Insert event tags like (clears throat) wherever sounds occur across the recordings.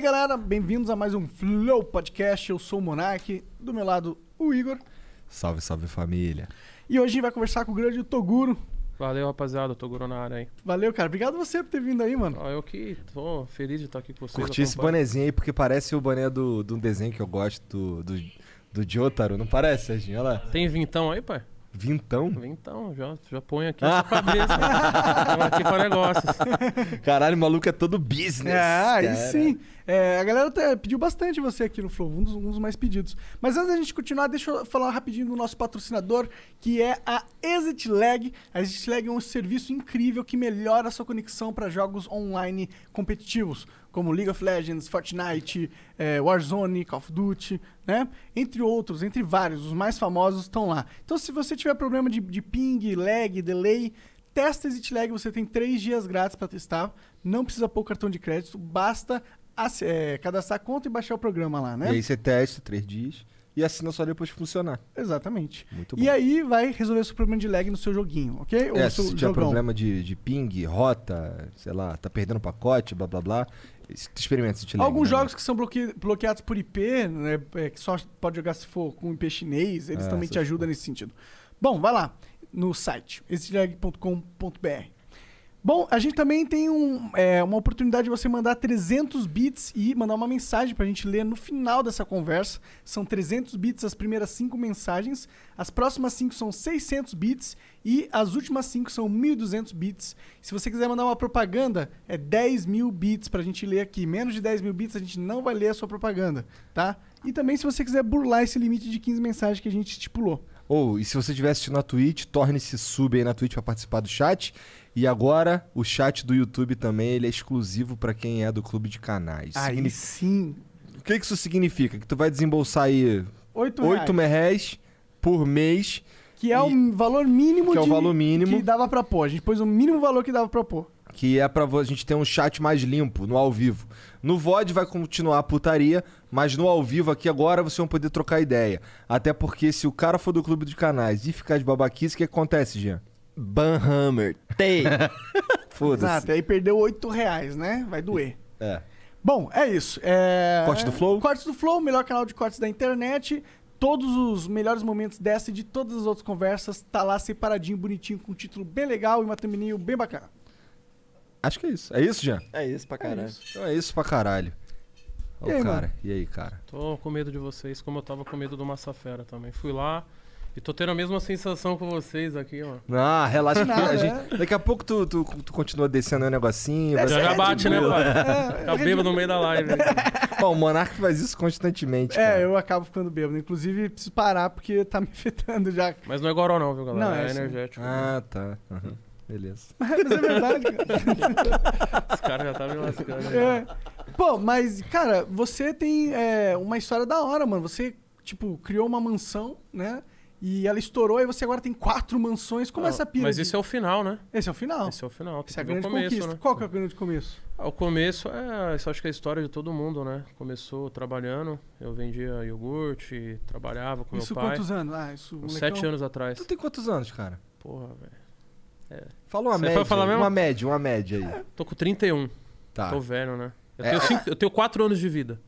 galera, bem-vindos a mais um Flow Podcast. Eu sou o Monark, do meu lado o Igor. Salve, salve família. E hoje a gente vai conversar com o grande Toguro. Valeu, rapaziada. Tô guru na área aí. Valeu, cara. Obrigado você por ter vindo aí, mano. Ó, eu que tô feliz de estar aqui com vocês. Curti esse acompanho. bonezinho aí porque parece o boné do, de um desenho que eu gosto do, do, do Jotaro, não parece, Serginho? Olha lá. Tem vintão aí, pai? Vintão? Vintão, já, já põe aqui na (laughs) sua cabeça. Estamos aqui pra negócios. Caralho, o maluco é todo business. É, aí cara. sim. É, a galera até pediu bastante você aqui no Flow, um dos, um dos mais pedidos. Mas antes da gente continuar, deixa eu falar rapidinho do nosso patrocinador, que é a Exit Lag. A Exit Lag é um serviço incrível que melhora a sua conexão para jogos online competitivos, como League of Legends, Fortnite, é, Warzone, Call of Duty, né? Entre outros, entre vários, os mais famosos estão lá. Então, se você tiver problema de, de ping, lag, delay, Testa Exit Lag, você tem três dias grátis para testar. Não precisa pôr cartão de crédito, basta ace- eh, cadastrar a conta e baixar o programa lá, E né? aí você testa três dias e assina só depois que funcionar. Exatamente. Muito e bom. aí vai resolver seu problema de lag no seu joguinho, ok? Ou é, no seu se tiver problema de, de ping, rota, sei lá, tá perdendo pacote, blá blá blá. es- Experimenta se te liga, Alguns né? jogos que são bloque- bloqueados por IP, né, é, que só pode jogar se for com IP chinês, eles É, também essas te ajudam nesse sentido. Bom, vai lá no site exitlag.com.br. Bom, a gente também tem um, é, uma oportunidade de você mandar 300 bits e mandar uma mensagem pra gente ler no final dessa conversa. São 300 bits as primeiras cinco mensagens, as próximas cinco são 600 bits e as últimas cinco são 1.200 bits. Se você quiser mandar uma propaganda, é 10 mil bits pra gente ler aqui. Menos de 10 mil bits a gente não vai ler a sua propaganda, tá? E também se você quiser burlar esse limite de 15 mensagens que a gente estipulou. Ou, e se você estiver assistindo na Twitch, torne-se sub aí na Twitch pra participar do chat. E agora, o chat do YouTube também, ele é exclusivo pra quem é do clube de canais. Aí Signifi- sim, O que, que isso significa? Que tu vai desembolsar aí 8 8 reais. merréis por mês. Que é o valor mínimo Que é o de- valor mínimo. que dava pra pôr. A gente pôs o mínimo valor que dava pra pôr. que é pra vo- a gente ter um chat mais limpo, no ao vivo. No VOD vai continuar a putaria, mas no ao vivo aqui agora vocês vão poder trocar ideia. Até porque se o cara for do clube de canais e ficar de babaquice, o que acontece, Jean? Banhammer. Tem! Exato. (laughs) Foda-se. Aí perdeu 8 reais, né? Vai doer. É. Bom, é isso. É... Corte do Flow? Cortes do Flow, melhor canal de cortes da internet. Todos os melhores momentos dessa e de todas as outras conversas tá lá separadinho, bonitinho, com um título bem legal e uma thumbnail bem bacana. Acho que é isso. É isso, Jean? É isso pra caralho. Então é isso pra caralho. Ó, E aí, o cara. E aí, cara? Tô com medo de vocês, como eu tava com medo do Massafera também. Fui lá e tô tendo a mesma sensação com vocês aqui, ó. Ah, relaxa. Não, que a né? gente... Daqui a pouco tu, tu, tu continua descendo aí o negocinho. é vai- Já, já bate, né, É, pai? (laughs) Tá Red bêbado no meio da live. né? Ó, um o Monark faz isso constantemente. cara. É, eu acabo ficando bêbado. Inclusive, preciso parar porque tá me afetando já. (laughs) Mas não é goró não, viu, galera? Não, é é, assim. energético. Ah, tá. Aham. Beleza. Mas é verdade, cara. Os caras já estavam me lascando. né? É. Pô, mas, cara, você tem é, uma história da hora, mano. Você, tipo, criou uma mansão, né? E ela estourou e você agora tem quatro mansões. Como é essa pira? Mas isso é o final, né? é... Esse é o final. Esse é o final. Tem Essa é a que ver o grande começo, conquista. né? Qual que é o grande começo? Ao começo, é, isso acho que é a história de todo mundo, né? Começou trabalhando, eu vendia iogurte, trabalhava com isso meu pai. quantos anos? Ah, isso. Uns molecão. sete anos atrás. Tu tem quantos anos, cara? Porra, velho. Fala uma Você média. vai falar aí, mesmo? Uma média, uma média aí. Tô com 31, Tá. tô velho, né? Eu, É. tenho cinco, eu tenho quatro anos de vida.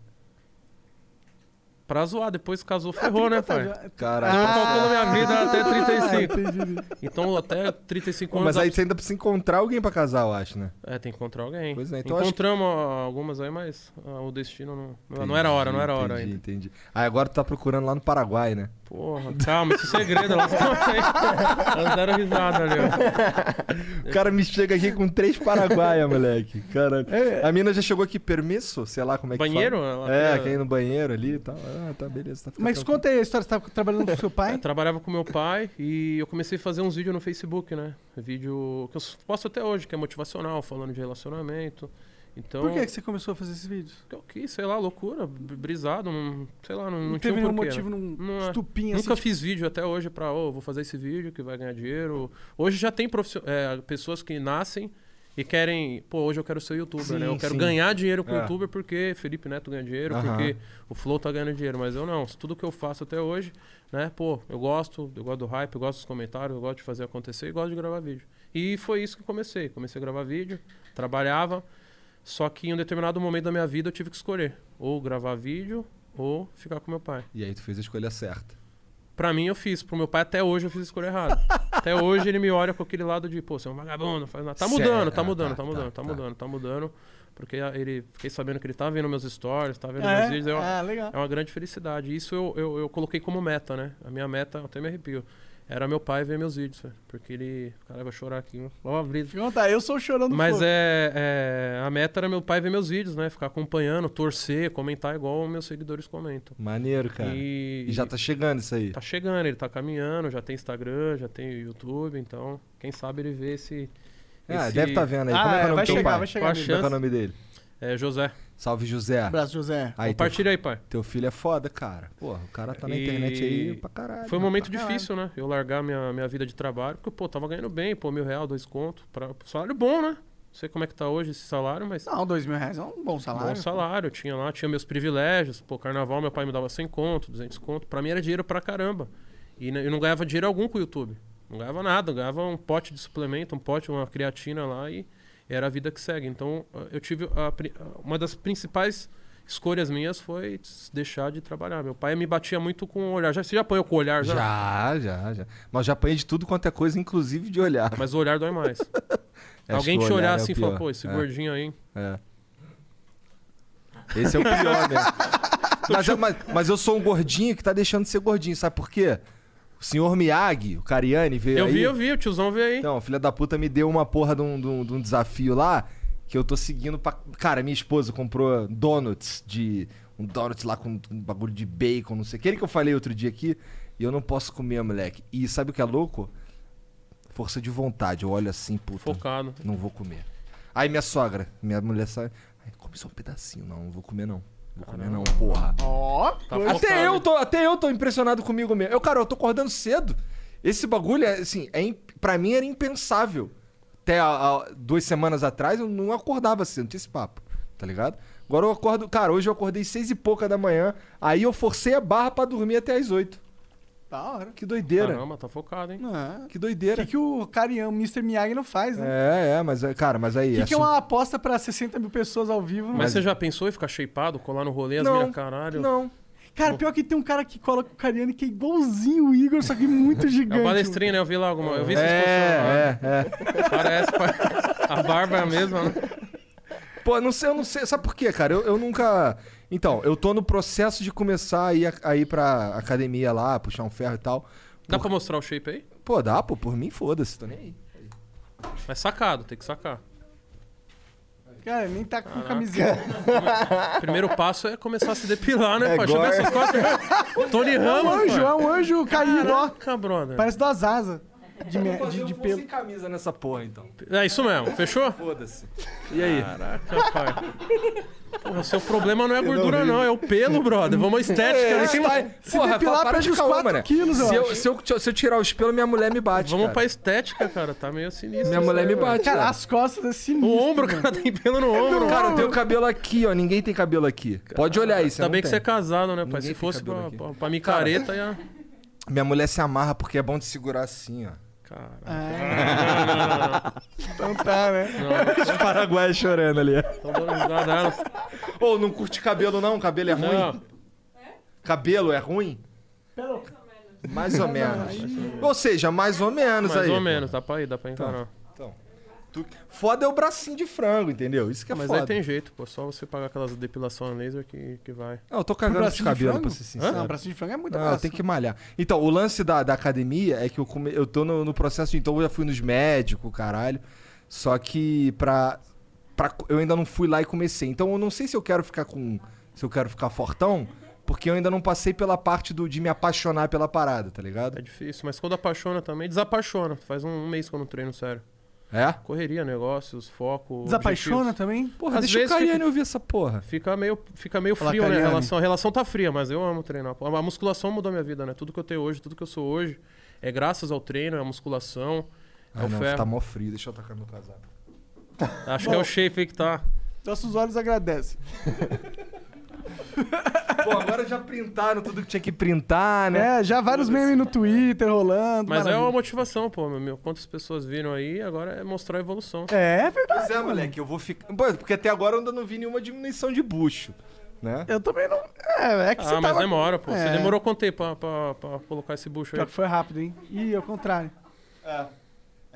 Pra zoar, depois casou, ferrou, né, 30 pai? Ah, tá, já- Ah, Caralho. Tô calculando minha vida até (laughs) 35. entendi. Então, até 35 Pô, anos... mas aí abs- você ainda precisa encontrar alguém pra casar, eu acho, né? É, tem que encontrar alguém. Pois é, então acho que- Encontramos ah, algumas aí, mas ah, o destino não... não- Não era hora, não era hora entendi, ainda. Entendi, entendi. Aí agora tu tá procurando lá no Paraguai, né? Porra, calma, isso é segredo. Elas, elas deram risada ali, ó. O cara me chega aqui com três Paraguaias, moleque. Caralho. É. A mina já chegou aqui, permisso? Sei lá como é que Banheiro? fala. Ela É, queria- quem no banheiro ali e tal. Ah, tá, beleza. Tá, fica Mas tranquilo. Então, conta aí a história. Você tava trabalhando com seu Eu pai? trabalhava com meu pai e eu comecei a fazer uns vídeos no Facebook, né? Vídeo que eu posto até hoje, que é motivacional, falando de relacionamento. Então, Por que, que você começou a fazer esses vídeos? eu quis, sei lá, loucura, br- brisado, não, sei lá, não, não, Não, tinha teve um nenhum porquê, motivo, né? num Não é. estupim assim. Nunca fiz vídeo até hoje pra, ô, vou fazer esse vídeo que vai ganhar dinheiro. Hoje já tem profissio- é, pessoas que nascem e querem, pô, hoje eu quero ser youtuber, Sim, né? Eu quero sim. ganhar dinheiro com É. youtuber porque Felipe Neto ganha dinheiro, Aham. porque o Flow tá ganhando dinheiro, mas eu não. Tudo que eu faço até hoje, né? Pô, eu gosto, eu gosto do hype, eu gosto dos comentários, eu gosto de fazer acontecer e gosto de gravar vídeo. E foi isso que comecei. Comecei a gravar vídeo, trabalhava, Só que em um determinado momento da minha vida eu tive que escolher. Ou gravar vídeo ou ficar com meu pai. E aí tu fez a escolha certa. Pra mim eu fiz, pro meu pai até hoje eu fiz a (laughs) escolha errada. até hoje ele me olha com aquele lado de, pô, você é um vagabundo, faz nada. Tá Cê é- mudando, tá ah, mudando, tá, tá mudando, tá, tá. tá mudando, tá mudando. Porque ele fiquei sabendo que ele tá vendo meus stories, tá vendo meus É, vídeos. Eu, ah, legal. é uma grande felicidade. Isso eu, eu, eu coloquei como meta, né? A minha meta, até me arrepio. Era meu pai ver meus vídeos, velho. Porque ele. Cara, vai chorar aqui. ó. Ó, a brisa. Fica à vontade, eu sou o chorando Mas fogo. é, é, A meta era meu pai ver meus vídeos, né? Ficar acompanhando, torcer, comentar igual meus seguidores comentam. Maneiro, cara. E, E, já tá chegando isso aí. tá chegando, ele tá caminhando, já tem Instagram, já tem YouTube, então. Quem sabe ele vê esse. Ah, esse- deve tá né? vendo aí. Como é Ah, que é o vai nome do teu chegar, pai? vai chegar. Qual a amigo. Como é que é o Chance. nome dele? É, José. Salve, é José. Abraço, José. Aí, então. teu, Compartilha aí, pai. teu filho é foda, cara. Porra, o cara tá na E- internet aí pra caralho. Foi um né, momento cara? difícil, né? Eu largar minha, minha vida de trabalho, porque, pô, tava ganhando bem, pô, mil real, dois conto. Pra, salário bom, né? Não sei como é que tá hoje esse salário, mas. Não, dois mil reais é um bom salário. Bom salário, eu tinha lá, tinha meus privilégios. Pô, carnaval meu pai me dava 100 conto, 200 conto. Pra mim era dinheiro pra caramba. E n- eu não ganhava dinheiro algum com o YouTube. Não ganhava nada, eu ganhava um pote de suplemento, um pote, uma creatina lá e era a vida que segue. Então ah, eu tive. a pri- ah, uma das principais escolhas minhas foi s- deixar de trabalhar. Meu pai me batia muito com o olhar. Já, você já apanhou com o olhar? Já. Já, já, já. Mas já apanhei de tudo quanto é coisa, inclusive de olhar. Mas o olhar dói mais. (laughs) Acho Alguém que o te olhar é o assim e falar, pior. pô, esse É, gordinho aí. hein?" é. Esse é o pior, (laughs) né? mas, eu- mas- mas eu sou um gordinho que tá deixando de ser gordinho, sabe por quê? O senhor Miyagi, o Cariani, veio Eu aí. vi, eu vi, o tiozão veio aí. Então, filha da puta me deu uma porra de um, de um- de um desafio lá que eu tô seguindo pra. Cara, minha esposa comprou donuts de. Um donuts lá com um bagulho de bacon, não sei o que. Aquele que eu falei outro dia aqui. E eu não posso comer, moleque. E sabe o que é louco? Força de vontade. Eu olho assim, puta. Focado. Não vou comer. Aí minha sogra, minha mulher sai. Ai, come só um pedacinho. Não, não vou comer não. Não Vou comer não, porra. Ó, Tá coisa- fo- Até Focado. eu, tô, até eu tô impressionado comigo mesmo. Eu, cara, eu tô acordando cedo. Esse bagulho, é, assim, é, imp- pra mim era impensável. Até a- a- duas semanas atrás eu não acordava cedo, não tinha esse papo, tá ligado? Agora eu acordo. Cara, hoje eu acordei seis e pouca da manhã, aí eu forcei a barra pra dormir até as oito. da hora. Que doideira. Caramba, tá focado, hein? Ah, Que O doideira. que, que o Carian, o Mr. Miyagi não faz, né? É, é, mas, é, cara, mas aí. O que, que é assunto- uma aposta pra 60 mil pessoas ao vivo? Mas, Mas... você já pensou em ficar shapeado, colar no rolê, as Não, minhas caralho? Não. Cara, pior que tem um cara que cola com o Cariani que é igualzinho o Igor, só que muito É o gigante. balestrinho, né? Eu vi lá alguma. Eu É, vi essa exposição né? é, é. lá. Parece, pa- (laughs) a barba é a mesma, né? Pô, não sei, eu não sei. Sabe por quê, cara? Eu, eu nunca. Então, eu tô no processo de começar a ir, a, a ir pra academia lá, puxar um ferro e tal. Dá pra mostrar o shape aí? Pô, dá, pô, por mim, foda-se, tô nem aí. Mas É sacado, tem que sacar. Cara, nem tá com camiseta. Primeiro passo é começar a se depilar, né, É pai? Deixa eu ver gore. (laughs) essas costas. Tony É um Ramos, anjo, é pai. um anjo caído, ó. Caraca, brother. Parece duas asas de, me- É, de- de pelo. camisa nessa porra, então. É isso mesmo, fechou? Foda-se. E aí? Caraca, pai. Porra, seu problema não é a gordura, não. É o pelo, brother. Vamos É, à estética. né? Quem- Se depilar, perde os quatro quilos, eu se acho. eu, se, eu, se eu tirar os pelos, minha mulher me bate. Vamos cara. pra estética, cara. Tá meio sinistro. Minha isso mulher aí, me mano. bate. Cara, ó. as costas é sinistro. O ombro, o cara tem pelo no ombro. É Cara, eu tenho cabelo aqui, ó. Ninguém tem cabelo aqui. Pode olhar isso, Ainda bem que você é casado, né, pai? Ninguém Se tem fosse cabelo pra, aqui. pra, pra micareta, ia. Minha mulher se amarra porque é bom de segurar assim, ó. Cara, Ah, então tá, né? Os paraguaios chorando ali. tô dando risada. ela. (laughs) Ô, não curte cabelo não? Cabelo é ruim? Não, Cabelo é ruim? Mais ou menos. ou seja, mais ou menos mais aí. ou menos, dá pra ir, dá pra encarar. Então, tu- Foda é o bracinho de frango, entendeu? Isso que é Mas foda. aí tem jeito, pô. Só você pagar aquelas depilações laser que, que vai. Não, eu tô Pro cagando de bracinho de cabelo, frango? pra ser Não, sincero. bracinho de frango é muito Não, braço. tem que malhar. Então, o lance da, da academia é que eu, come- eu tô no, no processo de. Então, eu já fui nos médicos, caralho. Só que pra, pra. Eu ainda não fui lá e comecei. Então, eu não sei se eu quero ficar com. Se eu quero ficar fortão, porque eu ainda não passei pela parte do, de me apaixonar pela parada, tá É ligado? difícil, mas quando apaixona também, desapaixona. Faz um, um mês que eu não treino, sério. É? Correria, negócios, foco. Desapaixona objetivos. também? Porra, Às deixa o vezes Cariani fica- ouvir essa porra. Fica meio, fica meio Fala, frio, né? A Cariani. relação, a relação tá fria, mas eu amo treinar. pô. A musculação mudou minha vida, né? Tudo que eu tenho hoje, tudo que eu sou hoje, é graças ao treino, é a musculação, é Ah, o não, ferro. tá mó frio, deixa eu tacar meu casaco. Acho que é o shape aí que tá. Nossos olhos agradecem. (laughs) Pô, agora já printaram tudo que tinha que printar, né? É, já vários memes no Twitter rolando. Mas é maravilha. uma motivação, pô, meu. meu. Quantas pessoas viram aí, agora é mostrar a evolução. É, é verdade. Pois é, moleque, eu vou ficar. Pô, Porque até agora eu ainda não vi nenhuma diminuição de bucho, né? Eu também não. É, é que você ah, mas tava... demora, pô. Você É. demorou quanto tempo pra, pra- pra colocar esse bucho aí? Pior que foi rápido, hein? Ih, ao contrário. É.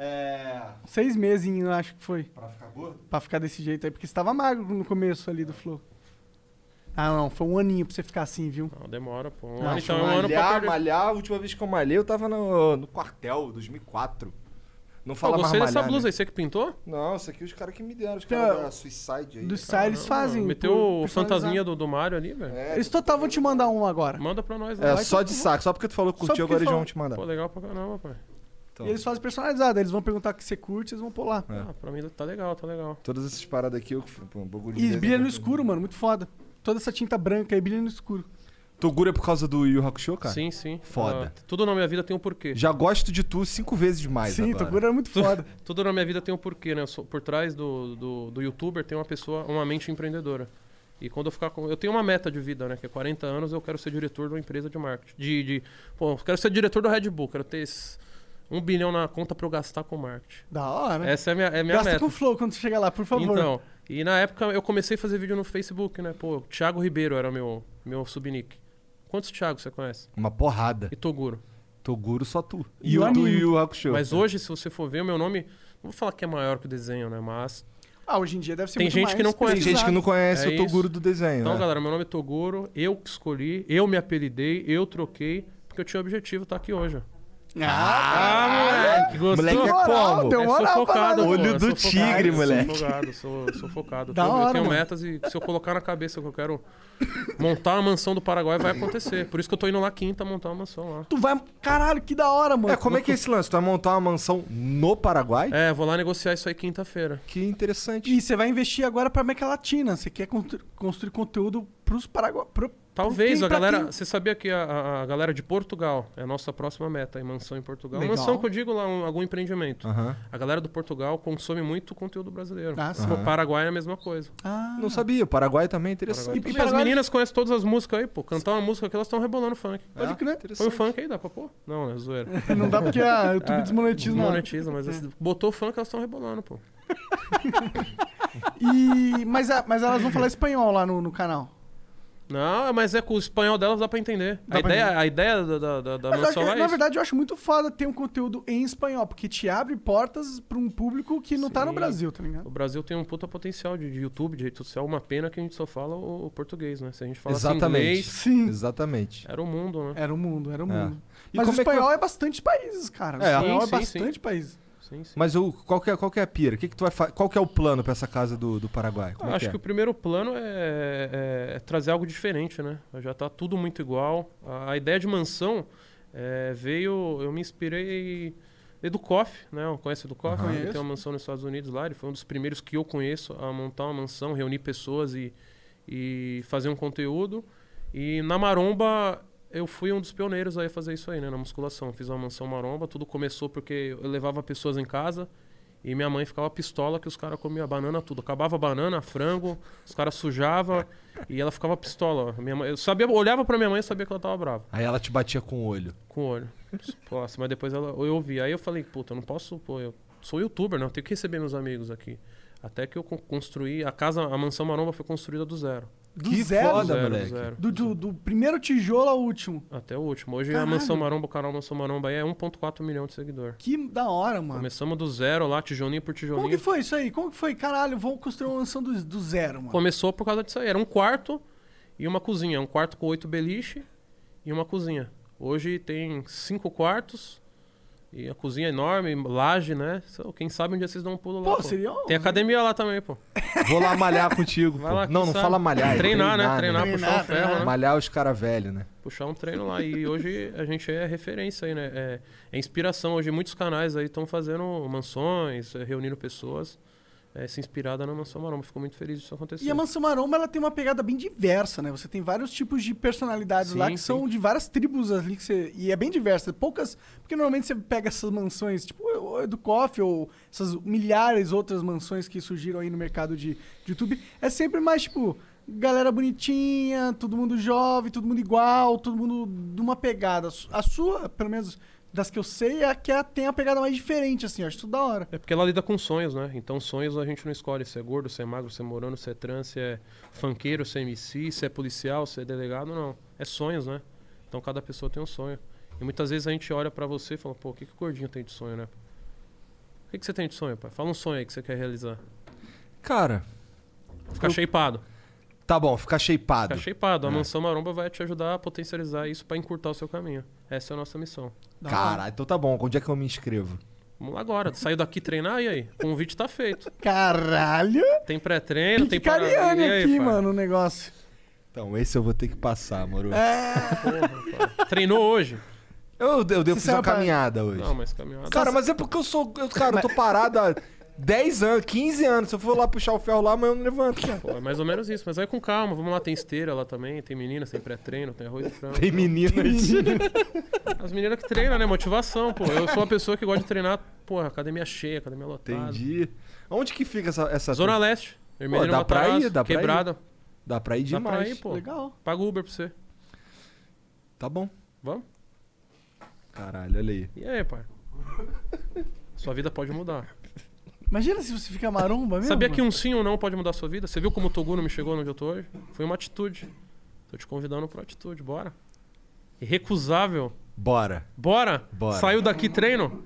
É. Seis meses, hein, eu acho que foi. Pra ficar gordo? Pra ficar desse jeito aí, porque você tava magro no começo ali do Flow. Ah, não, foi um aninho pra você ficar assim, viu? Não, demora, pô. Um Não, ano, então, é um ano pra malhar, perder. malhar, a última vez que eu malhei eu tava no, no quartel, 2004. Não Pô, fala mais gostei malhar, dessa né? blusa aí, você que pintou? Não, isso aqui os caras que me deram, os Então, caras da Suicide aí. Do cara. Sai Ah, eles Ah, Não, fazem. Meteu por- o fantasminha do, do Mario ali, velho. É, Eles total vão te mandar um agora. Manda pra nós, né? É, só de saco, só porque tu falou que Só curtiu, porque agora eles falou. vão te mandar. Pô, legal pra caramba, pai. Então, E eles fazem personalizado, eles vão perguntar o que você curte, eles vão pôr lá. É. Ah, pra mim tá legal, tá legal. Todas essas paradas aqui, eu pô, um bagulho de E desenho, brilha no né? escuro, mano, muito foda. Toda essa tinta branca aí brilha no escuro. Toguro é por causa do Yu Hakusho, cara? Sim, sim. foda. Ah, tudo na minha vida tem um porquê. Já gosto de tu cinco vezes mais Sim, agora. Toguro é (laughs) muito foda. Tudo na minha vida tem um porquê, né? Eu sou- Por trás do, do, do youtuber tem uma pessoa, uma mente empreendedora. E quando eu ficar com. Eu tenho uma meta de vida, né? Que é 40 anos eu quero ser diretor de uma empresa de marketing. De, de, pô, eu quero ser diretor do Red Bull, quero ter esse- um bilhão na conta pra eu gastar com marketing. da hora. Essa é a minha, é a minha Gasta meta. com o Flow quando você chegar lá, por favor. Então, e na época eu comecei a fazer vídeo no Facebook, né? Pô, Thiago Ribeiro era meu, meu subnick. Quantos Thiago você conhece? Uma porrada. E Toguro. Toguro só tu. E E o o do anime. Yu Hakusho. é né? Mas hoje, se você for ver, o meu nome. Não vou falar que é maior que o desenho, né? Mas. Ah, hoje em dia deve ser Tem muito gente mais que não conhece. Tem gente que não conhece É o Toguro isso. do desenho, Então, né? galera, meu nome é Toguro, eu que escolhi, eu me apelidei, eu troquei, porque eu tinha o objetivo de estar aqui hoje. ó. Ah, moleque, gostou? Moleque é Deu moral, como? deu É, moral pra sou focado, nós, pô, Olho eu do sou focado, tigre, moleque. Sou focado, sou, sou focado. Da eu, eu hora, tenho mano. metas e se eu colocar na cabeça que eu quero montar uma mansão do Paraguai, vai acontecer. Por isso que eu tô indo lá quinta montar uma mansão lá. tu vai. Caralho, que da hora, mano. É, como é que é esse lance? Tu vai montar uma mansão no Paraguai? É, vou lá negociar isso aí quinta-feira. Que interessante. E você vai investir agora pra América Latina. Você quer constru- construir conteúdo pros Paraguai. Pro... Talvez, Quem- a pra galera. quem? Você sabia que a- a, a galera de Portugal é a nossa próxima meta, em mansão em Portugal. Legal. Mansão que eu digo lá, um- algum empreendimento. Aham. A galera do Portugal consome muito conteúdo brasileiro. Ah, sim. No Paraguai é a mesma coisa. Ah, Não sabia, o Paraguai também é Paraguai. interessante. pro E as Paraguai- meninas conhecem todas as músicas aí, pô. Cantar uma música aqui, elas estão rebolando funk. pode crer. Põe o funk aí, dá pra pôr? Não, né? Zoeira. (laughs) não dá porque a YouTube Ah, desmonetiza. na hora. Monetiza, mas assim. esse- botou funk, elas estão rebolando, pô. E... Mas, a- mas elas vão falar espanhol lá no, no canal. Tá, Não, mas é com o espanhol delas dá pra entender. Dá a, pra ideia, a ideia da, da, da, da Mas eu acho mansão lá que, é na isso. verdade, eu acho muito foda ter um conteúdo em espanhol, porque te abre portas pra um público que não tá no Sim. Brasil, tá ligado? O Brasil tem um puta potencial de, de YouTube, de rede social. Uma pena que a gente só fala o, o português, né? Se a gente falasse Exatamente. inglês, Sim. Exatamente. era o mundo, né? Era o mundo, era o É. mundo. E Mas o como é que espanhol é, bastante países, cara. O É. espanhol Sim, é sim, bastante países. Sim, sim. Mas o, qual, que é, qual que é a pira? O que que tu vai fa- qual que é o plano pra essa casa do, do Paraguai? Como é Acho que que, é? o primeiro plano é, é- é trazer algo diferente, né? Já tá tudo muito igual. A, a ideia de mansão é, veio. Eu me inspirei. Edu Koff, né? Conhece Edu Koff? Aham. Ele tem Conheço. uma mansão nos Estados Unidos lá. Ele foi um dos primeiros que eu conheço a montar uma mansão, reunir pessoas e, e fazer um conteúdo. E na Maromba, eu fui um dos pioneiros aí a fazer isso aí, né? Na musculação. Fiz uma mansão Maromba. Tudo começou porque eu levava pessoas em casa. E minha mãe ficava pistola que os caras comiam banana, tudo. Acabava a banana, frango, os caras sujavam e ela ficava pistola. Minha mãe, eu sabia, olhava pra minha mãe e sabia que ela tava brava, Aí ela te batia com o olho. com o olho. Nossa, mas depois ela, eu ouvi. Aí eu falei, puta, eu não posso, pô, eu sou youtuber, né? Eu tenho que receber meus amigos aqui. Até que eu con- construí, a casa, a mansão maromba foi construída do zero. Do Que zero. foda. zero, moleque. zero. Do, do- do primeiro tijolo ao último. Até o último. Hoje Caralho. a Mansão Maromba, o canal Mansão Maromba aí é 1.4 milhão de seguidor. Que da hora, mano. Começamos do zero lá, tijolinho por Como que tijolinho. foi isso aí? Como que foi? Caralho, vão construir uma mansão do, do zero, mano. Começou por causa disso aí. Era um quarto e uma cozinha. Um quarto com oito beliche e uma cozinha. Hoje tem cinco quartos e a cozinha é enorme, laje, né? So, Quem sabe um dia vocês dão um pulo lá. Pô, seria um- Tem academia lá também, pô. Vou lá malhar contigo. pô. Vai lá, quem não, não sabe? fala malhar. é Treinar, né? Treinar, né? puxar o Treinar, ferro, treinar. né? Malhar os caras velhos, né? puxar um treino lá. E hoje a gente é referência aí, né? É, é inspiração. Hoje muitos canais aí estão fazendo mansões, eh, reunindo pessoas, eh, se inspirada na Mansão Maromba. Fico muito feliz disso acontecer. E a Mansão Maromba, ela tem uma pegada bem diversa, né? Você tem vários tipos de personalidades Sim, lá que sim. são de várias tribos ali que você... E é bem diversa. Poucas... Porque normalmente você pega essas mansões, tipo o do Coffee ou essas milhares outras mansões que surgiram aí no mercado de, de YouTube. É sempre mais, tipo... galera bonitinha, todo mundo jovem, todo mundo igual, todo mundo de uma pegada. A su- A sua, pelo menos das que eu sei, é a que a- tem a pegada mais diferente, assim, eu acho isso da hora. É porque ela lida com sonhos, né? Então sonhos a gente não escolhe se é gordo, se é magro, se é morano, se é trans, se é funkeiro, se é MC, se é policial, se é delegado, não. É sonhos, né? Então cada pessoa tem um sonho. E muitas vezes a gente olha pra você e fala, pô, o que, que o gordinho tem de sonho, né? O que, que você tem de sonho, pai? Fala um sonho aí que você quer realizar. Cara, Ficar Eu- shapeado. tá bom, ficar shapeado. Ficar shapeado. A É. mansão maromba vai te ajudar a potencializar isso pra encurtar o seu caminho. Essa é a nossa missão. Da hora. Cara, então tá bom, onde é que eu me inscrevo? Vamos lá agora. Saiu daqui treinar e aí? O convite tá feito. Caralho! Tem pré-treino, tem Pique Cariani E aí, aqui, pai? mano, o negócio. Então, esse eu vou ter que passar, moro. É. Porra, pai. Treinou hoje? Eu, eu devo Você fazer é uma sabe, pai? caminhada hoje. Não, mas caminhada. Cara, mas é porque eu sou. Eu, cara, eu tô parado há 10 anos, 15 anos. Se eu for lá puxar o ferro lá, amanhã eu não levanto, cara. Pô, é mais ou menos isso, mas vai com calma. Vamos lá, tem esteira lá também, tem meninas, tem pré-treino, tem arroz e frango. Tem meninas. As meninas que treinam, né? Motivação, pô. Eu sou uma pessoa que gosta de treinar, porra, academia cheia, academia lotada. Entendi. Onde que fica essa. essa Zona Leste. Vermelho dá pra ir, dá pra ir. Quebrada. Dá pra ir Dá pra demais. ir, pô. Legal. Paga o Uber pra você. Tá bom. Vamos? Caralho, olha aí. E aí, pai? Sua vida pode mudar. Imagina se você fica maromba mesmo. Sabia que um sim ou não pode mudar a sua vida? Você viu como o Toguro me chegou onde eu tô hoje? Foi uma atitude. Tô te convidando pra atitude, bora. Irrecusável. Bora. Bora? Bora. Saiu daqui treino?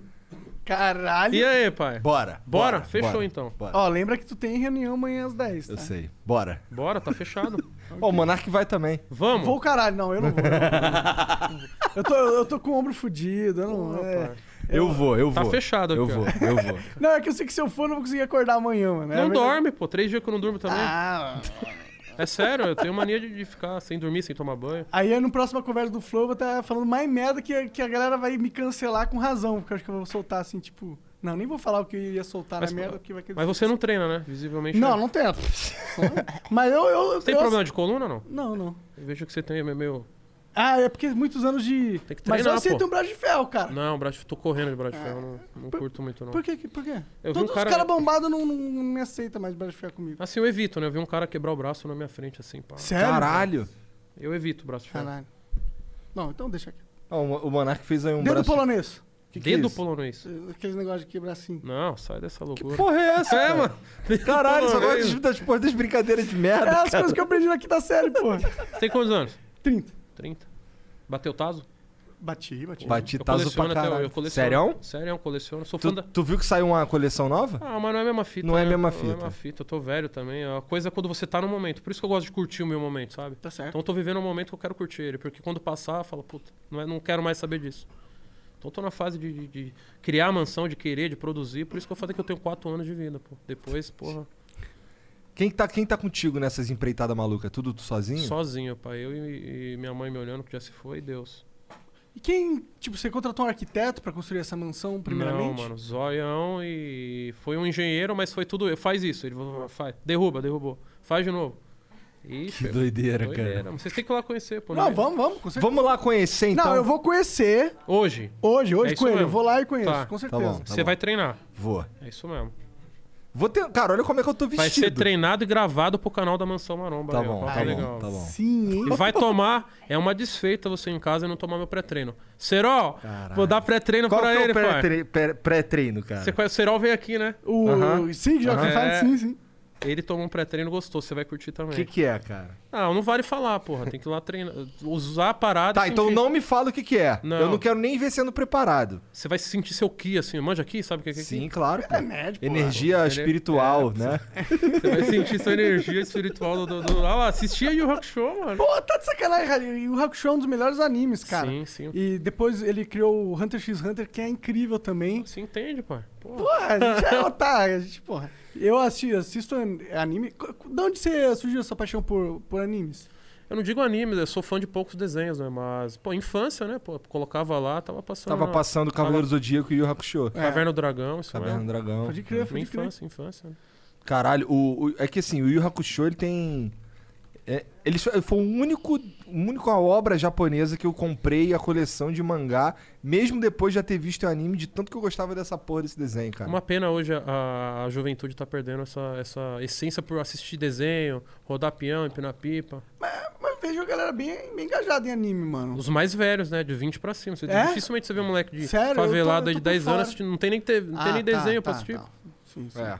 Caralho! E aí, pai? Bora. Bora, fechou, então. Bora. Ó, lembra que tu tem reunião amanhã às 10. Eu tá? sei. Bora. Bora, tá fechado. Ó, o Monark vai também. Vamos. Vou caralho, não, eu não vou. eu não (laughs) vou. Eu tô, eu tô com o ombro fudido, eu não vou. Opa. É. Eu, vou, eu Tá vou. fechado aqui, Eu ó. vou, eu (laughs) vou. Não, é que eu sei que se eu for, eu não vou conseguir acordar amanhã, mano. É Não verdade. dorme, pô. Três dias que eu não durmo também. Ah, É sério, eu tenho mania de, de ficar sem dormir, sem tomar banho. aí no próximo conversa do Flow eu vou estar falando mais merda que, que a galera vai me cancelar com razão, porque eu acho que eu vou soltar assim, tipo. Não, nem vou falar o que eu ia soltar Mas, na merda, porque vai querer. Mas você não treina, né? Visivelmente. Não, né? não tenho. (laughs) Mas eu. eu, eu Você tem eu- problema de coluna ou não? Não, não. Eu vejo que você tem é meio. Ah, é porque muitos anos de. Tem que Mas eu treinar, aceito pô. um braço de ferro, cara. Não, braço, tô correndo de braço de ferro. Não, não curto muito, não. Por quê? Por quê? Eu vi um Todos cara- os caras bombados não, não, não me aceitam mais braço de ferro comigo. Assim, eu evito, né? Eu vi um cara quebrar o braço na minha frente, assim, pá. Sério? Caralho. Eu evito o braço de ferro. Caralho. Não, então deixa aqui. Ó, o Mo- o Monark fez aí um Dedo braço. polonês. Que que é Dedo isso? polonês. Aqueles negócios de quebrar assim. Não, sai dessa loucura. Porra, é essa? é, cara? mano. Dedo é Caralho, só polonês. gosto das, das, das brincadeiras de É merda. as coisas que eu aprendi aqui da série, pô. Você tem quantos anos? 30. 30. Bateu taso? Bati, bati. Bati Eu taso pra coleciono até hoje. caralho. Eu coleciono. Sério? Sério, coleciono. Sou fã Tu, da. tu viu que saiu uma coleção nova? Ah, mas não é a mesma fita. Não é a né? mesma Não é fita. a mesma fita. Eu tô velho também. A coisa é quando você tá no momento. Por isso que eu gosto de curtir o meu momento, sabe? Tá certo. Então eu tô vivendo um momento que eu quero curtir ele. Porque quando passar, eu falo, puta, não, é- não quero mais saber disso. Então eu tô na fase de, de- de criar a mansão, de querer, de produzir. Por isso que eu falei que eu tenho quatro anos de vida, pô. Depois, porra, Quem tá, quem tá contigo nessas empreitadas malucas? Tudo tu sozinho? sozinho, pai. Eu e, e minha mãe me olhando que já se foi, Deus. E quem, tipo, você contratou um arquiteto pra construir essa mansão, primeiramente? Não, mano, zoião e foi um engenheiro, mas foi tudo. eu. Faz isso. Ele falou, faz. Derruba, derrubou. Faz de novo. Ixi, é Que doideira, Doideira. cara. Vocês têm que ir lá conhecer, pô. Não, né? vamos, vamos, com certeza. Vamos lá conhecer, então? Não, eu vou conhecer Hoje, hoje, hoje É isso com ele. mesmo. Eu vou lá e conheço, Tá. com Tá certeza. bom, tá você bom. vai treinar. Vou. É isso mesmo. Vou ter... Cara, olha como é que eu tô vestido. Vai ser treinado e gravado pro canal da Mansão Maromba. Tá aí, ó. bom, Tá tá bom, legal. tá bom. Sim, hein? E vai tomar, é uma desfeita você em casa e não tomar meu pré-treino. Serol, Caralho. vou dar pré-treino Qual que pra é ele, o pai. pré-tre- pré- pré-treino, cara? Você conhece o Serol veio aqui, né? O... Aham. Sim, já Aham. É. que faz, sim, sim. Ele tomou um pré-treino gostoso, você vai curtir O também. que que é, cara? Ah, não vale falar, porra. Tem que ir lá treinar. Usar a parada. e Tá, então sentir. não me fala o que que é. Não. Eu não quero nem ver sendo preparado. Você vai sentir seu ki, assim. Manja aqui, sabe o que é ki? Sim, claro. pô. É médio, pô. Energia Ele- espiritual, é, né? Você vai sentir sua energia espiritual do. do, do... Ah lá, assistia aí o Rock Show, mano. Pô, tá de sacanagem, cara. E o Hakusho é um dos melhores animes, cara. Sim, sim. E depois ele criou o Hunter x Hunter, que é incrível também. Você entende, pai. Pô. Pô, a gente é otário, (laughs) a gente, porra. Eu assisto, assisto an- anime. Co- co- De onde você surgiu essa paixão por, por animes? Eu não digo anime, eu sou fã de poucos desenhos, né? Mas, pô, infância, né? Pô, colocava lá, tava passando. Tava na passando o Cavaleiro Zodíaco e o Hakusho. É. Caverna do Dragão, isso é. Caverna do mesmo. Dragão. Pode crer, Minha pode crer. infância, infância. né? Caralho, o, o- é que assim, o Yu Hakusho, ele tem... É, eles, foi o único, única obra japonesa que eu comprei a coleção de mangá, mesmo depois de já ter visto o anime, de tanto que eu gostava dessa porra desse desenho, cara. Uma pena hoje a, a juventude tá perdendo essa, essa essência por assistir desenho, rodar peão, empinar pipa. Mas, mas vejo a galera bem, bem engajada em anime, mano. Os mais velhos, né? De 20 pra cima. Você, É? Dificilmente você vê um moleque de Sério? Eu tô- favelado aí eu tô de por 10 fora. Ah, anos assistindo. Não tem nem, te- não tem nem desenho pra assistir. tá, Sim, assim? sim. É.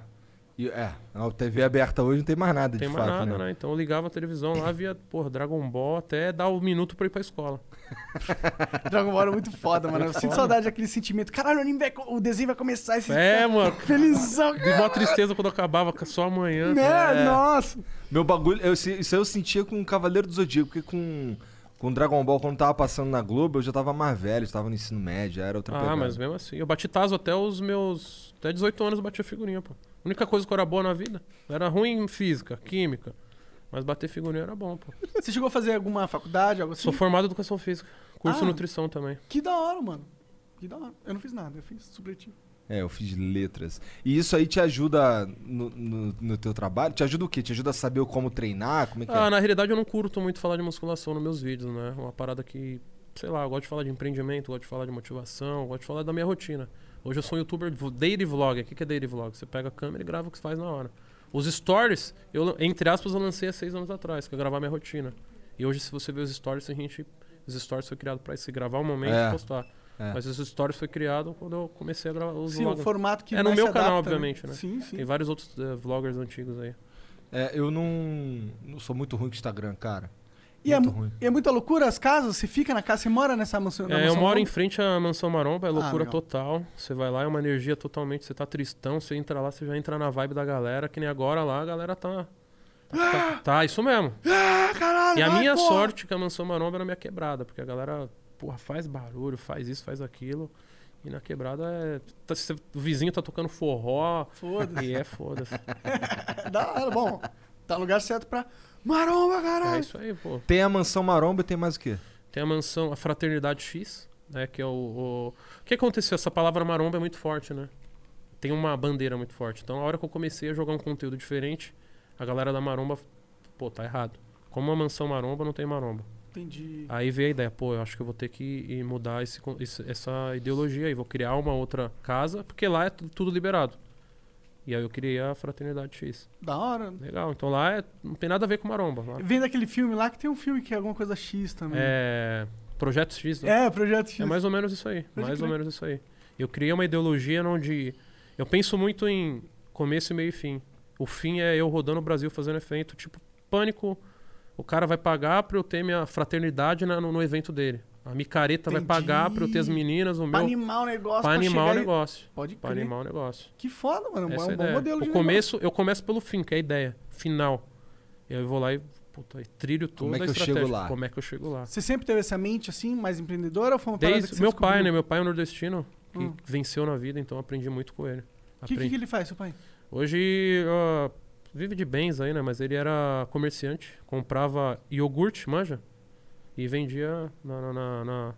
E, é, a TV aberta hoje não tem mais nada, Não tem de mais fato, nada, né? né? Então eu ligava a televisão lá, via, porra, Dragon Ball até dar o minuto pra ir (laughs) pra escola. (laughs) Dragon Ball é muito foda, mano. Eu Muito sinto foda. saudade daquele sentimento. Caralho, o, anime vai, co- o desenho vai começar esse. É, mano. (laughs) Felizão, De cara. mó tristeza quando acabava com só amanhã. Né? É. Nossa. Meu bagulho, eu, se- isso aí eu sentia com o Cavaleiro do Zodíaco, porque com, com Dragon Ball, quando tava passando na Globo, eu já tava mais velho, já tava no ensino médio, já era outra Ah, pegada. mas mesmo assim. Eu bati taso até os meus. Até 18 anos eu bati a figurinha, pô. A única coisa que eu era boa na vida. Eu era ruim em física, química. Mas bater figurinha era bom, pô. Você chegou a fazer alguma faculdade, algo assim? Sou formado em educação física. Curso Ah. nutrição também. Que da hora, mano. Que da hora. Eu não fiz nada, eu fiz supletivo. É, eu fiz letras. E isso aí te ajuda no, no- no teu trabalho? Te ajuda o quê? Te ajuda a saber como treinar? Como é que Ah, é? na realidade eu não curto muito falar de musculação nos meus vídeos, né? Uma parada que, sei lá, eu gosto de falar de empreendimento, gosto de falar de motivação, gosto de falar da minha rotina. Hoje eu sou um youtuber vo- daily vlog. O que que é daily vlog? Você pega a câmera e grava o que você faz na hora. Os stories, eu, entre aspas, eu lancei há seis anos atrás, que eu gravar minha rotina. E hoje, se você ver os stories, a gente. Os stories foi criado pra se gravar um momento É. e postar. É. Mas os stories foi criado quando eu comecei a gravar os Sim, o vlogs. formato que É no mais meu se canal, adapta, obviamente, né? Sim, sim. Tem vários outros eh, vloggers antigos aí. É, eu não, não sou muito ruim com Instagram, cara. E é, muito mu- ruim. e é muita loucura as casas? Você fica na casa, você mora nessa mansão? na É, eu mansão moro (laughs) em nova? frente à Mansão Maromba, é loucura legal. total. Você vai lá, é uma energia totalmente. Você tá tristão, você entra lá, você já entra na vibe da galera, que nem agora lá, a galera tá. Tá, tá- tá, isso mesmo. (gasps) Ah, caralho! E a vai, minha porra! sorte é que a Mansão Maromba era minha quebrada, porque a galera, porra, faz barulho, faz isso, faz aquilo. E na quebrada é. tá- cê- o vizinho tá tocando forró. Foda-se. E (laughs) é foda-se. É Da hora, bom. Tá no lugar certo pra. Maromba, caralho! É isso aí, pô. Tem a mansão maromba e tem mais o quê? Tem a mansão, a Fraternidade X, né? Que é o. O, o que aconteceu? Essa palavra maromba é muito forte, né? Tem uma bandeira muito forte. Então, a hora que eu comecei a jogar um conteúdo diferente, a galera da maromba, pô, tá errado. Como uma mansão maromba, não tem maromba. Entendi. Aí veio a ideia, pô, eu acho que eu vou ter que ir mudar esse, con- esse- essa ideologia aí, vou criar uma outra casa, porque lá é tu- tudo liberado. E aí eu criei a Fraternidade X. Da hora. Legal, então lá é- não tem nada a ver com maromba. Lá. Vem daquele filme lá que tem um filme que é alguma coisa X também. É. Projeto X, né? É, Projeto X. É mais ou menos isso aí. Pode mais ou crer. menos isso aí. Eu criei uma ideologia onde. Eu penso muito em começo, meio e fim. O fim é eu rodando o Brasil fazendo evento, tipo, pânico. O cara vai pagar pra eu ter minha fraternidade na- no, no evento dele. A micareta Entendi. vai pagar pra eu ter as meninas, o Pra meu. animar o negócio. Pra animar o chegar e- negócio. Pode Pra crer. animar o negócio. Que foda, mano. Essa é é a um bom ideia. modelo de o começo, eu começo pelo fim, que é a ideia, final. E aí eu vou lá e puta, e trilho toda Como é que a eu chego estratégia. lá? Como é que eu chego lá? Você sempre teve essa mente assim, mais empreendedora ou foi uma parada que Desde você meu pai, né? descobriu? Meu pai é um nordestino que Hum. venceu na vida, então eu aprendi muito com ele. O que, que, Aprendi. que ele faz, seu pai? Hoje ó, vive de bens aí, né? Mas ele era comerciante, comprava iogurte, manja, e vendia na, na- na- na-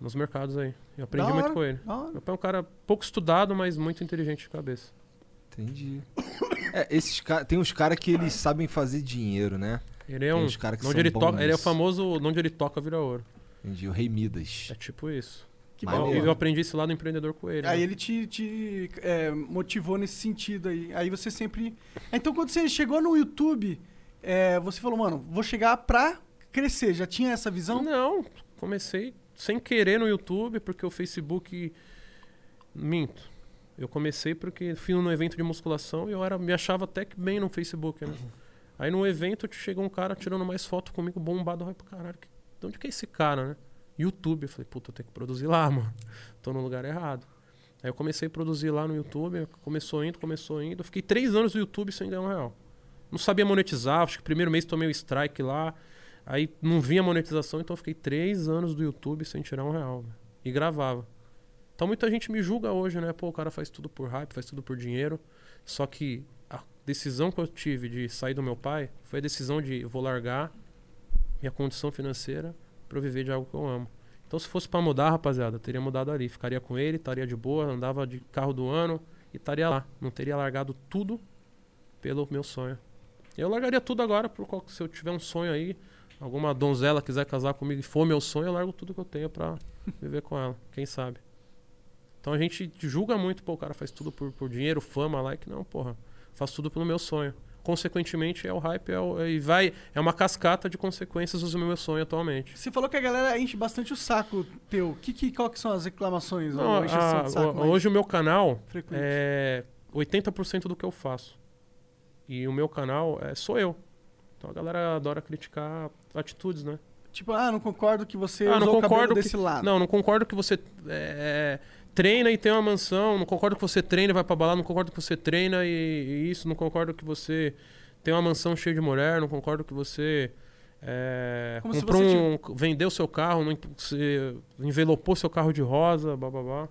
nos mercados aí. Eu aprendi Da muito hora. com ele. Da hora. Meu pai é um cara pouco estudado, mas muito inteligente de cabeça. Entendi. (coughs) É, esses cara, tem uns caras que eles sabem fazer dinheiro, né? Ele é Tem um. uns caras que Onde são ele, bons toca, ele é o nisso. famoso onde ele toca vira ouro. Entendi, o Rei Midas. É tipo isso. Que Eu- Maneiro. bom. eu aprendi esse lado empreendedor com ele. Aí né? ele te, te, é, motivou nesse sentido aí. Aí você sempre. Então quando você chegou no YouTube, é, você falou, mano, vou chegar pra crescer. Já tinha essa visão? Não, comecei sem querer no YouTube, porque o Facebook. Minto. Eu comecei porque fui num evento de musculação e eu era, me achava até que bem no Facebook, né? Aí no evento chegou um cara tirando mais foto comigo, bombado. Eu falei, caralho, que- de onde que é esse cara, né? YouTube. Eu falei, puta, eu tenho que produzir lá, (laughs) mano. Tô no lugar errado. Aí eu comecei a produzir lá no YouTube, começou indo, começou indo. Eu fiquei três anos no YouTube sem ganhar um real. Não sabia monetizar, acho que primeiro mês tomei o strike lá. Aí não vinha monetização, então eu fiquei três anos do YouTube sem tirar um real. né? E gravava. Então muita gente me julga hoje, né? Pô, o cara faz tudo por hype, faz tudo por dinheiro. Só que a decisão que eu tive de sair do meu pai foi a decisão de eu vou largar minha condição financeira pra eu viver de algo que eu amo. Então se fosse pra mudar, rapaziada, eu teria mudado ali. Ficaria com ele, estaria de boa, andava de carro do ano e estaria lá. Não teria largado tudo pelo meu sonho. Eu largaria tudo agora, por qual- se eu tiver um sonho aí, alguma donzela quiser casar comigo e for meu sonho, eu largo tudo que eu tenho pra viver com ela, quem sabe. Então a gente julga muito, pô, o cara faz tudo por, por dinheiro, fama, like, não, porra, faço tudo pelo meu sonho. Consequentemente, é o hype é o- e vai, é uma cascata de consequências do meu sonho atualmente. Você falou que a galera enche bastante o saco teu. Que, que, qual que são as reclamações? Não, ou encheção a- de saco o- mais hoje o meu canal frequente? é 80% do que eu faço. E o meu canal é, sou eu. Então a galera adora criticar atitudes, né? Tipo, ah, não concordo que você Ah, não usou o cabelo concordo que- desse lado. Não, não concordo que você é, treina e tem uma mansão. Não concordo que você treina e vai pra balada. Não concordo que você treina e, e isso. Não concordo que você tem uma mansão cheia de mulher. Não concordo que você é, Como se comprou você um, vendeu seu carro, não, você envelopou seu carro de rosa, blá, blá, blá.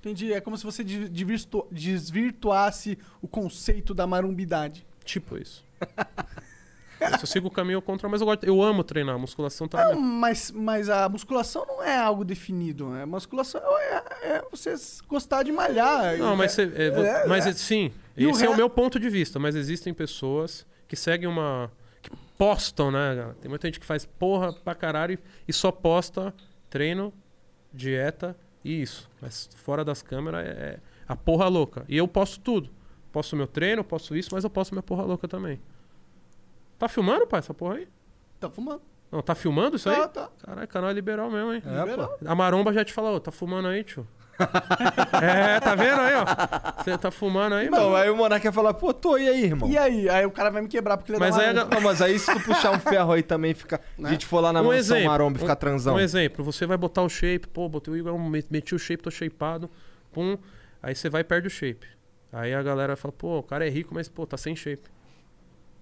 Entendi. É como se você de- desvirtu- desvirtuasse o conceito da marumbidade. Tipo isso. (laughs) Se eu sigo o caminho contra, mas eu, gosto- eu amo treinar. Musculação tá. Não, mas, mas a musculação não é algo definido. né? A musculação é, é você s- gostar de malhar. Não, mas, é, cê, é, vo- é, mas é. é- sim, E o esse é re- o meu ponto de vista. Mas existem pessoas que seguem uma. que postam, né, cara? Tem muita gente que faz porra pra caralho e- e só posta treino, dieta e isso. Mas fora das câmeras é, é a porra louca. E eu posto tudo. Posto meu treino, posto isso, mas eu posto minha porra louca também. Tá filmando, pai, essa porra aí? Tá fumando. Não, tá filmando isso aí? Tá, tá. Caralho, canal é liberal mesmo, hein? É, Liberal. pô. A maromba já te falou, tá fumando aí, tio? (laughs) é, tá vendo aí, ó? Você tá fumando aí, Então, mano? aí o Monark ia falar, pô, tô, e aí, irmão? E aí? Aí o cara vai me quebrar porque ele é Mas da aí a Maromba. Não, mas aí se tu puxar um ferro aí também fica. Né? A gente for lá na Um mansão exemplo, maromba e ficar transão. Um exemplo, você vai botar o shape, pô, botei o Igor, me- meti o shape, tô shapeado, pum, aí você vai e perde o shape. Aí a galera fala, pô, o cara é rico, mas, pô, tá sem shape.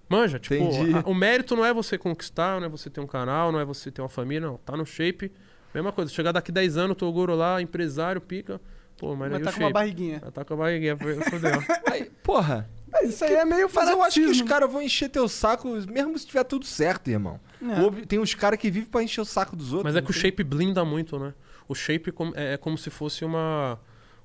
Manja, tipo, Entendi. a- o mérito não é você conquistar, não é você ter um canal, não é você ter uma família, não. Tá no shape, mesma coisa. Chegar daqui 10 anos, tô guru lá, empresário, pica, pô, mas, Mas aí tá o com uma shape. barriguinha. Ela tá com a barriguinha, fodeu. Aí, porra. Mas isso aí é meio Mas eu acho que os fanatismo. caras vão encher teu saco, mesmo se tiver tudo certo, irmão. É. O ob- Tem uns caras que vivem pra encher o saco dos outros. né? Mas é não que o tem- shape blinda muito, né? O shape com- é, é como se fosse uma.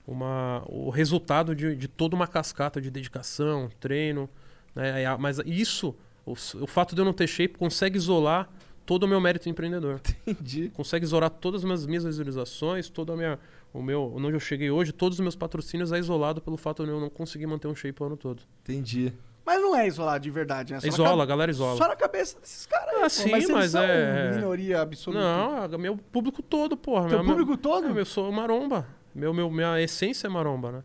uma o resultado de, de toda uma cascata de dedicação, treino. Né? Aí a- Mas isso, o, s- o fato de eu não ter shape, consegue isolar todo o meu mérito empreendedor. Entendi. Consegue isolar todas as minhas, minhas visualizações, toda a minha. O meu, onde eu cheguei hoje, todos os meus patrocínios é isolado pelo fato de eu não conseguir manter um shape o ano todo. Entendi. Mas não é isolado de verdade, né? Só na Isola, a cabe- galera isola. Só na cabeça desses caras. aí, Ah, pô. sim, mas, eles mas são é- minoria absoluta. Não, a- meu público todo, porra. Teu meu- meu- público todo? É, eu sou maromba. Meu, meu, minha essência é maromba, né?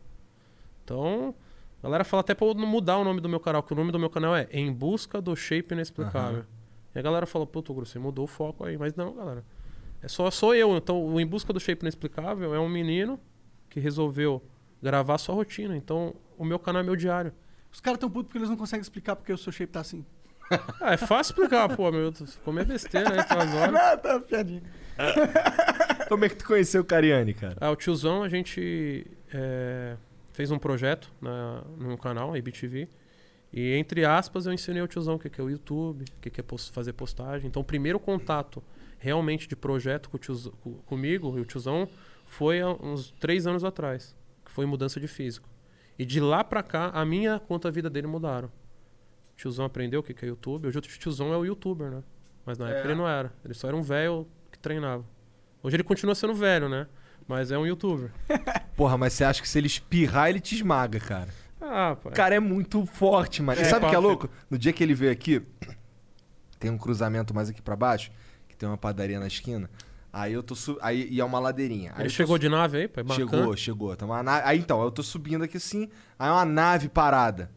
Então, a galera fala até pra eu não mudar o nome do meu canal, que o nome do meu canal é Em Busca do Shape Inexplicável. E a galera fala, puto, Gru, você mudou o foco aí. Mas não, galera. É só sou eu. Então, o Em Busca do Shape Inexplicável é um menino que resolveu gravar sua rotina. Então, o meu canal é meu diário. Os caras tão putos porque eles não conseguem explicar porque o seu shape tá assim. Ah, é fácil explicar, pô, meu. Comer besteira aí, (laughs) essas horas. Ah, tá, piadinha. (laughs) Como é que tu conheceu o Cariani, cara? Ah, o tiozão, a gente é, fez um projeto na, no canal, a IBTV. E, entre aspas, eu ensinei o tiozão o que que é o YouTube, o que que é pos- fazer postagem. Então, o primeiro contato realmente de projeto com o tiozão- co- comigo e o tiozão foi há uns três anos atrás, que foi mudança de físico. E de lá pra cá, a minha quanto a vida dele mudaram. O tiozão aprendeu o que que é YouTube. Hoje o tiozão é o youtuber, né? Mas na época ele não era. Ele só era um velho que treinava. Hoje ele continua sendo velho, né? Mas é um youtuber. Porra, mas você acha que se ele espirrar, ele te esmaga, cara. Ah, pô. O cara é muito forte, mano. E É, sabe o que é papo. louco? No dia que ele veio aqui, (clears throat) tem um cruzamento mais aqui pra baixo, que tem uma padaria na esquina. Aí eu tô su... aí e é uma ladeirinha. Aí Ele eu tô chegou de nave aí, pai. bacana. Chegou, chegou. Tá uma na- Aí então, eu tô subindo aqui assim, aí uma nave parada.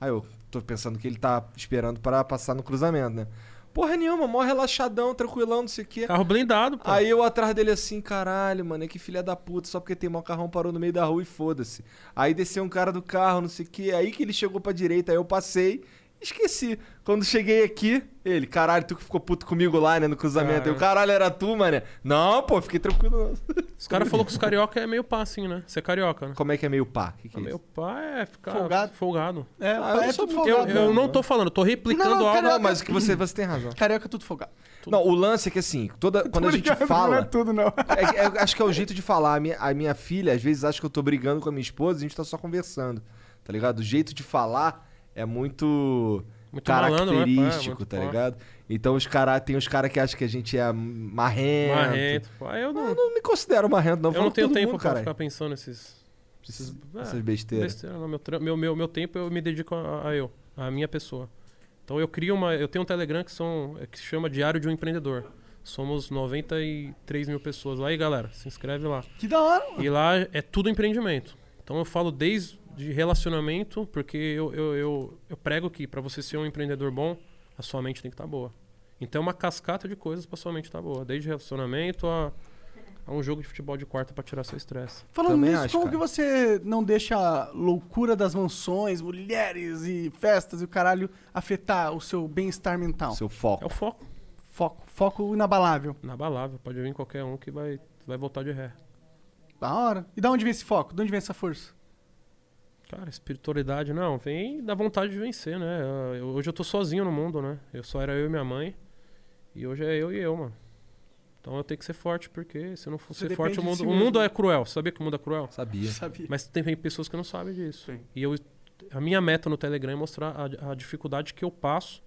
Aí eu tô pensando que ele tá esperando pra passar no cruzamento, né? Porra nenhuma, mó relaxadão, tranquilão, não sei o quê. Carro blindado, pô. Aí eu atrás dele assim, caralho, mano, é que filha da puta, só porque tem mau carrão parou no meio da rua e foda-se. Aí desceu um cara do carro, não sei o quê, aí que ele chegou pra direita, aí eu passei, esqueci. Quando cheguei aqui, ele, caralho, tu que ficou puto comigo lá, né, no cruzamento. Eu, caralho, era tu, mané. Não, pô, fiquei tranquilo. (laughs) não. Os caras falaram que os carioca é meio pá, assim, né? Você é carioca, né? Como é que é meio pá? Que que Ah, é isso? meu pai é ficar Folgado. folgado. É, Ah, eu é não sou tudo muito- Eu, folgado. eu mesmo. não tô falando, eu tô replicando Não, não, algo. Não, mas o que você, você tem razão. Carioca é tudo folgado. Não, o lance é que assim, (laughs) toda, quando a gente Obrigado, Não é fala. tudo, (laughs) não. É, é- eu acho que é o jeito de falar. A minha, a minha filha, às vezes, acha que eu tô brigando com a minha esposa e a gente tá só conversando. Tá ligado? O jeito de falar é muito. Muito malandro, né? É, característico, muito tá forte. ligado? Então os cara, tem os caras que acham que a gente é marrento. Marrento. Pô, aí eu não, Eu não me considero marrento, não. eu falo não com tenho todo tempo mundo, pra cara. ficar pensando nesses. esses- ah, Essas besteiras. besteira, não. Meu, tra- meu, meu, meu tempo eu me dedico a, a eu, a minha pessoa. Então eu crio uma. Eu tenho um Telegram que, são, que se chama Diário de um Empreendedor. Somos 93 mil pessoas lá. E galera, se inscreve lá. Que da hora, mano. E lá é tudo empreendimento. Então eu falo desde de relacionamento, porque eu, eu, eu, eu prego que para você ser um empreendedor bom, a sua mente tem que estar boa. Então é uma cascata de coisas para sua mente estar boa. Desde relacionamento a, a um jogo de futebol de quarta para tirar seu estresse. Falando Também nisso, acho, como cara. que você não deixa a loucura das mansões, mulheres e festas e o caralho afetar o seu bem-estar mental? Seu foco. É o foco, Foco. Foco inabalável. inabalável. Pode vir qualquer um que vai, vai voltar de ré. Da hora. E da onde vem esse foco? De onde vem essa força? Cara, espiritualidade não, vem da vontade de vencer, né? Eu- hoje eu tô sozinho no mundo, né? Eu só era eu e minha mãe. E hoje é eu e eu, mano. Então eu tenho que ser forte, porque se eu não for Você ser forte, o depende de mundo, si o mesmo. mundo é cruel. Sabia que o mundo é cruel? Sabia. Sabia. Mas tem pessoas que não sabem disso. Sim. E eu, a minha meta no Telegram é mostrar a, a dificuldade que eu passo,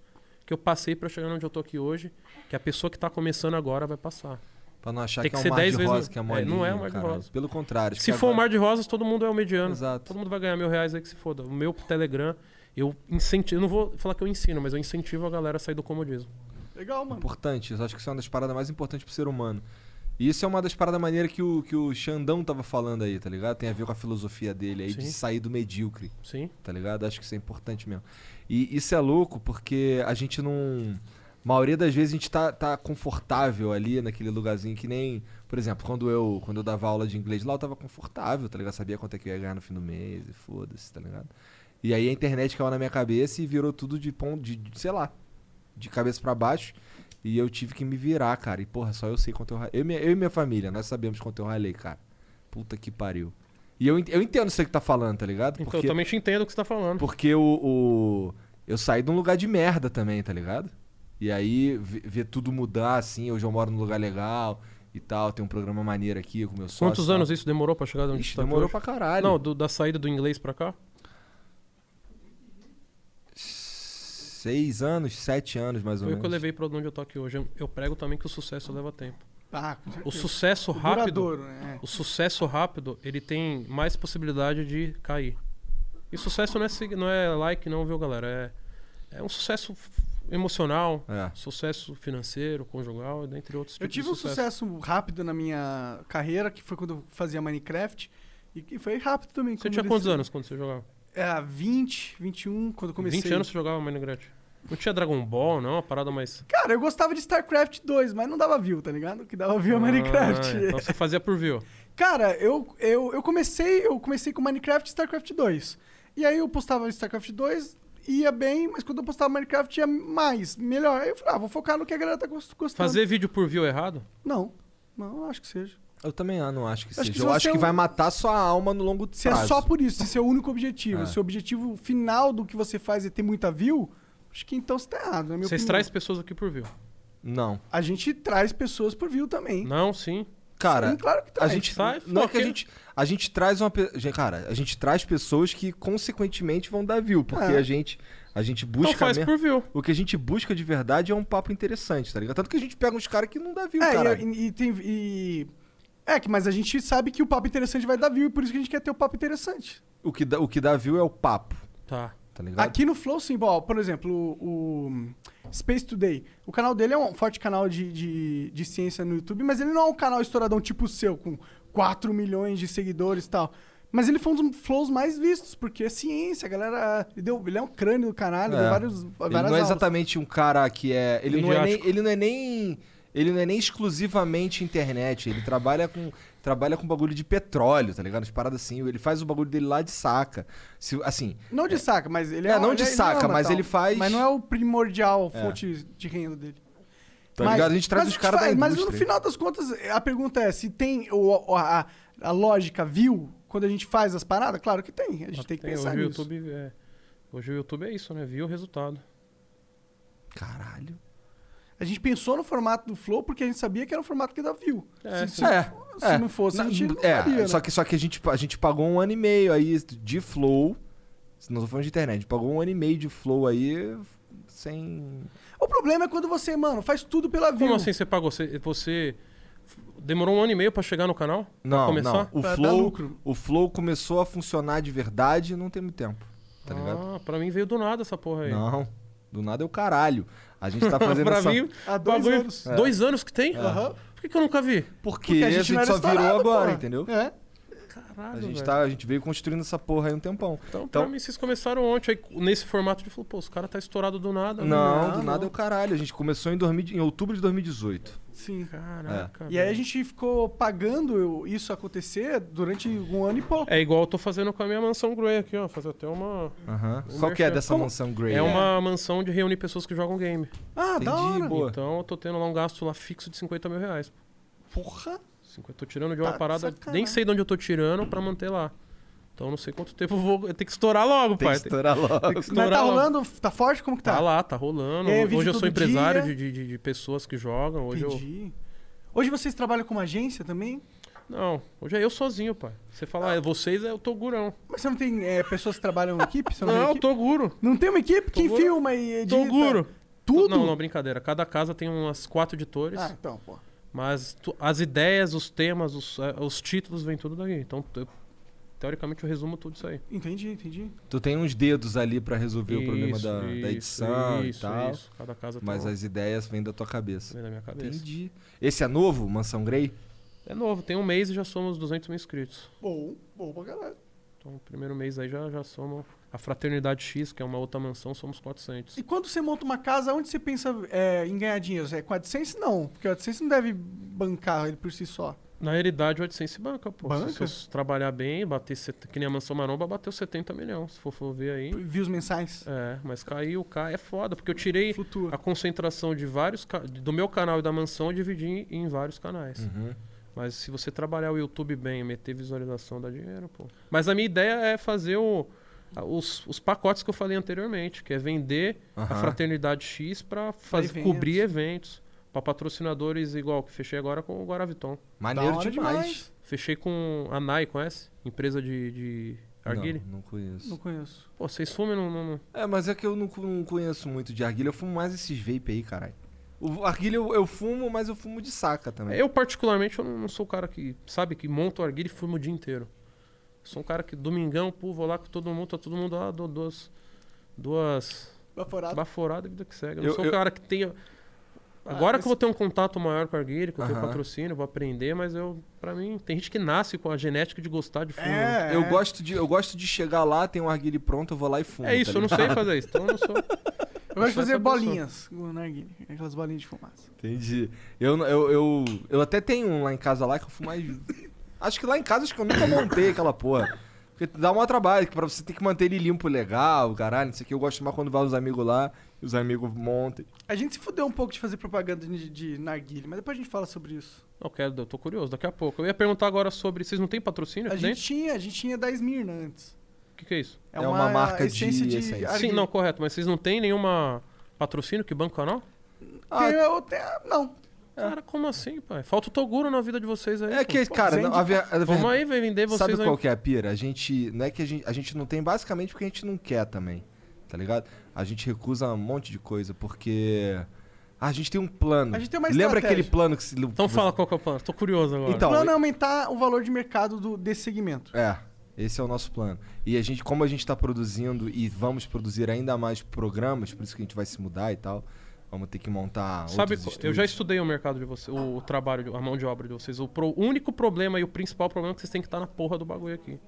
que eu passei pra chegar onde eu tô aqui hoje, que a pessoa que tá começando agora vai passar. Pra não achar Tem que, que é ser um mar de 10 vezes- rosa, que é é, molinho. não é um mar de caralho. rosa. Pelo contrário. acho Se que for um agora- mar de rosas, todo mundo é o mediano. Exato. Todo mundo vai ganhar mil reais aí que se foda. O meu Telegram, eu incentivo. Eu não vou falar que eu ensino, mas eu incentivo a galera a sair do comodismo. Legal, mano. Importante. Eu acho que isso é uma das paradas mais importantes pro ser humano. E isso é uma das paradas maneiras que o, que o Xandão tava falando aí, tá ligado? Tem a ver com a filosofia dele aí de Sim. sair do medíocre. Sim. tá ligado? Acho que isso é importante mesmo. E isso é louco porque a gente não. A maioria das vezes a gente tá, tá confortável ali naquele lugarzinho que nem. Por exemplo, quando eu, quando eu dava aula de inglês lá, eu tava confortável, tá ligado? Sabia quanto é que eu ia ganhar no fim do mês e foda-se, tá ligado? E aí a internet caiu na minha cabeça e virou tudo de ponto, de, de- sei lá, de cabeça pra baixo. E eu tive que me virar, cara. E porra, só eu sei quanto eu ralei. Eu, e minha- eu e minha família, nós sabemos quanto eu ralei, cara. Puta que pariu. E eu, ent- eu entendo isso aí que tá falando, tá ligado? Então eu também te entendo o que você tá falando. Porque o, o- Eu saí de um lugar de merda também, tá ligado? E aí vê- ver tudo mudar, assim, hoje eu moro num lugar legal e tal, tem um programa maneiro aqui com meu sócio. Quantos e tal. anos isso demorou pra chegar de onde Ixi, você tá demorou hoje? pra caralho. Não, do- da saída do inglês pra cá? Seis anos, sete anos mais ou Foi o menos. que eu levei pra onde eu tô aqui hoje. Eu- Eu prego também que o sucesso leva tempo. Ah, com certeza. O sucesso rápido. Duradouro, né? O sucesso rápido, ele tem mais possibilidade de cair. E sucesso não é, sig- não é like, não, viu, galera? É, é um sucesso f- emocional, É. sucesso financeiro, conjugal, dentre outros Eu tipos tive de um sucesso rápido na minha carreira, que foi quando eu fazia Minecraft. E que foi rápido também. Você quando tinha eu É, quantos decidi- anos quando você jogava? Era 20, 21, quando eu comecei. 20 anos você jogava Minecraft. Não tinha Dragon Ball, não, uma parada mais... Cara, eu gostava de StarCraft 2, mas não dava view, tá ligado? O que dava view é Minecraft. Ah, então você fazia por view. Cara, eu, eu, eu comecei eu comecei com Minecraft e StarCraft 2. E aí eu postava StarCraft 2, ia bem, mas quando eu postava Minecraft ia mais, melhor. Aí eu falei, ah, vou focar no que a galera tá gost- gostando. Fazer vídeo por view é errado? Não, não, eu acho que seja. Eu também ah, não acho que Acho seja. que se eu você acho é que um- vai matar sua alma no longo Se prazo. é só por isso, se esse é o único objetivo, É. se o objetivo final do que você faz é ter muita view, acho que então você tá errado, na minha Vocês opinião. trazem pessoas aqui por view. Não. A gente traz pessoas por view também. Não, sim. Cara, Sim, então, claro que A traz. gente Sai, não é pô, que a que- gente a gente traz uma pe- gente, cara, a gente traz pessoas que consequentemente vão dar view, porque É. a gente a gente busca Então faz mesmo- por view. O que a gente busca de verdade é um papo interessante, tá ligado? Tanto que a gente pega uns caras que não dá view, cara. É, e, e tem. E... É, que- mas a gente sabe que o papo interessante vai dar view e por isso que a gente quer ter o papo interessante. O, que dá, o que dá view é o papo, Tá. tá ligado? Aqui no Flow, sim, bom, por exemplo, o, o Space Today. O canal dele é um forte canal de, de, de ciência no YouTube, mas ele não é um canal estouradão tipo o seu, com 4 milhões de seguidores e tal. Mas ele foi um dos flows mais vistos, porque é ciência, a galera. Ele, deu, ele é um crânio do canal, ele É. deu vários, ele várias não é aulas. exatamente um cara que é. Ele não é, nem, Midiático. ele não é nem. Ele não é nem exclusivamente internet. Ele trabalha com. Trabalha com bagulho de petróleo, tá ligado? As paradas assim. Ele faz o bagulho dele lá de saca. Se, assim, Não de saca, mas ele É, é. não ele- de ele saca, ama mas tal. ele faz- Mas não é o primordial É. fonte de renda dele. tá Mas- ligado? A gente traz mas os caras da faz- indústria. Mas no final das contas, a pergunta é se tem o, o- a, a lógica viu quando a gente faz as paradas? Claro que tem. A gente tem que pensar hoje nisso. O YouTube é... Hoje o YouTube é isso, né? Viu o resultado. Caralho. A gente pensou no formato do Flow porque a gente sabia que era o formato que dá view. É, se, se- É. se não fosse, a gente não é, faria, né? só que, só que a, gente, a gente pagou um ano e meio aí de flow. Não tô falando de internet, a gente pagou um ano e meio de flow aí sem. O problema é quando você, mano, faz tudo pela vida. Como assim você pagou? Você, você demorou um ano e meio pra chegar no canal? Pra Não, começar? não. O Pra dar flow, lucro. o flow começou a funcionar de verdade não tem muito tempo. Tá ligado? Ah, pra mim veio do nada essa porra aí. (laughs) Não. Do nada é o caralho. A gente (laughs) tá fazendo pra essa... mim, Há dois bagulho- É, anos. Dois anos que tem? Aham. Por que, que eu nunca vi? Porque, Porque a gente, não era só virou estourado, agora, porra. entendeu? É. Caralho, A gente, velho. tá, a gente veio construindo essa porra aí um tempão. Então, pra Então- mim, vocês começaram ontem aí, nesse formato de falou, pô, os caras tá estourado do nada. "Ah, Não, Não, do nada não. é o caralho. A gente começou em, 2000 em outubro de 2018. Sim. É. Caraca. E aí a velho. gente ficou pagando eu- isso acontecer durante um ano e pouco. É igual eu tô fazendo com a minha mansão Grey aqui, ó. Fazer até uma. Aham. Vamos Qual que é mexer. dessa Como- mansão Grey? É uma mansão de reunir pessoas que jogam game. Ah, da Entendi, hora. boa. Pô. Então eu tô tendo lá um gasto lá fixo de 50 mil reais. Porra. 50, tô tirando de uma Tá de parada, sacanagem. nem sei de onde eu tô tirando pra manter lá. Então eu não sei quanto tempo eu vou. Eu tenho que estourar (laughs) logo, Tem que pai. estourar logo. que Mas tá estourar logo. rolando? Tá forte? Como que Tá tá? lá, tá rolando. E aí, é vídeo Hoje eu sou todo empresário dia? de, de, de- de pessoas que jogam. Hoje eu. Entendi. Hoje vocês trabalham com uma agência também? Não, hoje é eu sozinho, pai. Você fala, ah. vocês é o Togurão. Mas você não tem é, pessoas que trabalham em equipe? Você não, tem Não, equipe? Toguro. não tem uma equipe? Quem Toguro. filma e edita? Toguro. Tudo? Não, não, brincadeira. Cada casa tem umas quatro editores. Ah, então, pô. Mas tu- as ideias, os temas, os, eh, os títulos vêm tudo daí. Então, eu- teoricamente, eu resumo tudo isso aí. Entendi, entendi. Tu tem uns dedos ali pra resolver o problema da, da edição e tal. Cada casa tem Mas um- as ideias vêm da tua cabeça. vem da minha cabeça. Entendi. Esse é novo, Mansão Grey? É novo, tem um mês e já somos 200 mil inscritos. Bom, bom pra caralho. Então, o primeiro mês aí já, já somos... A Fraternidade X, que é uma outra mansão, somos 400. E quando você monta uma casa, onde você pensa é, em ganhar dinheiro? É com a AdSense? Não, porque a AdSense não deve bancar ele por si só. Na realidade, o AdSense banca, pô. Se- Banca? Se eu trabalhar bem, bater... set- Que nem a Mansão Maromba, bateu 70 milhões, se for, for ver aí. Views mensais. É, mas caiu, cai, é foda, porque eu tirei... Flutua. a concentração de vários ca- do meu canal e da mansão eu dividi em, em vários canais. Hum. Uhum. Mas se você trabalhar o YouTube bem, meter visualização dá dinheiro, pô. Mas a minha ideia é fazer o- a- os, os pacotes que eu falei anteriormente, que é vender a Aham. fraternidade X para fazer eventos. cobrir eventos para patrocinadores igual que fechei agora com o Guaraviton. Maneiro Da hora demais. demais. Fechei com a NAI, conhece? Empresa de, de arguile. Não, não conheço. Não conheço. Pô, vocês fumem no, no- no- É, mas é que eu não, cu- não conheço muito de arguilha. Eu fumo mais esses vape aí, caralho. O arguilha eu, eu fumo, mas eu fumo de saca também. Eu, particularmente, eu não não sou o cara que, sabe, que monta o arguilho e fuma o dia inteiro. Sou um cara que, domingão, pô, vou lá com todo mundo, tá todo mundo lá, dou duas, duas Baforado. baforadas e vida que segue. Eu, Eu- não sou o eu- cara que tenha... Agora Ah, mas- que eu vou ter um contato maior com o arguilho, que eu tenho Aham. patrocínio, eu vou aprender, mas eu, pra mim, tem gente que nasce com a genética de gostar de fumo. né? É, Eu é. gosto de eu gosto de chegar lá, tem um arguilha pronto, eu vou lá e fumo. É isso, tá eu não ligado? sei fazer isso, então eu não Eu sou. gosto de sou fazer essa pessoa. bolinhas com o narguilé, aquelas bolinhas de fumaça. Entendi. Eu, não- eu, eu, eu até tenho um lá em casa lá que eu fumo mais. (laughs) acho que lá em casa acho que eu nunca montei aquela porra. Porque dá um trabalho, que pra você ter que manter ele limpo legal, caralho, isso aqui eu gosto mais quando vai os amigos lá e os amigos montam. A gente se fudeu um pouco de fazer propaganda de, de narguilé, mas depois a gente fala sobre isso. Não, quero, eu tô curioso, daqui a pouco. Eu ia perguntar agora sobre... Vocês não têm patrocínio A aqui gente dentro? tinha, a gente tinha da Smirna antes. O que, que é isso? É uma marca de essência de essência. narguilé. Sim, não, correto, mas vocês não têm nenhuma patrocínio que banca o canal? Ah, Tem outra- não. Cara, como assim, pai? Falta o Toguro na vida de vocês aí. é pô. que, cara, Zen não, a, ver- a ver- Então, tipo, Vamos aí, vem vender vocês Sabe aí. qual que é a pira? A gente. Não é que a gente. A gente não tem basicamente porque a gente não quer também. Tá ligado? A gente recusa um monte de coisa, porque. A gente tem um plano. A gente tem uma Lembra estratégia. aquele plano que se. Então fala qual que é o plano. Tô curioso agora. O Então, plano é aumentar o valor de mercado do- desse segmento. É, esse é o nosso plano. E a gente, como a gente está produzindo e vamos produzir ainda mais programas, por isso que a gente vai se mudar e tal. Vamos ter que montar Sabe, outros qual- eu estúdios. já estudei o mercado de vocês, o, o trabalho, de- a mão de obra de vocês. O, pro- o único problema e o principal problema é que vocês têm que estar na porra do bagulho aqui.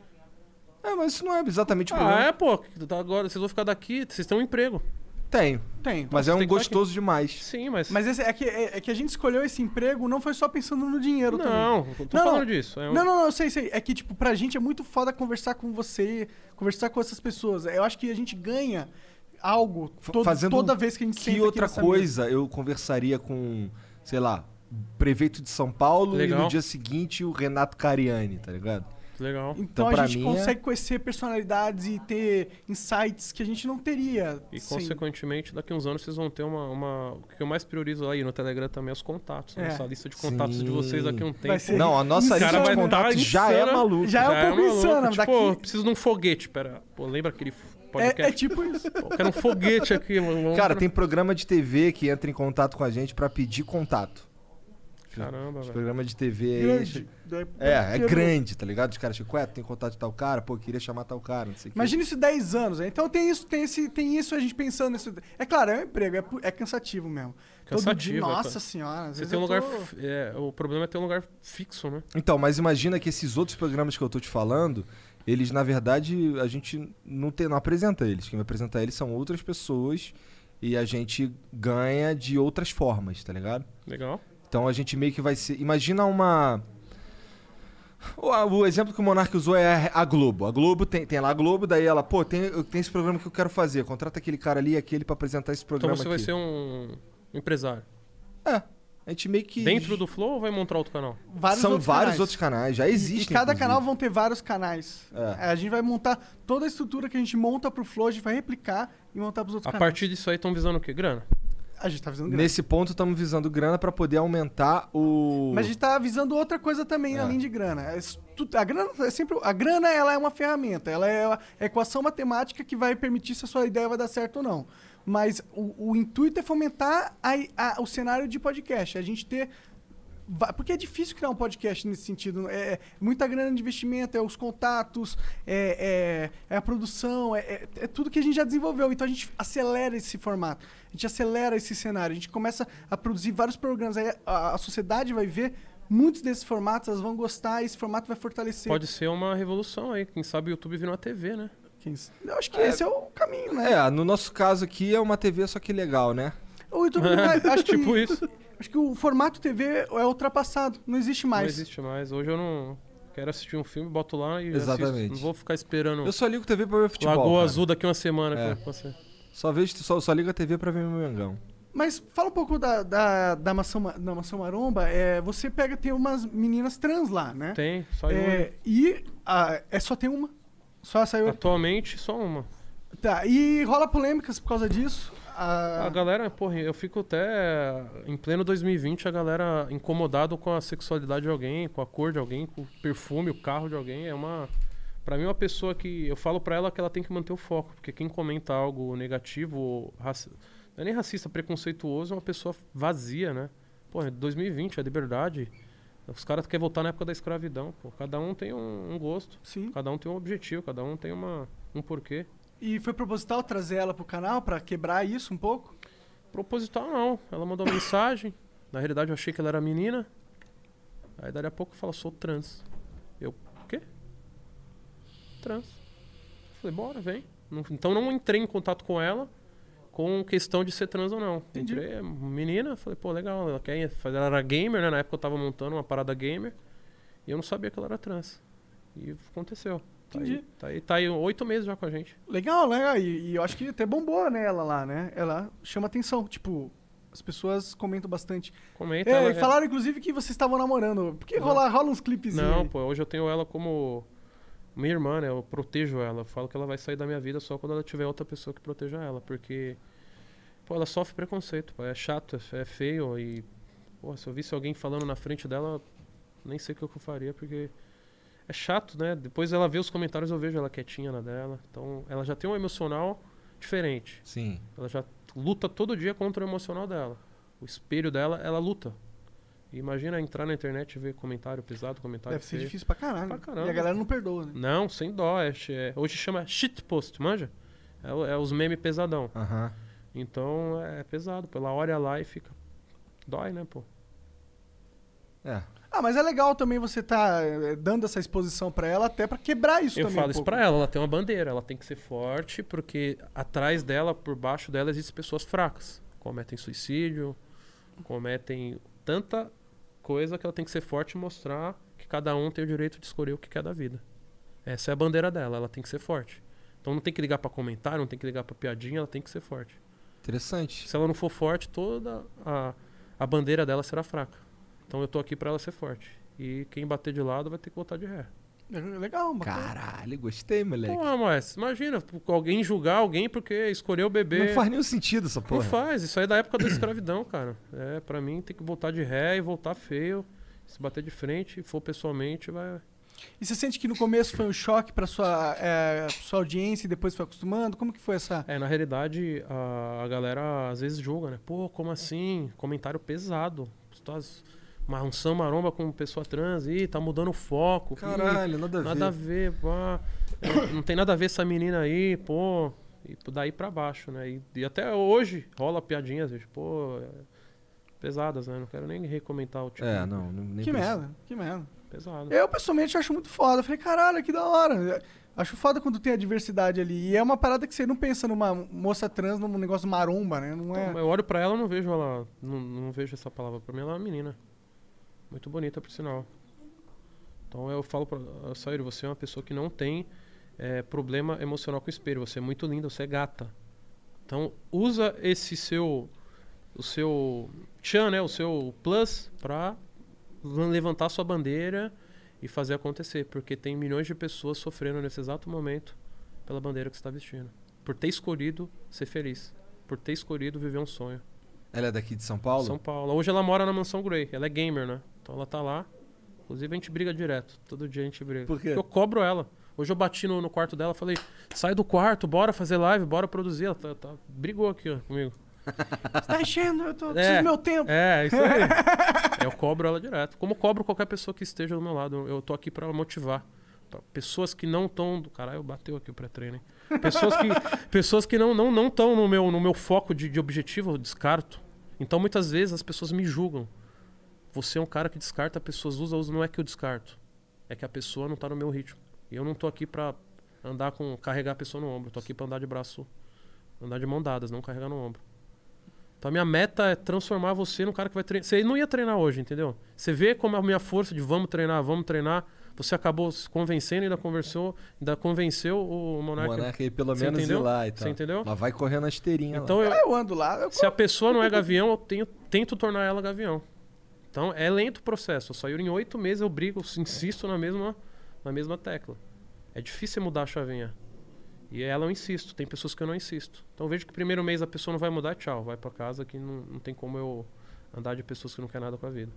É, mas isso não é exatamente o ah, problema. é, pô. tá Agora vocês vão ficar daqui, vocês têm um emprego. Tenho, Tem. mas é tem um que tá gostoso demais. Sim, mas. Mas esse- é, que, é, é que a gente escolheu esse emprego não foi só pensando no dinheiro também. não, eu tô Não, falando não. disso. É um- Não, não, não, eu sei, sei. É que, tipo, pra gente é muito foda conversar com você, conversar com essas pessoas. Eu acho que a gente ganha algo Fa- todo- fazendo toda vez que a gente senta Que aqui outra nessa coisa eu conversaria com, sei lá, prefeito de São Paulo e no Legal. dia seguinte o Renato Cariani, tá ligado? Legal. mesa. Então, Então, pra a gente mim, é- consegue conhecer personalidades e ter insights que a gente não teria. assim. É, E sem- consequentemente, daqui uns anos vocês vão ter uma, uma- O que eu mais priorizo aí no Telegram também é os contatos. Né? É. Essa lista de contatos de vocês Sim. daqui a um tempo. Vai ser- Não, a nossa Esse lista cara de vai tá contatos já é insana. maluca. Já é um pouco maluco, insano, Tipo, daqui- preciso de um foguete, pera. Pô, lembra aquele f- podcast. É, é tipo (laughs) isso. Pô, quero um foguete aqui, um (laughs) mano. Cara, tem programa de TV que entra em contato com a gente pra pedir contato. Caramba, Os velho. programas de TV. Grande. É, é Quebrou. grande, tá ligado? Os caras ficam, ué, tem contato de tal cara, pô, queria chamar tal cara, não sei o que. Imagina isso 10 anos, né? Então tem isso, tem esse, tem isso a gente pensando nisso. É claro, é um emprego, é, pu- é cansativo mesmo. Todo dia, Cansativo, é, nossa cara. senhora. às Você vezes tem um eu lugar. tô- fi- é, o problema é ter um lugar fixo, né? Então, mas imagina que esses outros programas que eu tô te falando, eles, na verdade, a gente não, tem, não apresenta eles. Quem vai apresentar eles são outras pessoas e a gente ganha de outras formas, tá ligado? Legal. Então a gente meio que vai ser. Imagina uma. O, a- o exemplo que o Monark usou é a Globo. A Globo tem, tem lá a Globo, daí ela, pô, tem, eu- tem esse programa que eu quero fazer. Contrata aquele cara ali e aquele pra apresentar esse Então programa. você vai aqui. ser um empresário. É. A gente meio que. Dentro do Flow ou vai montar outro canal? Vários São outros vários canais. outros canais, já E existem. cada inclusive. canal vão ter vários canais. É. A gente vai montar toda a estrutura que a gente monta pro Flow, a gente vai replicar e montar pros outros A canais. partir disso aí estão visando o quê? Grana? A gente tá visando grana. Nesse ponto, estamos visando grana pra poder aumentar o. Mas a gente tá avisando outra coisa também, É. além de grana. É s- tu- A grana é sempre. A grana ela é uma ferramenta, ela é a equação matemática que vai permitir se a sua ideia vai dar certo ou não. Mas o, o intuito é fomentar a i- a- o cenário de podcast. A gente ter. va- Porque é difícil criar um podcast nesse sentido. É, é muita grana de investimento, é os contatos, é, é- é a produção, é, é- é tudo que a gente já desenvolveu. Então a gente acelera esse formato, a gente acelera esse cenário, a gente começa a produzir vários programas. Aí a, a sociedade vai ver muitos desses formatos, elas vão gostar, esse formato vai fortalecer. Pode ser uma revolução aí. Quem sabe o YouTube virou uma TV, né? Quem s- Eu acho que esse é o caminho, né? É, no nosso caso aqui é uma TV, só que legal, né? O YouTube (laughs) não vai- acho que, tipo isso. Acho que o formato TV é ultrapassado, não existe mais. Não existe mais. Hoje eu não quero assistir um filme, boto lá e Exatamente. assisto. Não vou ficar esperando Eu só ligo TV pra ver futebol. Lagoa cara. Azul daqui uma semana. É. que você- Só, vejo, só, só ligo a TV pra ver meu Mengão. Mas fala um pouco da, da, da, maçã, Ma- da maçã maromba. É, você pega, tem umas meninas trans lá, né? Tem, só É, e ah, é só tem uma. Só eu. saiu. Atualmente, só uma. Tá. E rola polêmicas por causa disso. Ah, A galera, porra, eu fico até. Em pleno 2020, a galera incomodado com a sexualidade de alguém, com a cor de alguém, com o perfume, o carro de alguém. É uma. Pra mim, uma pessoa que. Eu falo pra ela que ela tem que manter o foco, porque quem comenta algo negativo, ou raci- não é nem racista, preconceituoso, é uma pessoa vazia, né? Pô, é 2020, é liberdade. Os caras querem voltar na época da escravidão, pô. Cada um tem um, um gosto, Sim. cada um tem um objetivo, cada um tem uma, um porquê. E foi proposital trazer ela pro canal pra quebrar isso um pouco? Proposital não. Ela mandou mensagem. Na realidade eu achei que ela era menina. Aí dali a pouco fala, sou trans. Eu, o quê? Trans. Falei, bora, vem. Não- então não entrei em contato com ela com questão de ser trans ou não. Entendi. Entrei, é menina, falei, pô, legal, ela quer fazer. Ela era gamer, né? Na época eu tava montando uma parada gamer. E eu não sabia que ela era trans. E aconteceu. Tá aí, Entendi. tá aí, tá aí oito meses já com a gente. Legal, né? E, e eu acho que até bombou né, ela lá, né? Ela chama atenção. Tipo, as pessoas comentam bastante. Comenta. É, Então, ela- e falaram, inclusive, que vocês estavam namorando. Por que Não. rola, rola uns clipezinhos? Não, aí? pô, hoje eu tenho ela como minha irmã, né? Eu protejo ela. Eu falo que ela vai sair da minha vida só quando ela tiver outra pessoa que proteja ela, porque pô, ela sofre preconceito, pô, é chato, é fe- é feio e pô, se eu visse alguém falando na frente dela, nem sei o que eu faria, porque é chato, né? Depois ela vê os comentários, eu vejo ela quietinha na dela. Então, ela já tem um emocional diferente. Sim. Ela já luta todo dia contra o emocional dela. O espelho dela, ela luta. E Imagina entrar na internet e ver comentário pesado, comentário Deve ser feio. difícil pra caralho. Pra caramba. E a galera não perdoa, né? Não, sem dó. É, chi- é- hoje chama shitpost, manja? É, o- é os memes pesadão. Aham. Então é, pesado. Pela hora lá e fica. Dói, né, pô? É. Ah, mas é legal também você tá eh, dando essa exposição pra ela até pra quebrar isso Eu também. um falo isso pra ela, ela tem uma bandeira, ela tem que ser forte, porque atrás dela, por baixo dela, existem pessoas fracas. Cometem suicídio, cometem tanta coisa que ela tem que ser forte e mostrar que cada um tem o direito de escolher o que quer da vida. Essa é a bandeira dela, ela tem que ser forte. Então não tem que ligar pra comentário, não tem que ligar pra piadinha, ela tem que ser forte. Interessante. Se ela não for forte, toda a, a bandeira dela será fraca. Então eu tô aqui pra ela ser forte. E quem bater de lado vai ter que botar de ré. ela. É Legal, bacana. Caralho, gostei, moleque. Porra, mas imagina tu- alguém julgar alguém porque escolheu o bebê. Não faz nenhum sentido essa porra. Não faz, isso aí é da época da escravidão, cara. É, pra mim tem que voltar de ré e voltar feio. Se bater de frente e for pessoalmente, vai. E você sente que no começo foi um choque pra sua, é, sua audiência e depois foi acostumando? Como que foi essa... É, na realidade, a, a galera às vezes julga, né? Pô, como assim? Comentário pesado. Tu tá z- ma- um samba maromba com pessoa trans, ih, tá mudando o foco. Ih, Caralho, nada a ver. nada a ver, pá. É, Não tem nada a ver essa menina aí, pô. E p- daí pra baixo, né? E, e até hoje rola piadinhas, gente, pô, é, pesadas, né? Não quero nem recomentar o tipo. É, não, nem que precisa. merda, que merda. Pesado. Eu, pessoalmente, acho muito foda. Eu falei, caralho, que da hora. Acho foda quando tem a diversidade ali. E é uma parada que você não pensa numa moça trans, num negócio maromba, né? Não é... Então, eu olho pra ela e não vejo ela. Não, não vejo essa palavra. Pra mim, ela é uma menina. Muito bonita, por sinal. Então eu falo pra. Sair, você é uma pessoa que não tem eh, problema emocional com o espelho. Você é muito linda, você é gata. Então usa esse seu. O seu. Tchan, né? O seu plus pra lan- levantar sua bandeira e fazer acontecer. Porque tem milhões de pessoas sofrendo nesse exato momento pela bandeira que você está vestindo. Por ter escolhido ser feliz por ter escolhido viver um sonho. Ela é daqui de São Paulo? São Paulo. Hoje ela mora na Mansão Grey. Ela é gamer, né? Então ela tá lá. Inclusive a gente briga direto. Todo dia a gente briga. Por quê? Porque eu cobro ela. Hoje eu bati no, no quarto dela falei: sai do quarto, bora fazer live, bora produzir. Ela tá, tá- brigou aqui ó, comigo. Você tá enchendo, eu tô... preciso do meu tempo. É, isso aí. eu cobro ela direto. Como cobro qualquer pessoa que esteja do meu lado. Eu tô aqui pra motivar. Pra Pessoas que não estão. Caralho, bateu aqui o pré-treino, hein? Pessoas que, pessoas que não estão não, tão no, meu, no meu foco de, de objetivo, eu descarto. Então muitas vezes as pessoas me julgam. Você é um cara que descarta pessoas, usa, usa. Não é que eu descarto. É que a pessoa não tá no meu ritmo. E eu não tô aqui pra andar com. carregar a pessoa no ombro. Eu tô aqui pra andar de braço. Andar de mão dadas, não carregar no ombro. Então a minha meta é transformar você num cara que vai treinar. Você não ia treinar hoje, entendeu? Você vê como é a minha força de vamos treinar, vamos treinar. Você acabou se convencendo e ainda conversou, ainda convenceu o O Monarca. Monarca aí pelo né, Você menos ir entendeu? lá e tal. Você entendeu? Ela vai correndo a esteirinha Então eu, Ah, eu ando lá. Eu... se a pessoa não é gavião, eu tenho- tento tornar ela gavião. Então é lento o processo. Eu saio em oito meses, eu brigo, eu insisto na mesma, na mesma tecla. É difícil mudar a chavinha. E ela eu insisto, tem pessoas que eu não insisto. Então eu vejo que primeiro mês a pessoa não vai mudar, tchau, vai pra casa que não, não tem como eu andar de pessoas que não querem nada com a vida.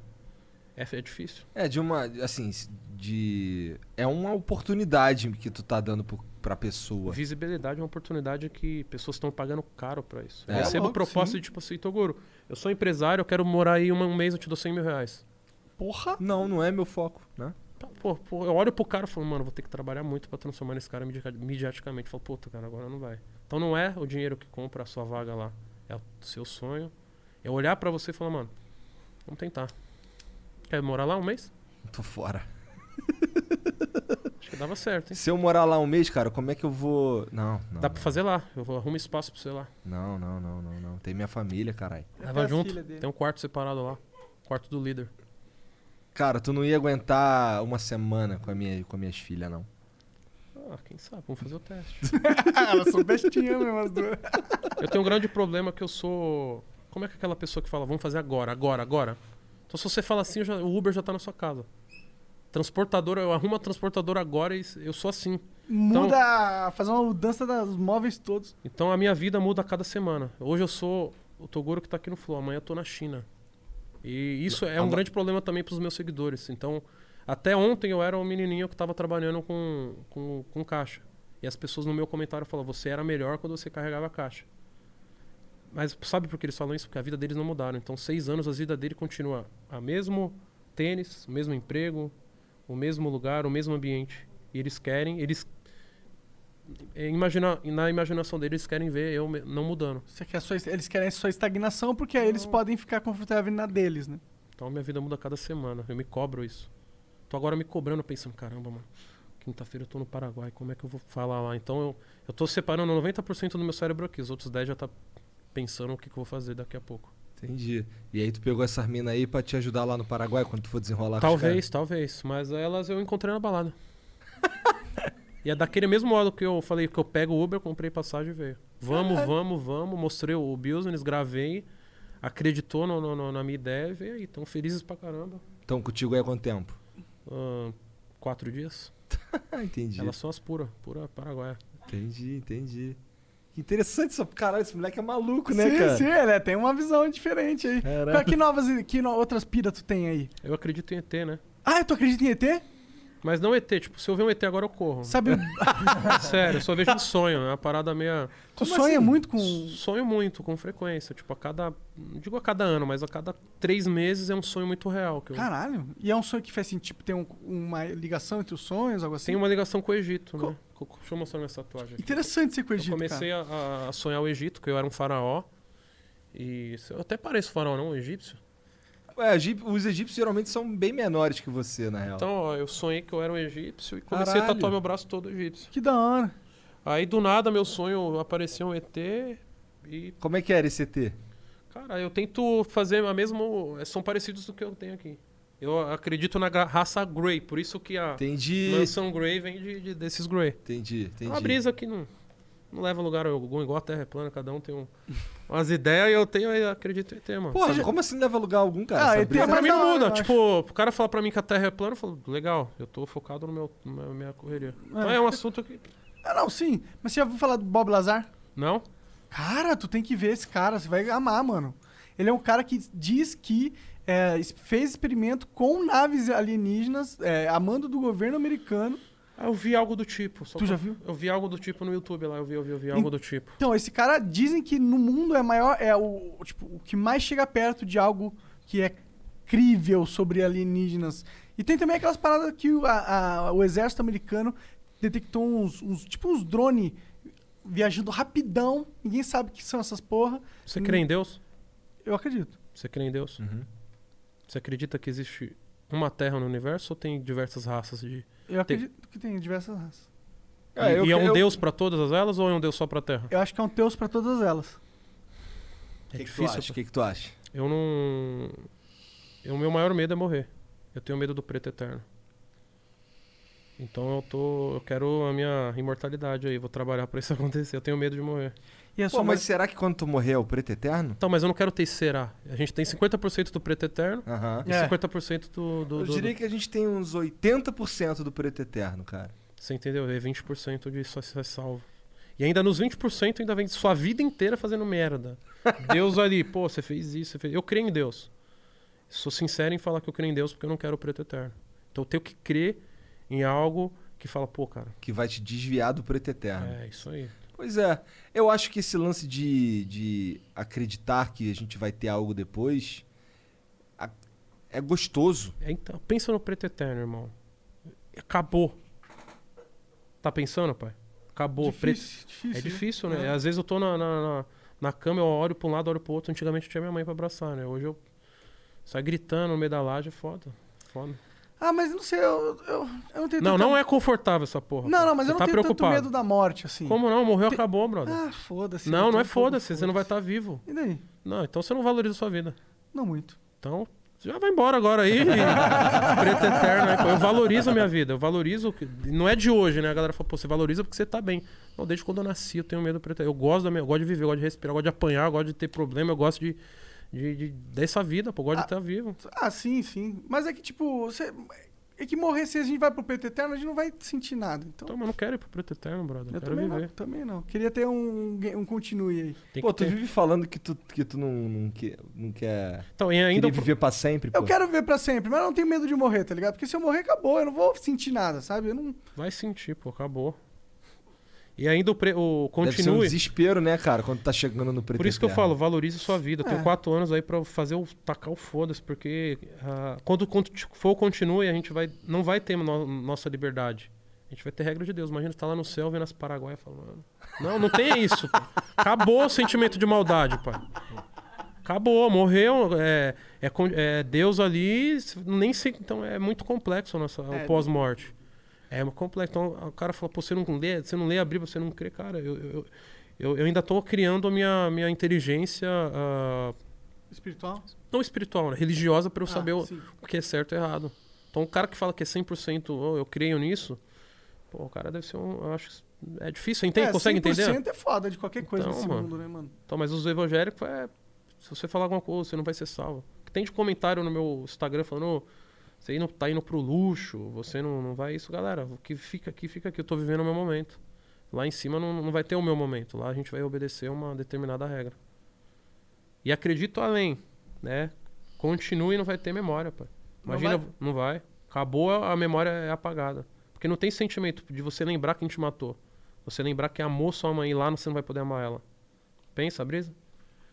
É, é difícil. É de uma, assim, de é uma oportunidade que tu tá dando pro, pra pessoa. Visibilidade é uma oportunidade que pessoas estão pagando caro pra isso. É. Eu recebo Louco, proposta sim. de tipo assim, Toguro, eu sou empresário, eu quero morar aí uma- um mês, eu te dou 100 mil reais. Porra. Não, não é meu foco, né? Pô, Tá, Pô, pô, eu olho pro cara e falo, mano, vou ter que trabalhar muito pra transformar esse cara midi- midiaticamente. Eu Falo, puta, cara, agora não vai. Então não é o dinheiro que compra a sua vaga lá. É o seu sonho. É olhar pra você e falar, mano, vamos tentar. Quer morar lá um mês? Tô fora. Acho que dava certo, hein? Se eu morar lá um mês, cara, como é que eu vou? Não, não. Dá pra fazer lá. Eu vou arrumar espaço pra você lá. Não, não, não, não, não. Tem minha família, caralho. Leva a junto. filha dele. Tem um quarto separado lá. Quarto do líder. Cara, tu não ia aguentar uma semana com a minha com minhas filhas, não. Ah, quem sabe? Vamos fazer o teste. Ah, elas são bestinhas mesmo, as duas. Eu tenho um grande problema que eu sou. Como é que é aquela pessoa que fala, vamos fazer agora, agora, agora? Então se você fala assim, eu já- o Uber já tá na sua casa. Transportadora, eu arrumo a transportadora agora e s- eu sou assim. Então- Muda, faz uma mudança dos móveis todos. Então a minha vida muda a cada semana. Hoje eu sou o Toguro que tá aqui no Flow, amanhã eu tô na China. E isso é um Anda- grande problema também pros meus seguidores. Então, até ontem eu era um menininho que tava trabalhando com, com, com caixa. E as pessoas no meu comentário falam, você era melhor quando você carregava a caixa. Mas sabe por que eles falam isso? Porque a vida deles não mudaram. Então, seis anos, a vida dele continua a mesmo tênis, o mesmo emprego, o mesmo lugar, o mesmo ambiente. E eles querem, eles... é, Imagina, na imaginação deles, eles querem ver eu me- não mudando. Isso aqui é só, eles querem só estagnação, porque aí eles podem ficar confortáveis na deles, né? Então minha vida muda a cada semana. Eu me cobro isso. Tô agora me cobrando, pensando, caramba, mano, quinta-feira eu tô no Paraguai, como é que eu vou falar lá? Então eu, eu tô separando 90% do meu cérebro aqui, os outros 10 já tá pensando o que, que eu vou fazer daqui a pouco. Entendi. E aí tu pegou essas minas aí pra te ajudar lá no Paraguai quando tu for desenrolar com os talvez, talvez. Mas elas eu encontrei na balada. e é daquele mesmo modo que eu falei que eu pego o Uber, comprei passagem e veio. Vamos, vamos, vamos. Mostrei o business, gravei. Acreditou no- no- no- na minha ideia e veio aí. Tão felizes pra caramba. caras? Então contigo aí há quanto tempo? Ahn, quatro dias. Ah, entendi. Elas são as puras, pura Paraguaia. Entendi, entendi. Que interessante isso. Caralho, esse moleque é maluco, né, sim, cara? sim, ele tem uma visão diferente aí. Caralho. Que novas, que no- outras piras tu tem aí? Eu acredito em ET, né? Ah, tu acredita em ET? Mas não ET, tipo, se eu ver um ET agora eu corro. Sabe, Sério, eu só vejo em sonho, né? Uma parada meio. tu Como sonha assim? é muito com... Tipo, Sonho muito, com frequência. Tipo, a cada. Não digo a cada ano, mas a cada três meses é um sonho muito real. Que eu... Caralho. E é um sonho que faz assim, tipo, tem um- uma ligação entre os sonhos, algo assim? Tem uma ligação com o Egito, né? Co- Deixa eu mostrar minha tatuagem aqui. Interessante ser com o Egito, eu comecei a, a sonhar o Egito, que eu era um faraó. E se- eu até pareço faraó, não, um egípcio. Ué, egíp- É, os egípcios geralmente são bem menores que você, na real. Então, ó, eu sonhei que eu era um egípcio e comecei a Caralho. tatuar meu braço todo egípcio. cara. Que da hora. Aí do nada meu sonho apareceu um ET e, Como é que era esse ET? cara, eu tento fazer a mesma. São parecidos do que eu tenho aqui. Eu acredito na gra- raça Grey, por isso que a Entendi. mansão um Grey vem de, de- desses Grey. Entendi, É entendi. uma brisa que não, não leva a lugar algum, igual a Terra é plana, cada um tem um- umas ideias e eu tenho e acredito em ET, mano. Porra, Seja- como assim não leva a lugar algum, cara? Ah, Essa ET brisa- é pra mais mim da não hora, muda. eu acho. Tipo, o cara fala pra mim que a Terra é plana, eu falo, legal, eu tô focado no meu, na minha correria. Então é um assunto que. Ah, não, sim. Mas você já ouviu falar do Bob Lazar? Não? Cara, tu tem que ver esse cara, você vai amar, mano. Ele é um cara que diz que é, es- fez experimento com naves alienígenas, é, a mando do governo americano. Ah, Eu vi algo do tipo. só Tu que já eu- viu? Eu vi algo do tipo no YouTube lá, eu vi, eu vi, eu vi algo do tipo. Então, esse cara dizem que no mundo é maior, é o, tipo, o que mais chega perto de algo que é crível sobre alienígenas. E tem também aquelas paradas que o, a- a- o exército americano detectou uns, uns- tipo uns drone viajando rapidão, ninguém sabe o que são essas porra. Você crê em Deus? Eu acredito. Você crê em Deus? Uhum. Você acredita que existe uma terra no universo ou tem diversas raças de. Eu Tem- acredito que tem diversas raças. É, e, eu- e é um eu- Deus pra todas elas ou é um Deus só pra terra? Eu acho que é um teus pra todas elas. O que, É que tu difícil. É acha? O que, que tu acha? Eu não. O meu maior medo é morrer. Eu tenho medo do preto eterno. Então eu tô. Eu quero a minha imortalidade aí, vou trabalhar pra isso (laughs) acontecer. Eu tenho medo de morrer. E a Pô, sua mas mais... será que quando tu morrer é o preto eterno? Então, mas eu não quero ter esse será. A gente tem 50% do preto eterno Aham. e É. 50% do, do, Eu do- diria que a gente tem uns 80% do preto eterno, cara. Você entendeu? É 20% de só ser salvo. E ainda nos 20% ainda vem sua vida inteira fazendo merda. Deus ali, pô, você fez isso, você fez... Eu creio em Deus. Sou sincero em falar que eu creio em Deus porque eu não quero o preto eterno. Então eu tenho que crer em algo que fala, pô, cara, Que vai te desviar do preto eterno. é isso aí. Pois é. Eu acho que esse lance de, de acreditar que a gente vai ter algo depois a- é gostoso. É, Então, pensa no preto eterno, irmão. Acabou. Tá pensando, pai? Acabou. Preto... Difícil, difícil, É né? difícil, né? Às vezes eu tô na, na, na, na cama, eu olho pra um lado, olho pro outro. Antigamente eu tinha minha mãe pra abraçar, né? Hoje eu saio gritando no meio da laje, é foda. Foda. Ah, mas não sei, eu, eu, eu não tenho Não, tanta- não é confortável essa porra. Não, pô. não, mas Você eu não tá tenho preocupado. tanto medo da morte, assim. Como não? Morreu, Tem- acabou, brother. Ah, foda-se. eu não, não tenho é um pouco foda-se, você não vai estar vivo. E daí? Não, então você não valoriza a sua vida. Não muito. Então, já vai embora agora aí. (laughs) preto eterno. Aí, pô. Eu valorizo a minha vida. Eu valorizo. o que- Não é de hoje, né? A galera fala, pô, você valoriza porque você tá bem. Não, desde quando eu nasci, eu tenho medo do preto eterno. Eu gosto da minha. Eu gosto de viver, eu gosto de respirar, eu gosto de apanhar, eu gosto de ter problema, eu gosto de. de- de- dessa vida, pô, eu gosto Ah. de estar vivo. Ah, sim, sim. Mas é que, tipo, você... é que morrer se a gente vai pro peito eterno, a gente não vai sentir nada. Então, Então, mas eu não quero ir pro preto eterno, brother. Eu, eu quero também viver. não, também não. Queria ter um, um continue aí. Tem Pô, que tu ter. vive falando que tu, que tu não, não, que, não quer Então, e ainda. queria o pro- viver pra sempre, pô. Eu quero viver pra sempre, mas eu não tenho medo de morrer, tá ligado? Porque se eu morrer, acabou. Eu não vou sentir nada, sabe? Eu não... Vai sentir, pô, acabou. E ainda o, pre... Deve ser o um continue. desespero, né, cara, quando tá chegando no preto Por isso que eu eterno. falo, valorize sua vida. Tenho É. quatro anos aí pra fazer o tacar o foda-se, porque ah, quando, quando for o continue, a gente vai, não vai ter no- nossa liberdade. A gente vai ter regra de Deus. Imagina, você tá lá no céu vendo as Paraguaias falando. Não, não tem isso. pô. Acabou o sentimento de maldade, pai. Acabou, morreu. É, é con- é Deus ali. Nem sei. Então é muito complexo a nossa, É. né? o pós-morte. É complexo. Então o cara fala, pô, você não lê, você não lê a Bíblia, você não crê, cara. Eu, eu, eu, eu ainda tô criando a minha, minha inteligência. ah, Espiritual? não espiritual, né? religiosa, para eu Ah, saber o, sim. o que é certo e errado. Então, o cara que fala que é 100%, oh, eu creio nisso, pô, o cara deve ser um. Eu acho que é difícil, entende? É, Consegue entender? 100% é foda de qualquer coisa Então, nesse mano. mundo, né, mano? Então, mas os evangélicos é. Se você falar alguma coisa, você não vai ser salvo. Tem de comentário no meu Instagram falando. "Ô, você não tá indo pro luxo, você não, não vai isso, galera. O que fica aqui, fica aqui. Eu tô vivendo o meu momento. Lá em cima não, não vai ter o meu momento. Lá a gente vai obedecer uma determinada regra. E acredito além, né? Continue e não vai ter memória, pai. Não Imagina, vai? não vai. Acabou, a memória é apagada. Porque não tem sentimento de você lembrar quem te matou. Você lembrar que amou sua mãe lá, você não vai poder amar ela. Pensa, Brisa?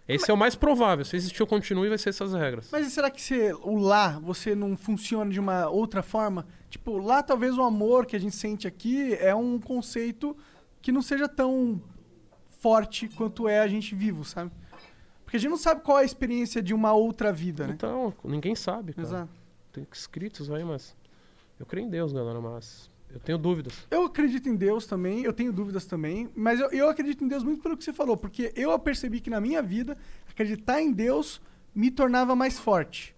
Esse é o mais provável. Se existir o continue, vai ser essas regras. Mas e será que você- o lá você não funciona de uma outra forma? Tipo, lá talvez o amor que a gente sente aqui é um conceito que não seja tão forte quanto é a gente vivo, sabe? Porque a gente não sabe qual é a experiência de uma outra vida, né? Então, ninguém sabe, cara. Exato. Tem escritos aí, mas... Eu creio em Deus, galera, mas... Eu tenho dúvidas. Eu acredito em Deus também, eu tenho dúvidas também, mas eu, eu acredito em Deus muito pelo que você falou, porque eu percebi que na minha vida, acreditar em Deus me tornava mais forte,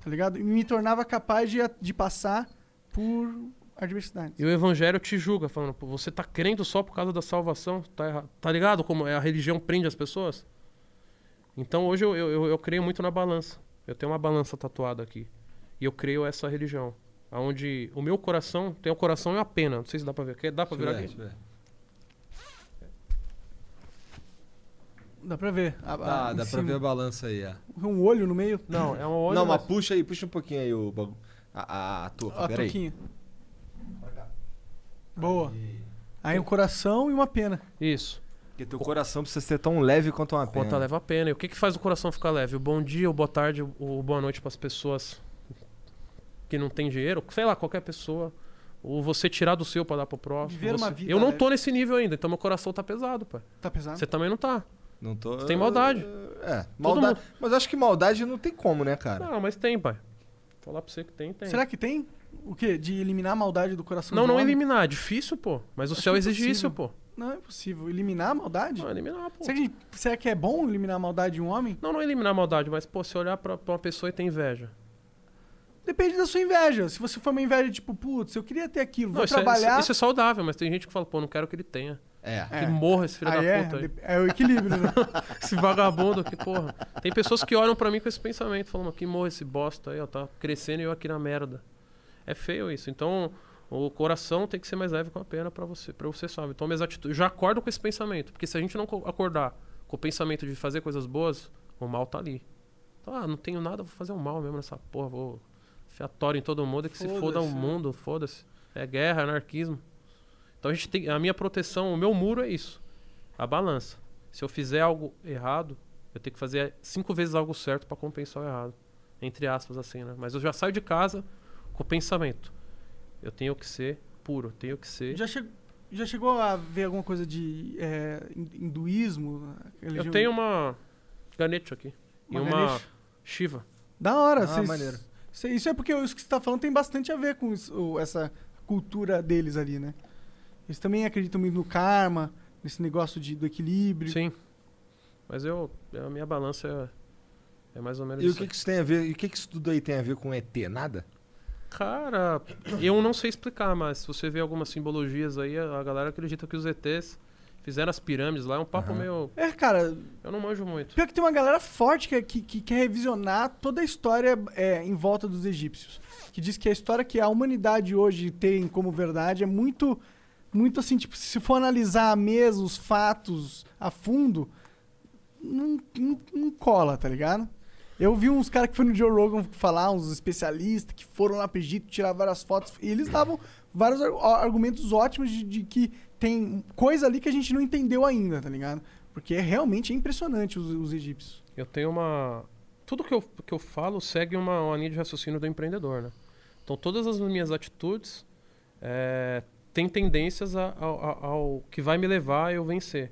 tá ligado? E me tornava capaz de, de passar por adversidades. E o evangelho te julga, falando, "Pô, você tá crendo só por causa da salvação, tá errado. Tá ligado como é a religião prende as pessoas? Então hoje eu, eu, eu- eu creio muito na balança. Eu tenho uma balança tatuada aqui. E eu creio essa religião. Onde o meu coração tem o coração e a pena. Não sei se dá pra ver. Quer- Dá pra virar é. aqui? Dá pra ver. A- a- Tá, Dá, em dá pra cima. ver a balança aí, é. Um olho no meio. Não, é um olho. não, mas mas- puxa aí, puxa um pouquinho aí o bagulho. A, a, a touca, Ó, a é- peraí. touquinha. Boa. Aí um coração e uma pena. Isso. Porque teu coração precisa ser tão leve quanto uma pena. Quanto leva a pena. E o que, que faz o coração ficar leve? O bom dia, o boa tarde, o- o boa noite pras pessoas que não tem dinheiro, sei lá, qualquer pessoa. Ou você tirar do seu pra dar pro próximo. Viver você- uma vida eu não leve. tô nesse nível ainda, então meu coração tá pesado, pai. Tá pesado? Você também não tá. Não tô... Você tem maldade. É, maldade. mundo. Mas acho que maldade não tem como, né, cara? Não, mas tem, pai. Falar pra você que tem, tem. Será que tem o quê? De eliminar a maldade do coração não, do não homem? eliminar, é difícil, pô. Mas o Acho céu impossível. exige isso, pô. Não é possível. Eliminar a maldade? Não, eliminar, pô. Será que, a gente- será que é bom eliminar a maldade de um homem? Não, não eliminar a maldade, mas, pô, se olhar pra, pra uma pessoa e tem inveja. Depende da sua inveja. Se você for uma inveja tipo, putz, eu queria ter aquilo, vou isso, trabalhar. é, isso é saudável, mas tem gente que fala, pô, não quero que ele tenha. É. É. Que morra esse filho Aí da é, puta aí. dep- é o equilíbrio, (laughs) né? Esse vagabundo aqui, porra. Tem pessoas que olham pra mim com esse pensamento, falando que morra esse bosta aí, ó, tá crescendo e eu aqui na merda. É feio isso. Então, o coração tem que ser mais leve com a pena pra você, para você sabe. Então, minhas atitudes, eu já acordo com esse pensamento, porque se a gente não co- acordar com o pensamento de fazer coisas boas, o mal tá ali. Então, ah, não tenho nada, vou fazer o mal mesmo nessa porra, vou fiatório em todo mundo, e que se foda o Foda-se, né? mundo, foda-se. É guerra, anarquismo. Então a gente tem a minha proteção, o meu muro é isso. A balança. Se eu fizer algo errado, eu tenho que fazer cinco vezes algo certo pra compensar o errado. Entre aspas, assim, né? Mas eu já saio de casa com o pensamento. Eu tenho que ser puro, eu tenho que ser. já, che- já chegou a ver alguma coisa de é, hin- hinduísmo? eu um tenho uma Ganecho aqui. e uma Ganesha? Shiva. Da hora. Ah, vocês- maneiro. cê- isso é porque isso que você tá falando tem bastante a ver com isso- o- essa cultura deles ali, né? Eles também acreditam muito no karma, nesse negócio de, do equilíbrio. Sim. Mas eu. A minha balança é, é mais ou menos E o isso. que, aí. que isso tem a ver? E o que, que isso tudo aí tem a ver com ET? Nada? Cara, eu não sei explicar, mas se você vê algumas simbologias aí, a galera acredita que os ETs fizeram as pirâmides lá. É um papo Aham. meio. É, cara, Eu não manjo muito. Pior que tem uma galera forte que, que, que quer revisionar toda a história é, em volta dos egípcios. Que diz que a história que a humanidade hoje tem como verdade é muito, muito assim, tipo, se for analisar mesmo os fatos a fundo, não, não, não cola, tá ligado? Eu vi uns caras que foram no Joe Rogan falar, uns especialistas que foram lá pro Egito tirar várias fotos, e eles davam vários ar- argumentos ótimos de, de que tem coisa ali que a gente não entendeu ainda, tá ligado? Porque é realmente impressionante os, os egípcios. Eu tenho uma. Tudo que eu, que eu falo segue uma, uma linha de raciocínio do empreendedor, né? Então todas as minhas atitudes eh, têm tendências a- ao- ao- ao que vai me levar a eu vencer.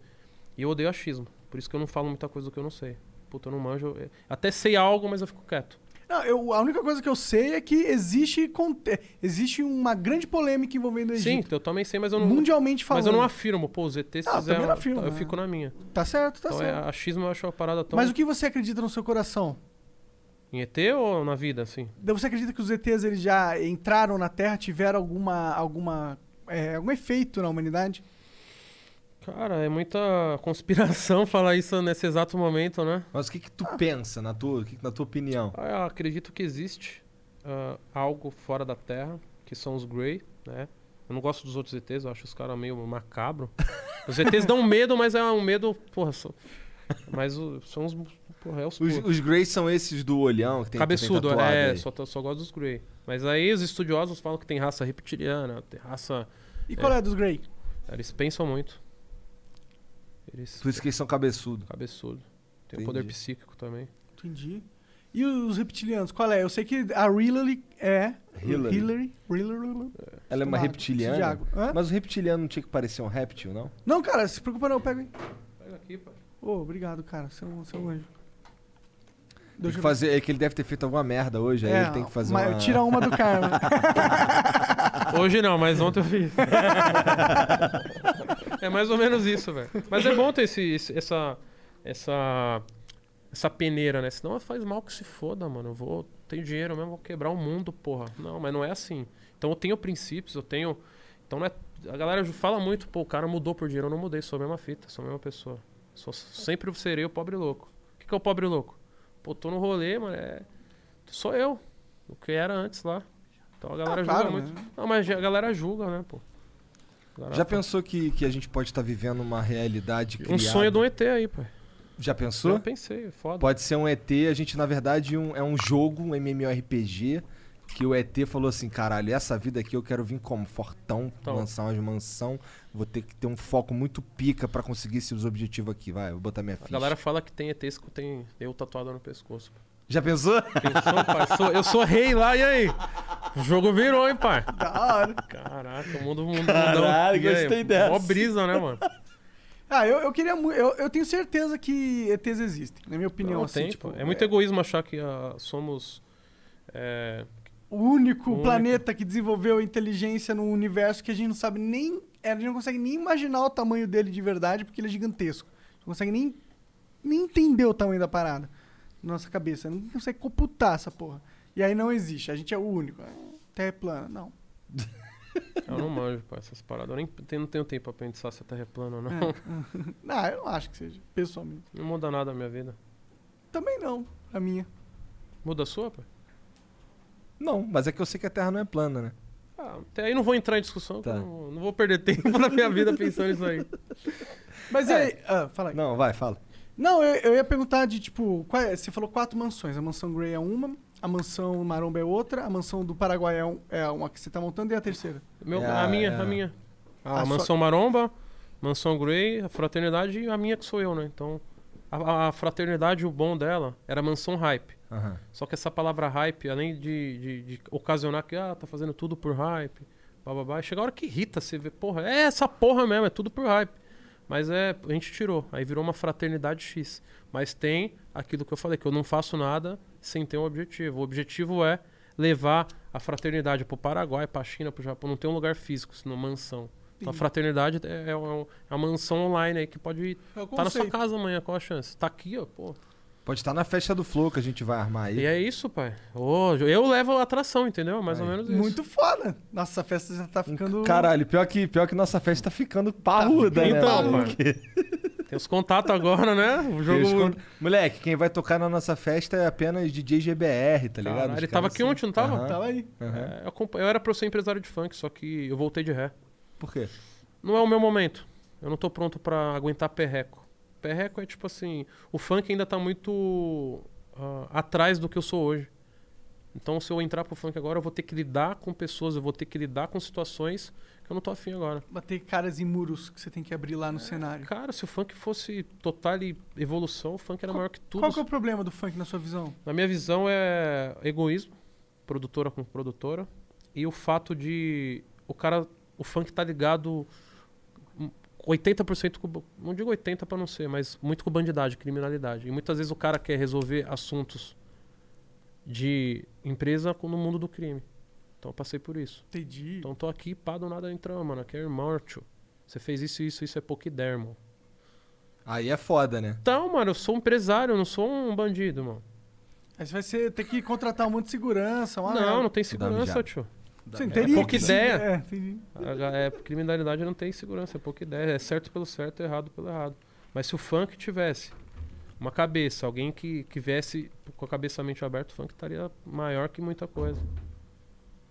E eu odeio achismo. Por isso que eu não falo muita coisa do que eu não sei. Puta, eu não manjo. eu- Até sei algo, mas eu fico quieto. Não, eu, a única coisa que eu sei é que existe, con- é, existe uma grande polêmica envolvendo o Sim, Egito. eu também sei, mas eu não. mundialmente falando. Mas eu não afirmo, pô, os ETs Ah, eu fizeram. também não afirmo, eu né? fico na minha. Tá certo, tá então é, certo. achismo eu acho a então parada tão. Mas o que você acredita no seu coração? Então Em ET ou na vida, assim? Você acredita que os ETs eles já entraram na Terra, tiveram alguma, alguma, é, algum efeito na humanidade? Cara, é muita conspiração (laughs) falar isso nesse exato momento, né? Mas o que, que tu pensa na tua, o que que- na tua opinião? Ah, Eu acredito que existe ah, algo fora da Terra, que são os Grey, né? Eu não gosto dos outros ETs, eu acho os caras meio macabro. Os ETs dão medo, mas é um medo, porra, só- Mas o- são os. Porra, é os. Os, puros. os Greys são esses do olhão que tem Cabeçudo, que tem tatuado é, aí. só, tô- só gosto dos Grey. Mas aí os estudiosos falam que tem raça reptiliana, tem raça. E qual é, dos Grey? Eles pensam muito. Eles. Por isso que eles são cabeçudo. Cabeçudo. Tem o poder Entendi. psíquico também. Entendi. E os reptilianos, qual é? Eu sei que a Hillary é. Hillary. Hillary. Hillary. Ela é uma Tomara, preciso de reptiliana. água. Hã? Mas o reptiliano não tinha que parecer um réptil, não? Não, cara, se preocupa não, pega aí. Pega aqui, pai. Ô, obrigado, cara. Você é um, você é um anjo. Tem Deixa que eu- fazer, é que ele deve ter feito alguma merda hoje, aí É, ele tem que fazer mas uma... Tira (laughs) uma do né? Carmen. Hoje não, mas ontem eu fiz. (laughs) é mais ou menos isso, velho. Mas é bom ter esse, esse- essa, essa, essa peneira, né? Senão faz mal que se foda, mano. Eu vou, tenho dinheiro mesmo, vou quebrar o mundo, porra. Não, mas não é assim. Então eu tenho princípios, eu tenho. Então não é. A galera fala muito, pô, o cara mudou por dinheiro. Eu não mudei, sou a mesma fita, sou a mesma pessoa. Sou, sempre serei o pobre louco. O que, que é o pobre louco? Pô, tô no rolê, mano. É... Sou eu. O que era antes lá. Então a galera Ah, julga claro, muito. né? Não, mas a galera julga, né, pô? A galera Já fala- pensou que, que a gente pode estar vivendo uma realidade criada? um- Um sonho de um ET aí, pô. Já Eu né? pensou? pensei, é foda. Pode ser um ET, a gente, na verdade, um- é um jogo, um MMORPG, que o ET falou assim, caralho, essa vida aqui eu quero vir como? Fortão, Então. lançar umas mansão, vou ter que ter um foco muito pica pra conseguir esses objetivos aqui. Vai, eu vou botar minha A ficha. galera fala que tem ETs que tem eu tatuado no pescoço. pô. Já pensou? (laughs) Pensou, pai? Sou- eu sou rei lá, e aí? O jogo virou, hein, pai? da hora. Caraca, o mundo mundo Caralho, mundão. E aí? gostei dessa. Mó brisa, né, mano? Ah, eu, eu queria muito. Eu, eu tenho certeza que ETs existem, na minha opinião. Não, assim, tem, tipo, pô. É muito egoísmo achar que ah, somos. é, O único Único. planeta que desenvolveu inteligência no universo que a gente não sabe nem. é, A gente não consegue nem imaginar o tamanho dele de verdade, porque ele é gigantesco. A gente não consegue nem, nem entender o tamanho da parada na nossa cabeça. Não consegue computar essa porra. E aí não existe. A gente é o único. Ah, Terra é plana. Não. eu não manjo, pai, essas paradas. Eu nem tenho- não tenho tempo pra pensar se a terra é plana ou não. Ah, eu não acho que seja, pessoalmente. Não muda nada a minha vida. Também não, a minha. Muda a sua, pai? Não, mas é que eu sei que a Terra não é plana, né? Ah, até aí não vou entrar em discussão, que Tá. eu não, não vou perder (laughs) tempo na minha vida pensando nisso aí. Mas e aí? Ah, fala aí. Não, vai, fala. Não, eu, eu ia perguntar de tipo, qual é- você falou quatro mansões. A mansão Grey é uma, a mansão Maromba é outra, a mansão do Paraguai é, um- é uma que você tá montando e a terceira. Meu- É, a minha, é. a minha. A Ah, A, sua- Mansão Maromba, Mansão Grey, a Fraternidade e a minha que sou eu, né? Então, a, a Fraternidade, o bom dela era Mansão Hype. Aham. Só que essa palavra hype, além de, de- de ocasionar que, ah, tá fazendo tudo por hype, bababá, chega a hora que irrita, você vê, porra, é essa porra mesmo, é tudo por hype. Mas é, a gente tirou, aí virou uma fraternidade X. Mas tem aquilo que eu falei, que eu não faço nada sem ter um objetivo. O objetivo é levar a fraternidade pro Paraguai, pra China, pro Japão, não tem um lugar físico, senão mansão. Então a Entendi. fraternidade é, é um- é uma mansão online aí que pode estar É o tá na sua conceito. casa amanhã, qual a chance? Tá aqui, ó, pô. Pode estar na festa do Flow que a gente vai armar aí. E é isso, pai. Ô, eu levo a atração, entendeu? Mais ou Aí. menos isso. Muito foda. Nossa, a festa já Um tá ficando. Caralho, pior que, pior que nossa festa tá ficando parruda, né? Então, mano? pai. Tem os contatos agora, né? O jogo. Tem os cont- Moleque, quem vai tocar na nossa festa é apenas DJ GBR, tá ligado? Caralho, Os ele caras tava aqui assim. ontem, não tava? Aham. Tava aí. Aham. É, eu, acompa- eu era pra eu ser empresário de funk, só que eu voltei de ré. Por quê? Não é o meu momento. Eu não tô pronto pra aguentar perreco. Perreco é tipo assim. O funk ainda tá muito ah, atrás do que eu sou hoje. Então, se eu entrar pro funk agora, eu vou ter que lidar com pessoas, eu vou ter que lidar com situações que eu não tô afim agora. Bater caras em muros que você tem que abrir lá no cenário. Cara, se o funk fosse total e evolução, o funk era maior que tudo. Qual que é o problema do funk na sua visão? Na minha visão é egoísmo, produtora com produtora, e o fato de o cara, o funk tá ligado hum, 80% com, não digo 80 pra não ser, mas muito com bandidagem, criminalidade. E muitas vezes o cara quer resolver assuntos de empresa com- no mundo do crime. Então eu passei por isso. Entendi. Então tô aqui, pá, do nada entra, mano, aqui é irmão, tio. Você fez isso, isso, isso é poquidermo. Aí é foda, né? Então, mano, eu sou um empresário, eu não sou um bandido, mano. Aí você vai ser- ter que contratar um monte de segurança, uma não, não merda. tem Dá uma segurança, mijada. tio. Você teria pouca que- ideia. É, entendi. A ga- é, criminalidade não tem segurança, é pouca ideia. É certo pelo certo, errado pelo errado. Mas se o funk tivesse uma cabeça, alguém que, que viesse com a cabeça e a mente aberta, o funk estaria maior que muita coisa.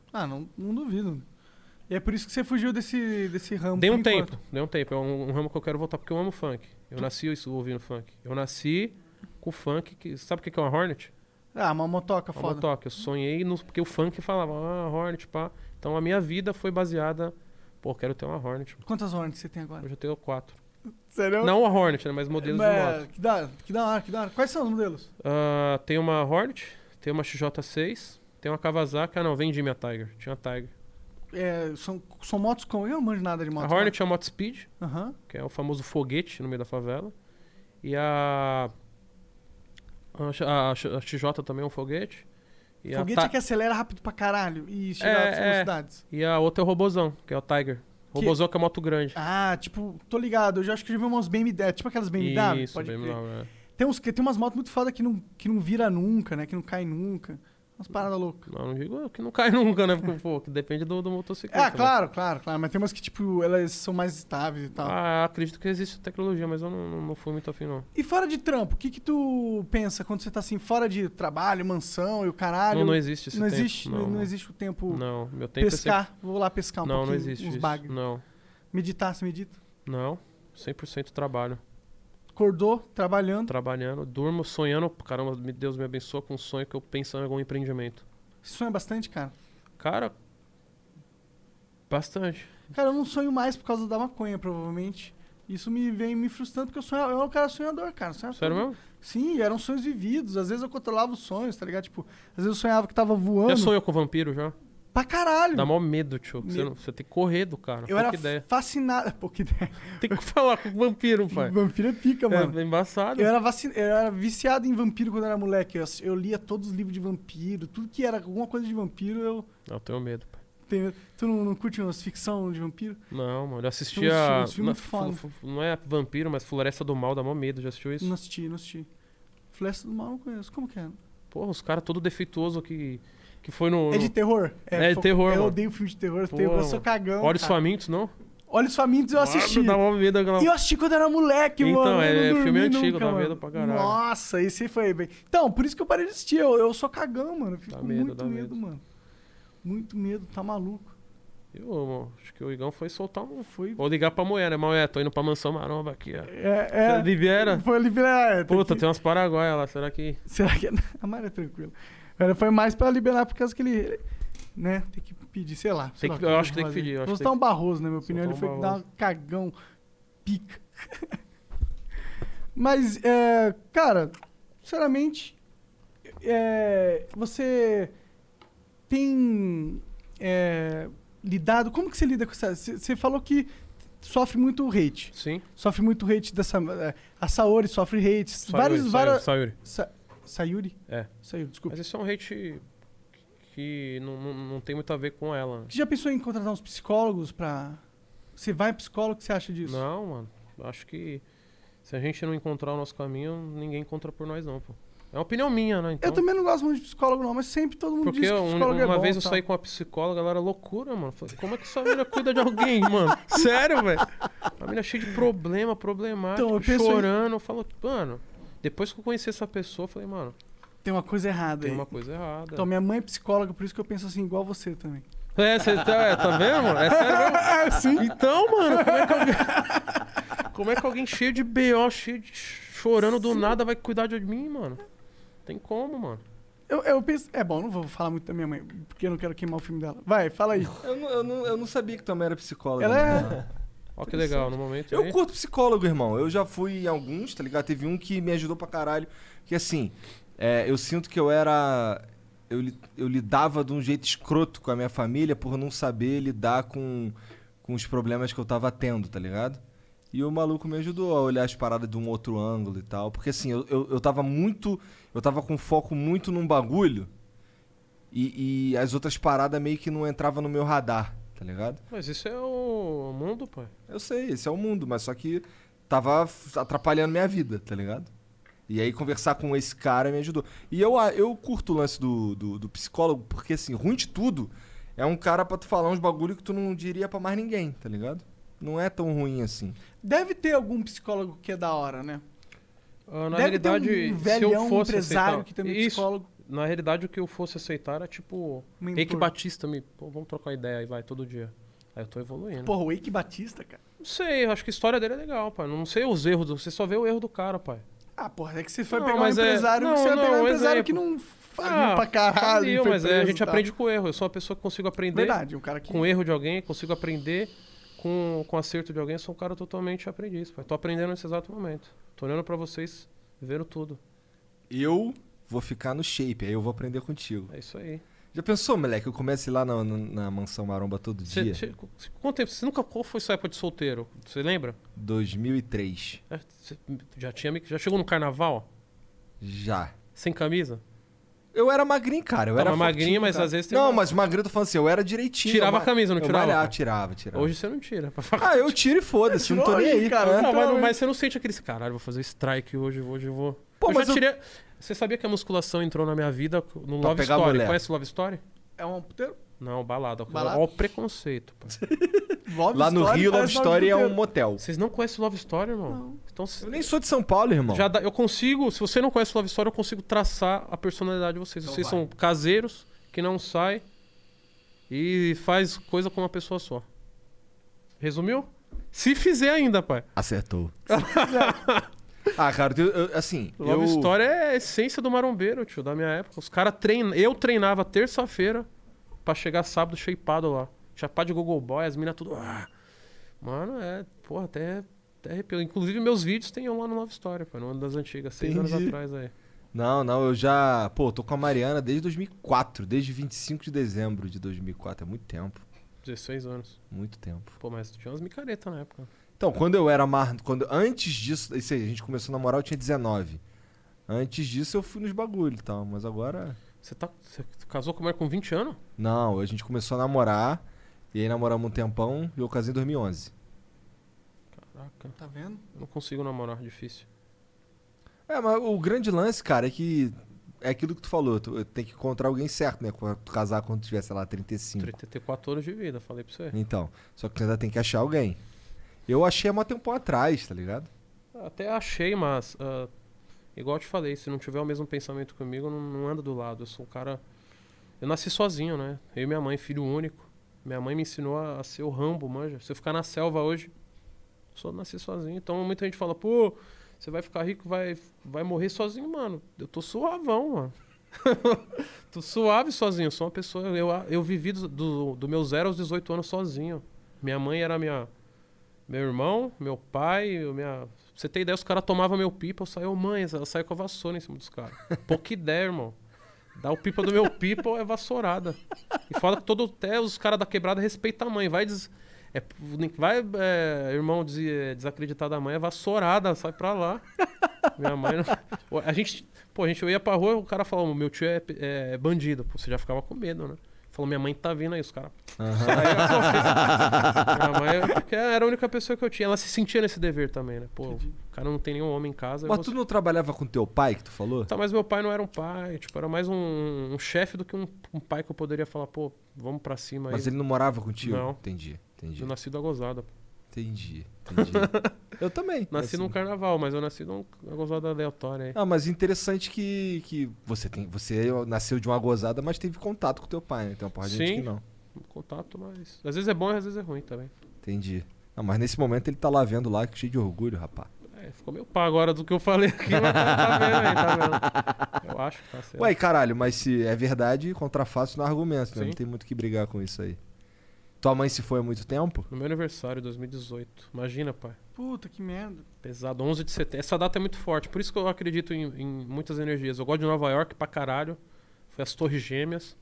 Então, Ah, não, não duvido. E é por isso que você fugiu desse, desse ramo. Dei por um enquanto. tempo, dei um tempo. É um, um ramo que eu quero voltar porque eu amo funk. Eu nasci isso ouvindo funk. Eu nasci com o funk. Que, sabe o que que é uma Hornet? Ah, uma motoca Uma foda. motoca. Eu sonhei no, porque o funk falava, ah, Hornet, pá. Então a minha vida foi baseada. Pô, quero ter uma Hornet. Quantas Hornets você tem agora? Hoje eu tenho quatro. Sério? Não a Hornet, né? Mas modelos de Mas, moto. que da hora, que da hora, que da hora. Quais são os modelos? Ah, tem uma Hornet, tem uma XJ6, tem uma Kawasaki. Ah, não, vendi minha Tiger. Tinha uma Tiger. É, são, são motos como... Eu não manjo nada de moto. a Hornet é a moto Speed. Aham. que é o famoso foguete no meio da favela. E a. A, X- a X- a XJ também é um foguete. E a Foguete Ti- é que acelera rápido pra caralho e chega É, altas é. velocidades. E a outra é o robozão, que é o Tiger. Robozão que é moto grande. Ah, tipo, tô ligado. Eu já acho que eu já vi umas BMW, é, tipo aquelas BMW, Isso, pode BMW, crer. é. Tem, uns, que- tem umas motos muito foda que não, que não vira nunca, né? Que não cai nunca. Umas paradas loucas. Não, não digo que não cai (laughs) nunca, né? Porque, pô, que depende do, do motocicleta. Ah, né? claro, claro, claro. Mas tem umas que, tipo, elas são mais estáveis e tal. Ah, acredito que existe tecnologia, mas eu não, não, não fui muito afim, não. E fora de trampo, o que que tu pensa quando você tá assim, fora de trabalho, mansão e o caralho? Não, não existe esse Ah, Não tempo, existe, não, não, não. existe o tempo Não, meu tempo é tipo, pescar. Vou lá pescar um sempre... Não, não pouquinho, existe uns isso. bagres. Não, Meditar, se medita. não. 100% trabalho. Acordou, trabalhando. Trabalhando, durmo sonhando. Caramba, me- Deus me abençoa com um sonho que eu penso em algum empreendimento. Sonha bastante, cara. Cara, bastante. Cara, eu não sonho mais por causa da maconha, provavelmente. Isso me vem me frustrando, porque eu, sonho, eu era um cara sonhador, cara. Sonhava Sério tudo. mesmo? Sim, eram sonhos vividos. Às vezes eu controlava os sonhos, tá ligado? Tipo, às vezes eu sonhava que tava voando. Já sonhou com vampiro já? Pra caralho. Dá mó medo, tio. que Você, Medo. não- você tem que correr do cara. eu pouca era ideia. fascinado. (laughs) Pouca ideia. Tem que (laughs) falar com o vampiro, pai. Vampiro é pica, mano. É embaçado. Eu era, vaci- eu era viciado em vampiro quando eu era moleque. Eu, ass- eu lia todos os livros de vampiro, tudo que era alguma coisa de vampiro, eu. Não, eu tenho medo, pai. tenho- Tu não, não curte umas ficção de vampiro? Não, mano. Eu assistia. filmes- uns filmes na- muito foda. fu- fu- Não é vampiro, mas Floresta do Mal, dá mó medo. Já assistiu isso? Não assisti, não assisti. Floresta do Mal não conheço. Como que é? Porra, os caras todo defeituoso que, que foi no. É de no- terror? É de fo- terror, Eu mano. odeio filme de terror. Pô, terror eu sou mano. cagão. Olhos Então, cara. Famintos, não? Olhos Famintos eu assisti. Mano, dá mó medo aquela. E eu assisti quando eu era moleque, Então, mano. é- eu não é dormi filme antigo, nunca, dá mano. medo pra caralho. Nossa, esse aí foi bem. Então, por isso que eu parei de assistir. Eu, eu sou cagão, mano. Eu fico Dá com medo, muito dá medo, medo. mano. Muito medo, tá maluco. Eu, mano, acho que o Igão foi soltar um. Foi. Ou ligar pra mulher, né? Mulher, tô indo pra mansão maromba aqui, ó. É, é. Você libera? Foi liberar. é, tem Puta, que- tem um- umas paraguaias lá, será que. (laughs) Será que. A Mara é tranquila. Ela foi mais pra liberar por causa que ele. Né? Tem que pedir, sei lá. sei Tem lá que- o eu vou acho que tem que fazer. pedir, eu acho Vou que soltar tem um Barroso, na minha opinião. Ele Soltar foi um dar um Barroso. cagão pica. (laughs) Mas, é, cara, sinceramente, é, você tem é, lidado. Como que você lida com essa. Você você falou que sofre muito hate. Sim. Sofre muito hate dessa. é, A Saori sofre hate. Sayuri, vários, Sayuri, várias, Sayuri. Sa Sayuri? É. Sayuri, desculpa. Mas isso é um hate que não, não, não tem muito a ver com ela. né? Você já pensou em contratar uns psicólogos pra. Você vai psicólogo, o que você acha disso? Não, mano. Acho que se a gente não encontrar o nosso caminho, ninguém encontra por nós, não, pô. É uma opinião minha, né? Então, Eu também não gosto muito de psicólogo, não, mas sempre todo mundo Porque diz que um- psicólogo é uma bom, vez e eu tal. saí com uma psicóloga, ela era loucura, mano. Falei, como é que essa mina cuida de alguém, (laughs) mano? Sério, velho? A mina cheia de problema, problemática, Então, eu penso em- chorando. Eu falo, mano, depois que eu conheci essa pessoa, eu falei, mano, Tem uma coisa errada tem aí. uma coisa errada. Então, minha mãe é psicóloga, por isso que eu penso assim, igual você também. É, você tá, é, tá vendo? mano? É sério (laughs) mesmo? Ah, Então, mano, como é que alguém, (laughs) como é que alguém cheio de BO, cheio de chorando do nada vai cuidar de mim, mano? Tem como, mano? Eu, eu penso. É bom, não vou falar muito da minha mãe, porque eu não quero queimar o filme dela. Vai, fala (laughs) aí. Eu não, eu não- eu não sabia que tua mãe era psicóloga. Ela é- né? Olha que legal, no momento. Eu aí- curto psicólogo, irmão. Eu já fui em alguns, tá ligado? Teve um que me ajudou pra caralho. Que assim, é, eu sinto que eu era. Eu, li- eu lidava de um jeito escroto com a minha família por não saber lidar com, com os problemas que eu tava tendo, tá ligado? E o maluco me ajudou a olhar as paradas de um outro ângulo e tal. Porque assim, eu, eu, eu tava muito. Eu tava com foco muito num bagulho. E, e as outras paradas meio que não entravam no meu radar, tá ligado? Mas isso é o mundo, pai. Eu sei, esse é o mundo, mas só que tava f- atrapalhando minha vida, tá ligado? E aí conversar com esse cara me ajudou. E eu, a- eu curto o lance do, do, do psicólogo, porque assim, ruim de tudo é um cara pra tu falar uns bagulho que tu não diria pra mais ninguém, tá ligado? Não é tão ruim assim. Deve ter algum psicólogo que é da hora, né? Ah, na Deve realidade, ter um se eu velhão fosse empresário aceitar... que também é isso, psicólogo. Um na realidade, o que eu fosse aceitar era tipo... Mentor. Eike Batista me... Pô, vamos trocar uma ideia aí, vai, todo dia. Aí eu tô evoluindo. Porra, o Wake Batista, cara. Não sei, eu acho que a história dele é legal, pai. Não sei os erros, do- você só vê o erro do cara, pai. Ah, porra, é que você foi Não, pegar um mas é- empresário, não, você vai não, pegar um um empresário que exemplo. não faliu pra caralho. Ah, faliu, foi mas é, a preso e gente tal. aprende com o erro. Eu sou uma pessoa que consigo aprender Verdade, um cara que... com o erro de alguém, consigo aprender com, com o acerto de alguém. Eu sou um cara totalmente aprendiz, pai. Tô aprendendo nesse exato momento. Tô olhando pra vocês, vendo tudo. Eu vou ficar no shape, aí eu vou aprender contigo. É isso aí. Já pensou, moleque? Eu começo lá na, na- na mansão maromba todo Cê, dia? cê- cu- quanto tempo? Você nunca qual foi sua época de solteiro? Você lembra? 2003. É, cê já tinha me- já chegou no carnaval Já. sem camisa? Eu era magrinho, cara. Eu Tava era magrinho, fortinho, mas cara. às vezes tem Não, uma- mas magrinho, eu tô falando assim, eu era direitinho. Tirava eu ma- a camisa, não eu tirava, malhava, cara? tirava, tirava. Hoje você não tira. pra falar. Ah, eu tiro e foda-se, eu não tô Tirou nem aí, aí, É. cara. cara. Não, mas, então, mas você não sente aquele caralho, vou fazer strike hoje, hoje eu vou. Pô, eu mas já eu- tirei. Você sabia que a musculação entrou na minha vida no Pra Love pegar Story? mulher. Conhece Love Story? É um puteiro. Não, balada. Balada? Olha o preconceito. pô. Love Lá no Story Rio, Love parece Story é um puteiro. motel. Vocês não conhecem Love Story, irmão? Então, Eu nem sou de São Paulo, irmão. já dá- eu consigo, se você não conhece Love Story, eu consigo traçar a personalidade de vocês. vocês são caseiros, que não sai e faz coisa com uma pessoa só. Resumiu? Se fizer ainda, pai. (laughs) Acertou. ah, cara, eu, eu- assim. Love eu... Story é a essência do marombeiro, tio, da minha época. Os caras treinam. Eu treinava terça-feira pra chegar sábado shapeado lá. Chapado de Google Boy, as minas tudo. "Ah". Mano, é. Porra, até, até arrepio. Inclusive, meus vídeos tem eu lá no Love Story, pô, numa das antigas, seis anos Entendi. atrás aí. Não, não, eu já. Pô, tô com a Mariana desde 2004, desde 25 de dezembro de 2004. É muito tempo, 16 anos. muito tempo. Pô, mas tinha umas micaretas na época. Então, quando eu era mar... quando Antes disso. Isso aí, a gente começou a namorar, eu tinha 19. Antes disso eu fui nos bagulho e tal, mas agora. Você tá. Você casou com a mulher com 20 anos? Não, a gente começou a namorar. E aí namoramos um tempão e eu casei em 2011. Caraca, Tá vendo? eu não consigo namorar, difícil. É, mas o grande lance, cara, é que. É aquilo que tu falou, tu tem que encontrar alguém certo, né? Quando tu Casar quando tiver, sei lá, 35. 34 anos de vida, falei pra você. Então, só que tu ainda tem que achar alguém. Eu achei há mó tempo atrás, tá ligado? Até achei, mas. ah, igual eu te falei, se não tiver o mesmo pensamento comigo, não, não anda do lado. Eu sou um cara. Eu nasci sozinho, né? Eu e minha mãe, filho único. Minha mãe me ensinou a, a ser o rambo, manja. Se eu ficar na selva hoje, só nasci sozinho. Então muita gente fala, pô, você vai ficar rico, vai, vai morrer sozinho, mano. Eu tô suavão, mano. (laughs) tô suave sozinho. Eu sou uma pessoa. Eu, eu vivi do, do, do meu zero aos 18 anos sozinho. Minha mãe era minha. Meu irmão, meu pai, eu- minha. Pra você ter ideia, os caras tomavam meu pipa, eu saía, "Ô, mãe, ela saiu com a vassoura em cima dos caras. Pouca ideia, irmão. Dá o pipa do meu pipa ou é vassourada. E fala que todo até os caras da quebrada respeitam a mãe. Vai des... é, vai é, irmão des... é, desacreditar da mãe, é vassourada, sai pra lá. Minha mãe. não- A gente. Pô, a gente eu ia pra rua e o cara falava, meu tio é, é bandido. Pô, você já ficava com medo, né? Falou, minha mãe tá vindo aí, os caras. Minha mãe, porque era a única pessoa que eu tinha. Ela se sentia nesse dever também, né? Pô, o cara não tem nenhum homem em casa. eu Mas vou tu não trabalhava com teu pai, que tu falou? Tá, mas meu pai não era um pai, tipo, era mais um, um chefe do que um, um pai que eu poderia falar, pô, vamos pra cima Mas aí. ele não morava contigo? Não. Entendi, entendi. Eu nasci da gozada. pô. Entendi, entendi. (laughs) eu também. Nasci assim. num carnaval, mas eu nasci num- numa gozada aleatória aí. Ah, mas interessante que, que você tem você nasceu de uma gozada, mas teve contato com teu pai, né? Tem uma porra de gente Sim. que não. Contato, mas. Às vezes é bom e às vezes é ruim também. Entendi. Não, mas nesse momento ele tá lá vendo lá, que cheio de orgulho, rapá. É, ficou meio pá agora do que eu falei aqui, mas tá vendo aí, tá vendo? Eu acho que tá certo. Ué, caralho, mas se é verdade, contrafácil não é argumento, né? Sim. Não tem muito o que brigar com isso aí. Tua mãe se foi há muito tempo? No meu aniversário, 2018. Imagina, pai. Puta, que merda. Pesado, 11 de setembro. Essa data é muito forte. Por isso que eu acredito em, em muitas energias. Eu gosto de Nova York pra caralho. Foi as Torres Gêmeas.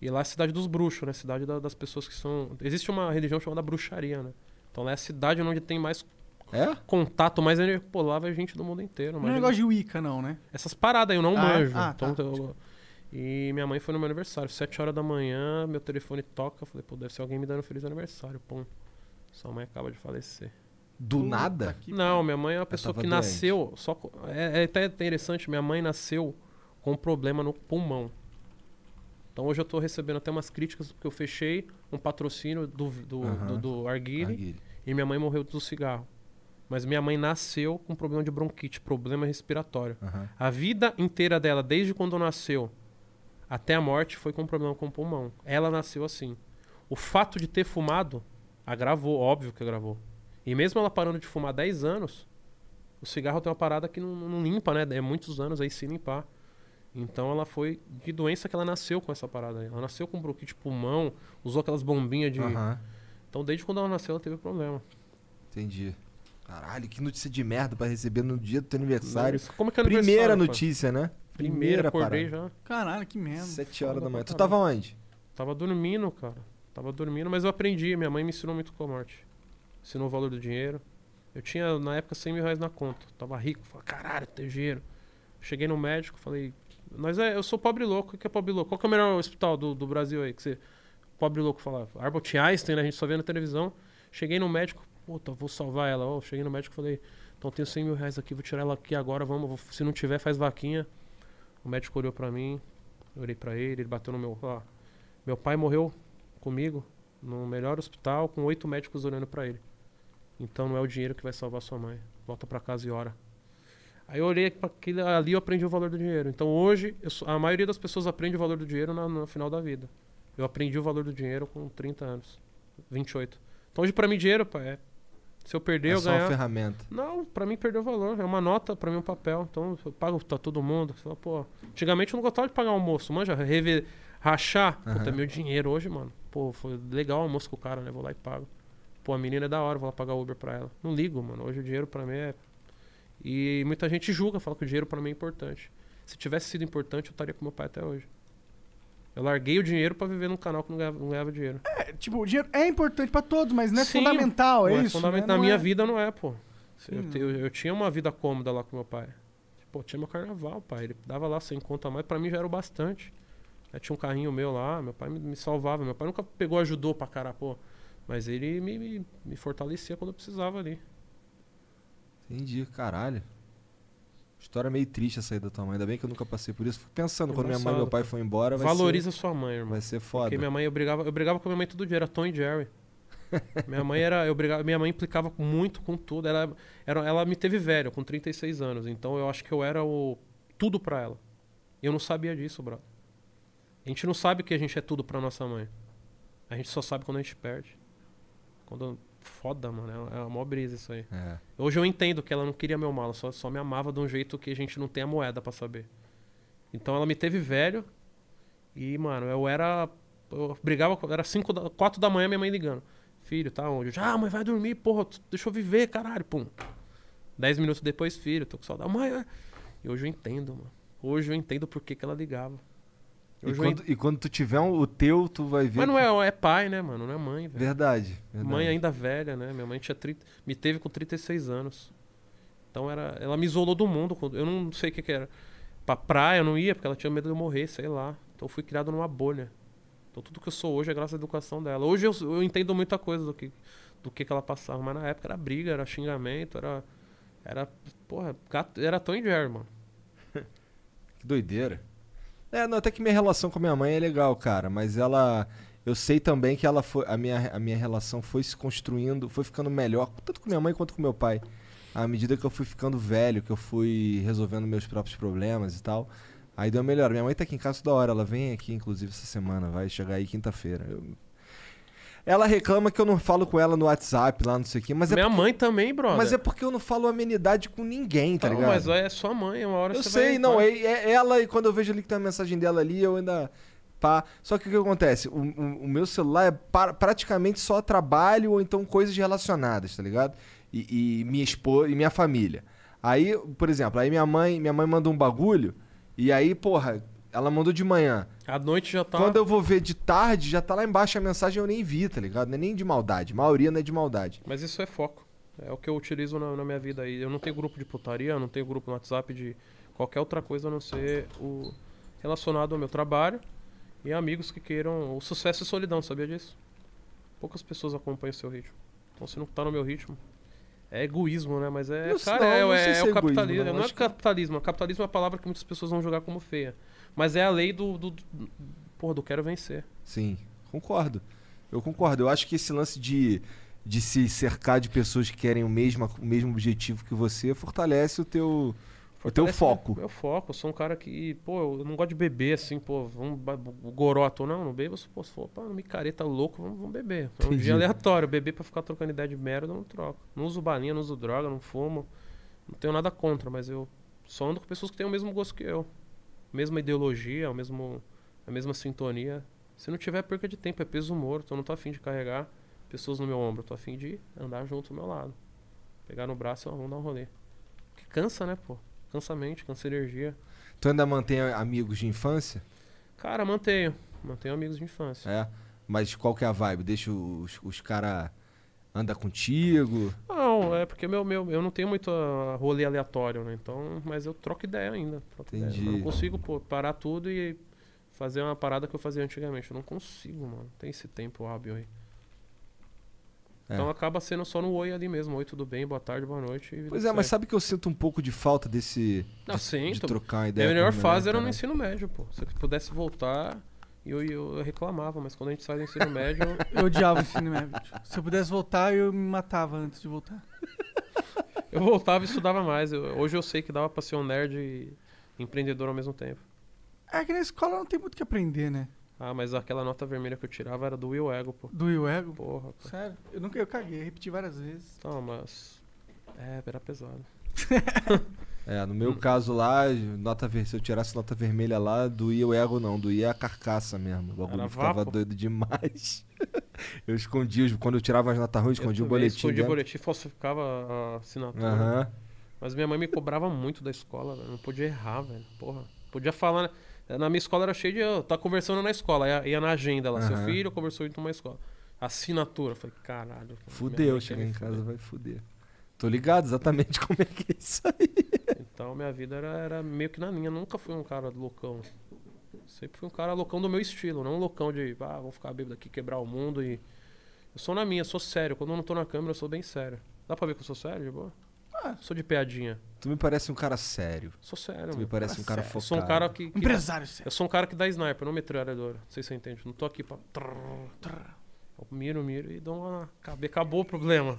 E lá é a cidade dos bruxos, né? Cidade da- das pessoas que são. Existe uma religião chamada bruxaria, né? Então lá é a cidade onde tem mais É? contato, mais energia. Pô, lá vai gente do mundo inteiro. Não é imagina. negócio de Wicca, não, né? Essas paradas aí eu não Ah, manjo. ah, tá. então, eu- E minha mãe foi no meu aniversário, 7 horas da manhã, meu telefone toca. Eu falei, pô, deve ser alguém me dando um feliz aniversário. Pum. Sua mãe acaba de falecer. Do Puta nada? que- Não, minha mãe é uma pessoa tava que doente. nasceu. Só co- é, é até interessante, minha mãe nasceu com um problema no pulmão. Então hoje eu tô recebendo até umas críticas porque eu fechei um patrocínio do, do, Aham. do, do Arguile Arguile. e minha mãe morreu do cigarro. Mas minha mãe nasceu com problema de bronquite, problema respiratório. Aham. A vida inteira dela, desde quando nasceu até a morte, foi com problema com o pulmão. Ela nasceu assim. O fato de ter fumado agravou, óbvio que agravou. E mesmo ela parando de fumar 10 anos, o cigarro tem uma parada que não, não limpa, né? É muitos anos aí se limpar. Então ela foi de doença que ela nasceu com essa parada aí. Ela nasceu com um bronquite de pulmão, usou aquelas bombinhas de. Aham, Então desde quando ela nasceu ela teve problema. entendi. Caralho, que notícia de merda pra receber no dia do teu aniversário. Como é que é Primeira aniversário, pô? notícia, né? Primeira, acordei parada. já. Caralho, que merda. Sete horas Foda da manhã. pra Tu tava onde? Tava dormindo, cara. Tava dormindo, mas eu aprendi. Minha mãe me ensinou muito com a morte. Ensinou o valor do dinheiro. Eu tinha, na época, 100 mil reais na conta. Tava rico. Falei, caralho, tenho dinheiro. Cheguei no médico, falei, mas é, eu sou pobre louco. O que é pobre louco? Qual que é o melhor hospital do, do Brasil aí? Que você, pobre louco, fala. Albert Einstein, né? A gente só vê na televisão. Cheguei no médico, puta, vou salvar ela. Ó, cheguei no médico e falei, então tenho 100 mil reais aqui, vou tirar ela aqui agora, vamos. vou- se não tiver, faz vaquinha. O médico olhou pra mim, eu olhei pra ele, ele bateu no meu. Ó, meu pai morreu comigo no melhor hospital, com oito médicos olhando pra ele. Então não é o dinheiro que vai salvar sua mãe. Volta pra casa e ora. Aí eu olhei para aquilo ali eu aprendi o valor do dinheiro. Então hoje, eu sou- a maioria das pessoas aprende o valor do dinheiro na- no final da vida. Eu aprendi o valor do dinheiro com 30 anos, 28. Então hoje pra mim dinheiro, pá, é se eu perder, é eu só uma ganhar. ferramenta. Não, pra mim perdeu o valor. É uma nota, pra mim é um papel. Então eu pago pra todo mundo. Fala, pô, antigamente eu não gostava de pagar almoço. Manja, reve... rachar. Puta, é meu dinheiro hoje, mano. Pô, foi legal o almoço com o cara, né? Vou lá e pago. Pô, a menina é da hora, vou lá pagar Uber pra ela. Não ligo, mano. Hoje o dinheiro pra mim é. E muita gente julga, fala que o dinheiro pra mim é importante. Se tivesse sido importante, eu estaria com meu pai até hoje. Eu larguei o dinheiro pra viver num canal que não ganhava, não ganhava dinheiro. É, tipo, o dinheiro é importante pra todos, mas não é Sim, fundamental, é Não isso? fundamenta- né? Na Não minha é. vida não é, pô. Sim, Eu, não. te- eu- eu tinha uma vida cômoda lá com meu pai. Pô, tinha meu carnaval, pai. Ele dava lá sem conta a mais, pra mim já era o bastante. Aí tinha um carrinho meu lá, meu pai me, me salvava. Meu pai nunca pegou, ajudou pra caralho, pô. Mas ele me, me, me fortalecia quando eu precisava ali. Entendi, caralho. História meio triste essa aí da tua mãe. Ainda bem que eu nunca passei por isso. Fico pensando, quando minha mãe e Embaçado, meu pai foram embora, vai Valoriza sua mãe, ser, irmão. vai ser foda. Porque minha mãe, eu brigava, eu brigava com minha mãe todo dia, era Tom e Jerry. minha mãe era, eu brigava, minha mãe implicava muito com tudo. Ela, era, ela me teve velho, com 36 anos, então eu acho que eu era o tudo pra ela. E eu não sabia disso, brother. A gente não sabe que a gente é tudo pra nossa mãe. A gente só sabe quando a gente perde. Quando foda, mano, é é a maior brisa isso aí. É. Hoje eu entendo que ela não queria meu mal, ela só, só me amava de um jeito que a gente não tem a moeda pra saber. Então ela me teve velho e, mano, eu era. Eu brigava, com- era 4 da manhã minha mãe ligando. Filho, tá onde? Eu já, ah, mãe, vai dormir, porra, tu- deixa eu viver, caralho, pum. 10 minutos depois, filho, tô com saudade. Mãe, é. e hoje eu entendo, mano. Hoje eu entendo por que, que ela ligava. E, Hoje eu quando, e quando tu tiver um- o teu, tu vai en- ver. Mas não que- é, é pai, né, mano? Não é mãe, velho. Verdade, verdade. Mãe ainda velha, né? Minha mãe tinha 30, me teve com 36 anos. Então era, ela me isolou do mundo. quando- Eu não sei o que, que era. Pra praia eu não ia, porque ela tinha medo de eu morrer, sei lá. Então eu fui criado numa bolha. Então tudo que eu sou hoje é graças à educação dela. Hoje eu, eu entendo muita coisa do que, do que, que ela passava, mas na época era briga, era xingamento, era. Era. Porra, gato, era Tom e Jerry, mano. Que doideira. É, não, até que minha relação com a minha mãe é legal, cara, mas ela. Eu sei também que ela foi, a, minha, a minha relação foi se construindo, foi ficando melhor, tanto com minha mãe quanto com meu pai. À medida que eu fui ficando velho, que eu fui resolvendo meus próprios problemas e tal. Aí deu melhor. Minha mãe tá aqui em casa toda hora, ela vem aqui, inclusive, essa semana, vai chegar aí quinta-feira. Eu- Ela reclama que eu não falo com ela no WhatsApp, lá, não sei o quê, mas é, Minha mãe também, brother. mas é porque eu não falo amenidade com ninguém, tá Não, ligado? mas é sua mãe, uma hora Eu você sei, vai- não, vai- é, é ela e quando eu vejo ali que tem uma mensagem dela ali, eu ainda. Pá. Só que o que acontece? O, o- o meu celular é pra- praticamente só trabalho ou então coisas relacionadas, tá ligado? E, e minha esposa e minha família. Aí, por exemplo, aí minha mãe, minha mãe manda um bagulho, e aí, porra, ela mandou de manhã. A noite já tá. Quando eu vou ver de tarde, já tá lá embaixo a mensagem eu nem vi, tá ligado? Não é nem de maldade. A maioria não é de maldade. Mas isso é foco. É o que eu utilizo na, na minha vida aí. Eu não tenho grupo de putaria, eu não tenho grupo no WhatsApp de qualquer outra coisa a não ser o relacionado ao meu trabalho e amigos que queiram o sucesso e solidão, sabia disso? Poucas pessoas acompanham o seu ritmo. Então se não tá no meu ritmo, é egoísmo, né? Mas é, Não, cara, não, é, não é- sei é se é o egoísmo, capitalismo. não, Não, é acho que- capitalismo. Capitalismo é a palavra que muitas pessoas vão jogar como feia. Mas é a lei do, do, do porra, do quero vencer. Sim, concordo. Eu concordo. Eu acho que esse lance de, de se cercar de pessoas que querem o mesmo, o mesmo objetivo que você fortalece o teu, O teu Parece foco. É, assim, Meu, meu foco. Eu sou um cara que, pô, eu não gosto de beber assim, pô, vamos ba- o goró, Não, não bebo. Eu sou, pô, se for, pá, um micareta louco, vamos, vamos beber. É um Entendi. dia aleatório. Beber pra ficar trocando ideia de merda, eu não troco. Não uso balinha, não uso droga, não fumo. Não tenho nada contra, mas eu só ando com pessoas que têm o mesmo gosto que eu. Mesma ideologia, o mesmo, a mesma sintonia. Se não tiver, é perca de tempo, é peso morto. Eu não tô afim de carregar pessoas no meu ombro. Eu tô afim de andar junto ao meu lado. Pegar no braço e ó, vamos dar um rolê. Porque cansa, né, pô? Cansa a mente, cansa a energia. Tu ainda mantém amigos de infância? Cara, mantenho. Mantenho amigos de infância. É. Mas qual que é a vibe? Deixa os, os caras andar contigo. Não, é porque meu, meu, eu não tenho muito ah, rolê aleatório, né? Então, mas eu troco ideia ainda. troco ideia. Entendi. Eu não consigo pô, parar tudo e fazer uma parada que eu fazia antigamente. Eu não consigo, mano. Tem esse tempo hábil aí. É. Então acaba sendo só no oi ali mesmo. Oi, tudo bem, boa tarde, boa noite. e vida Pois que é, mas segue. sabe que eu sinto um pouco de falta desse. Não, de sinto. trocar uma ideia. Minha com né? melhor os fase era no moleques, ensino médio, pô. Se eu pudesse voltar, eu, eu reclamava, mas quando a gente sai do ensino (laughs) médio, Eu odiava o ensino (laughs) médio. Se eu pudesse voltar, eu me matava antes de voltar. eu voltava e estudava mais. Eu- hoje eu sei que dava pra ser um nerd e empreendedor ao mesmo tempo. É que na escola não tem muito o que aprender, né? Ah, mas aquela nota vermelha que eu tirava era do Will Ego, pô. Do eu ego. Porra, pô. Sério? Eu nunca eu caguei, repeti várias vezes. Então, mas. É, era pesado. né? É, no Hum. meu caso lá, nota ver... se eu tirasse nota vermelha lá, doía o ego não, doía a carcaça mesmo. O bagulho Era ficava vácuo. doido demais. (laughs) eu escondia, os- quando eu tirava as notas ruins, Eu escondia o também boletim. Escondia o dentro. boletim, falsificava a assinatura. Aham. Mas minha mãe me cobrava muito da escola, velho. Não podia errar, velho. Porra. Podia falar. né? Na minha escola era cheio de. ó, Tá conversando na escola. Ia, ia na agenda lá. Seu Aham. filho conversou em uma escola. Assinatura. Eu Falei, caralho. minha Fudeu, mãe chegar quer em me casa fuder. vai fuder. Tô ligado exatamente (laughs) como é que é isso aí. Então minha vida era, era meio que na minha. Nunca fui um cara loucão. Sempre fui um cara loucão do meu estilo. Não um loucão de, ah, vou ficar bêbado aqui, quebrar o mundo e. Eu sou na minha, eu sou sério. Quando eu não tô na câmera, eu sou bem sério. Dá pra ver que eu sou sério, de boa? Ah. Sou de piadinha. Tu me parece um cara sério. Sou sério, Tu me mano. parece um cara sério. focado. Eu sou um cara que. que Empresário Eu sério. sou um cara que dá sniper, não metralhadora. Não sei se você entende. Não tô aqui pra. trrr. Trrr. Eu miro, miro e dou uma. Acabe- Acabou o problema.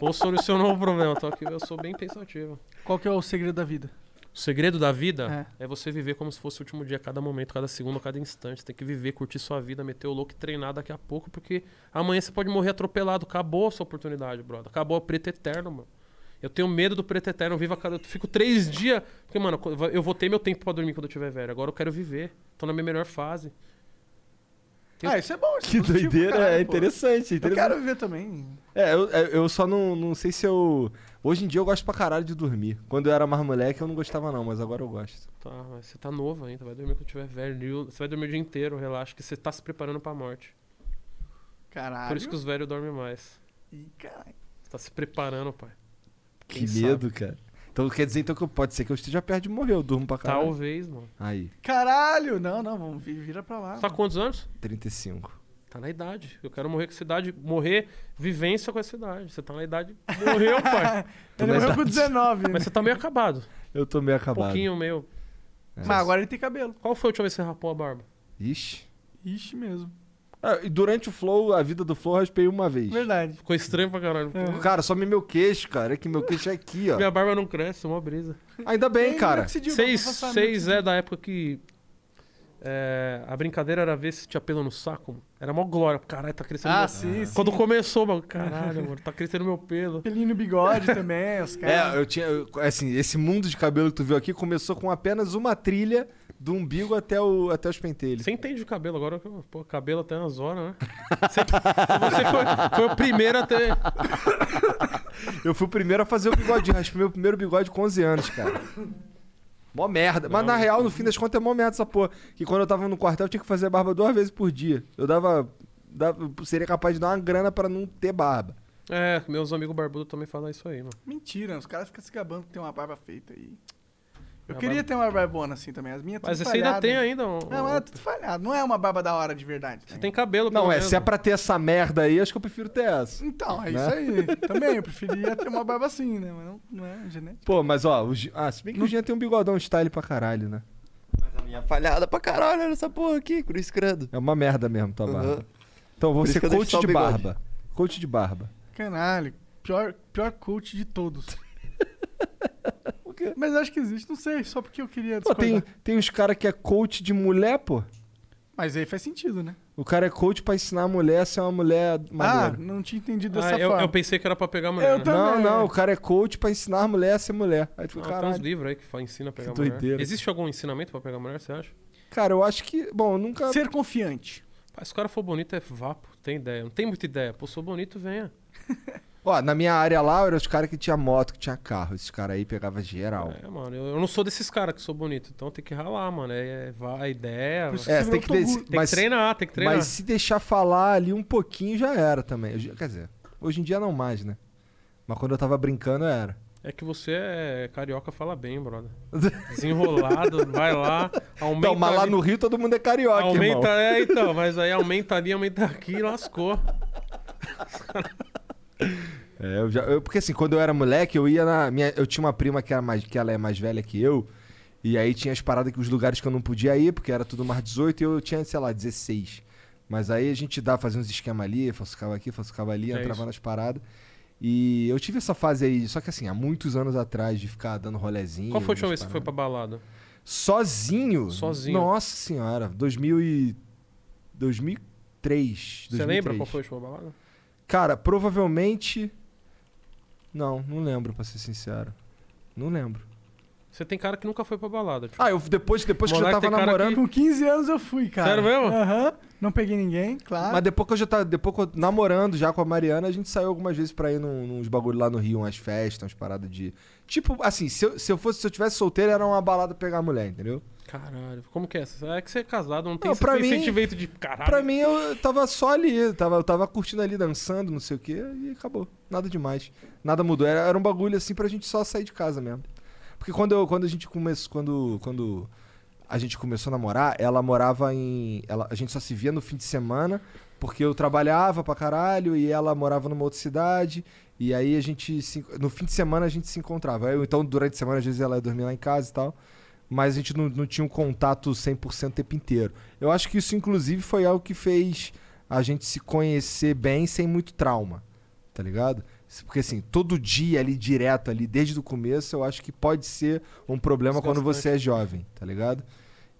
Ou solucionou o problema. Tô aqui, eu sou bem pensativo. Qual que é o segredo da vida? O segredo da vida é. você viver como se fosse o último dia, cada momento, cada segundo, cada instante. Você tem que viver, curtir sua vida, meter o louco e treinar daqui a pouco, porque amanhã você pode morrer atropelado. Acabou a sua oportunidade, brother. Acabou o preto eterno, mano. Eu tenho medo do preto eterno. Eu vivo a cada. Eu fico três dias. Porque, mano, eu vou ter meu tempo pra dormir quando eu tiver velho. Agora eu quero viver. Tô na minha melhor fase. Eu- Ah, isso é bom. Isso (laughs) Que é positivo, doideira, caralho, é pô. interessante. é Eu interessante. quero viver também. É, eu, é, eu só não, não sei se eu. Hoje em dia eu gosto pra caralho de dormir. Quando eu era mais moleque eu não gostava, não, mas agora eu gosto. Tá, mas você tá novo ainda, vai dormir quando tiver velho. Você vai dormir o dia inteiro, relaxa, que você tá se preparando pra morte. Caralho. Por isso que os velhos dormem mais. Ih, caralho. Você tá se preparando, pai. Que Quem medo, cara. Então quer dizer então que eu- pode ser que eu esteja perto de morrer, eu durmo Tá pra caralho. Talvez, mano. Aí, Caralho! Não, não, vamos vi- vira pra lá. Você tá com quantos anos? 35. Tá na idade. Eu quero morrer com essa idade. Morrer, vivência com essa idade. Você tá na idade. Morreu, (laughs) pai. (laughs) Tô Ele na morreu com né? idade. 19. Mas Mas, você tá meio acabado. Eu tô meio Um acabado. pouquinho meio. É. agora ele tem cabelo. Qual foi a última vez que você rapou a barba? Ixi. Ixi mesmo. Ah, e durante o flow, a vida do flow, eu raspei uma vez. Verdade. Ficou estranho pra caralho. É. Cara, some meu queixo, cara. É que meu queixo é aqui, ó. Minha barba não cresce, uma brisa. Ainda um bem, cara. Seis, seis é da época que é, a brincadeira era ver se tinha pelo no saco. mano. Era mó glória. Caralho, tá crescendo. Ah, meu- sim, sim. Quando começou, mano, caralho, mano, tá crescendo meu pelo. Pelinho no bigode também, os caras. (laughs) É, eu tinha. eu- Assim, esse mundo de cabelo que tu viu aqui começou com apenas uma trilha do umbigo até, o, até os pentelhos. Você entende de cabelo agora? que eu- Pô, cabelo até nas horas, né? Você, você foi, foi o primeiro a ter. Eu fui o primeiro a fazer o bigode, raspei meu primeiro bigode com 11 anos, cara. Mó merda. Mas na real, no fim das contas, é mó merda essa porra. Que quando eu tava no quartel, eu tinha que fazer barba duas vezes por dia. Eu dava. dava- seria capaz de dar uma grana pra não ter barba. É, meus amigos barbudos também falam isso aí, mano. Mentira, os caras ficam se gabando que tem uma barba feita aí. Eu Minha queria barba- ter uma barbona assim também. As minhas Mas tudo você ainda falhada. tem ainda. Um, Não, mas é tudo falhado. Não é uma barba da hora de verdade. Você né? tem cabelo, pelo Não, é, menos. se é pra ter essa merda aí, acho que eu prefiro ter essa. Então, é Né? isso aí. Também, eu preferia ter uma barba assim, né? Mas não, não é genética. Pô, mas ó, o Gi- ah, se bem que o Jean tem um bigodão style pra caralho, né? Mas a minha falhada pra caralho, olha essa porra aqui, cruz credo. Uhum. É uma merda mesmo tua barba. Aham. Então eu vou Por ser isso que eu deixo coach só o de bigode. barba. Coach de barba. (laughs) Caralho, pior, pior coach de todos. por quê? Mas eu acho que existe, não sei, só porque eu queria Pô, tem, discordar. tem uns caras que é coach de mulher, pô. Mas aí faz sentido, né? O cara é coach pra ensinar a mulher a ser uma mulher Ah, maneira. não tinha entendido Ah, dessa eu, forma. eu pensei que era pra pegar mulher. Eu né? também. não, não, o cara é coach pra ensinar a mulher a ser mulher. Aí tu fica, Ah, tem uns caralho. livros aí que fa- ensina a pegar Que mulher. doideira. Existe algum ensinamento pra pegar mulher, você acha? Cara, eu acho que. Bom, eu nunca. Ser confiante. Pá, se o cara for bonito, é vapo, tem ideia. Não tem muita ideia. Pô, sou bonito, venha. Ó, na minha área lá, eram os caras que tinha moto, que tinha carro. Esses caras aí pegava geral. É, mano, eu, eu não sou desses caras que sou bonito, então tem que ralar, mano. É, é va- a ideia. Por isso É, Você você virou tem que, Togu. des- Tem Tem mas, que treinar, tem que treinar. mas se deixar falar ali um pouquinho já era também. Hoje- Quer dizer, hoje em dia não mais, né? Mas quando eu tava brincando era. É que você é carioca, fala bem, (laughs) brother. Desenrolado, vai lá, aumenta. Então, mas lá ali- no Rio todo mundo é carioca, irmão. Aumenta, é, então, mas aí aumenta ali, aumenta aqui, lascou. É, eu já, eu- porque assim, quando eu era moleque, eu ia na minha, eu tinha uma prima que era mais, que ela é mais velha que eu, e aí tinha as paradas que os lugares que eu não podia ir, porque era tudo mais 18 e eu tinha, sei lá, 16. Mas aí a gente dá, fazia uns esquema ali, falsificava aqui, falsificava ali, É entrava isso. nas paradas. E eu tive essa fase aí, só que assim, há muitos anos atrás de ficar dando rolezinho. Qual foi a última umas vez que você foi pra balada? Sozinho? Sozinho. Nossa senhora, 2000 e 2003. Você lembra 2003. qual foi a última balada? Cara, provavelmente. Não, não lembro, pra ser sincero. Não lembro. Você tem cara que nunca foi pra balada. Tipo, Ah, eu depois, depois que eu já tava Moleque tem cara namorando. Com 15 anos eu fui, cara. Sério mesmo? Aham. Não peguei ninguém, claro. Mas depois que eu já tava. Depois que eu namorando já com a Mariana, a gente saiu algumas vezes pra ir num, nos bagulho lá no Rio, umas festas, umas paradas de. Tipo, assim, se eu, se eu fosse, se eu tivesse solteiro, era uma balada pegar a mulher, entendeu? caralho, como que é essa? É que você é casado, não Ah. tem Não, esse pra mim- sentimento de caralho. Pra mim, eu tava só ali, eu tava, eu tava curtindo ali, dançando, não sei o quê, e acabou. Nada demais. Nada mudou. Era, era um bagulho assim pra gente só sair de casa mesmo. Porque quando, eu, quando a gente começou. Quando, quando a gente começou a namorar, ela morava em. Ela, a gente só se via no fim de semana, porque eu trabalhava pra caralho e ela morava numa outra cidade. E aí a gente. se- no fim de semana a gente se encontrava. Eu, então, durante a semana, às vezes ela ia dormir lá em casa e tal. Mas a gente não, não tinha um contato 100% o tempo inteiro. Eu acho que isso, inclusive, foi algo que fez a gente se conhecer bem sem muito trauma, tá ligado? Porque, assim, todo dia ali, direto ali, desde o começo, eu acho que pode ser um problema quando você é jovem, tá ligado?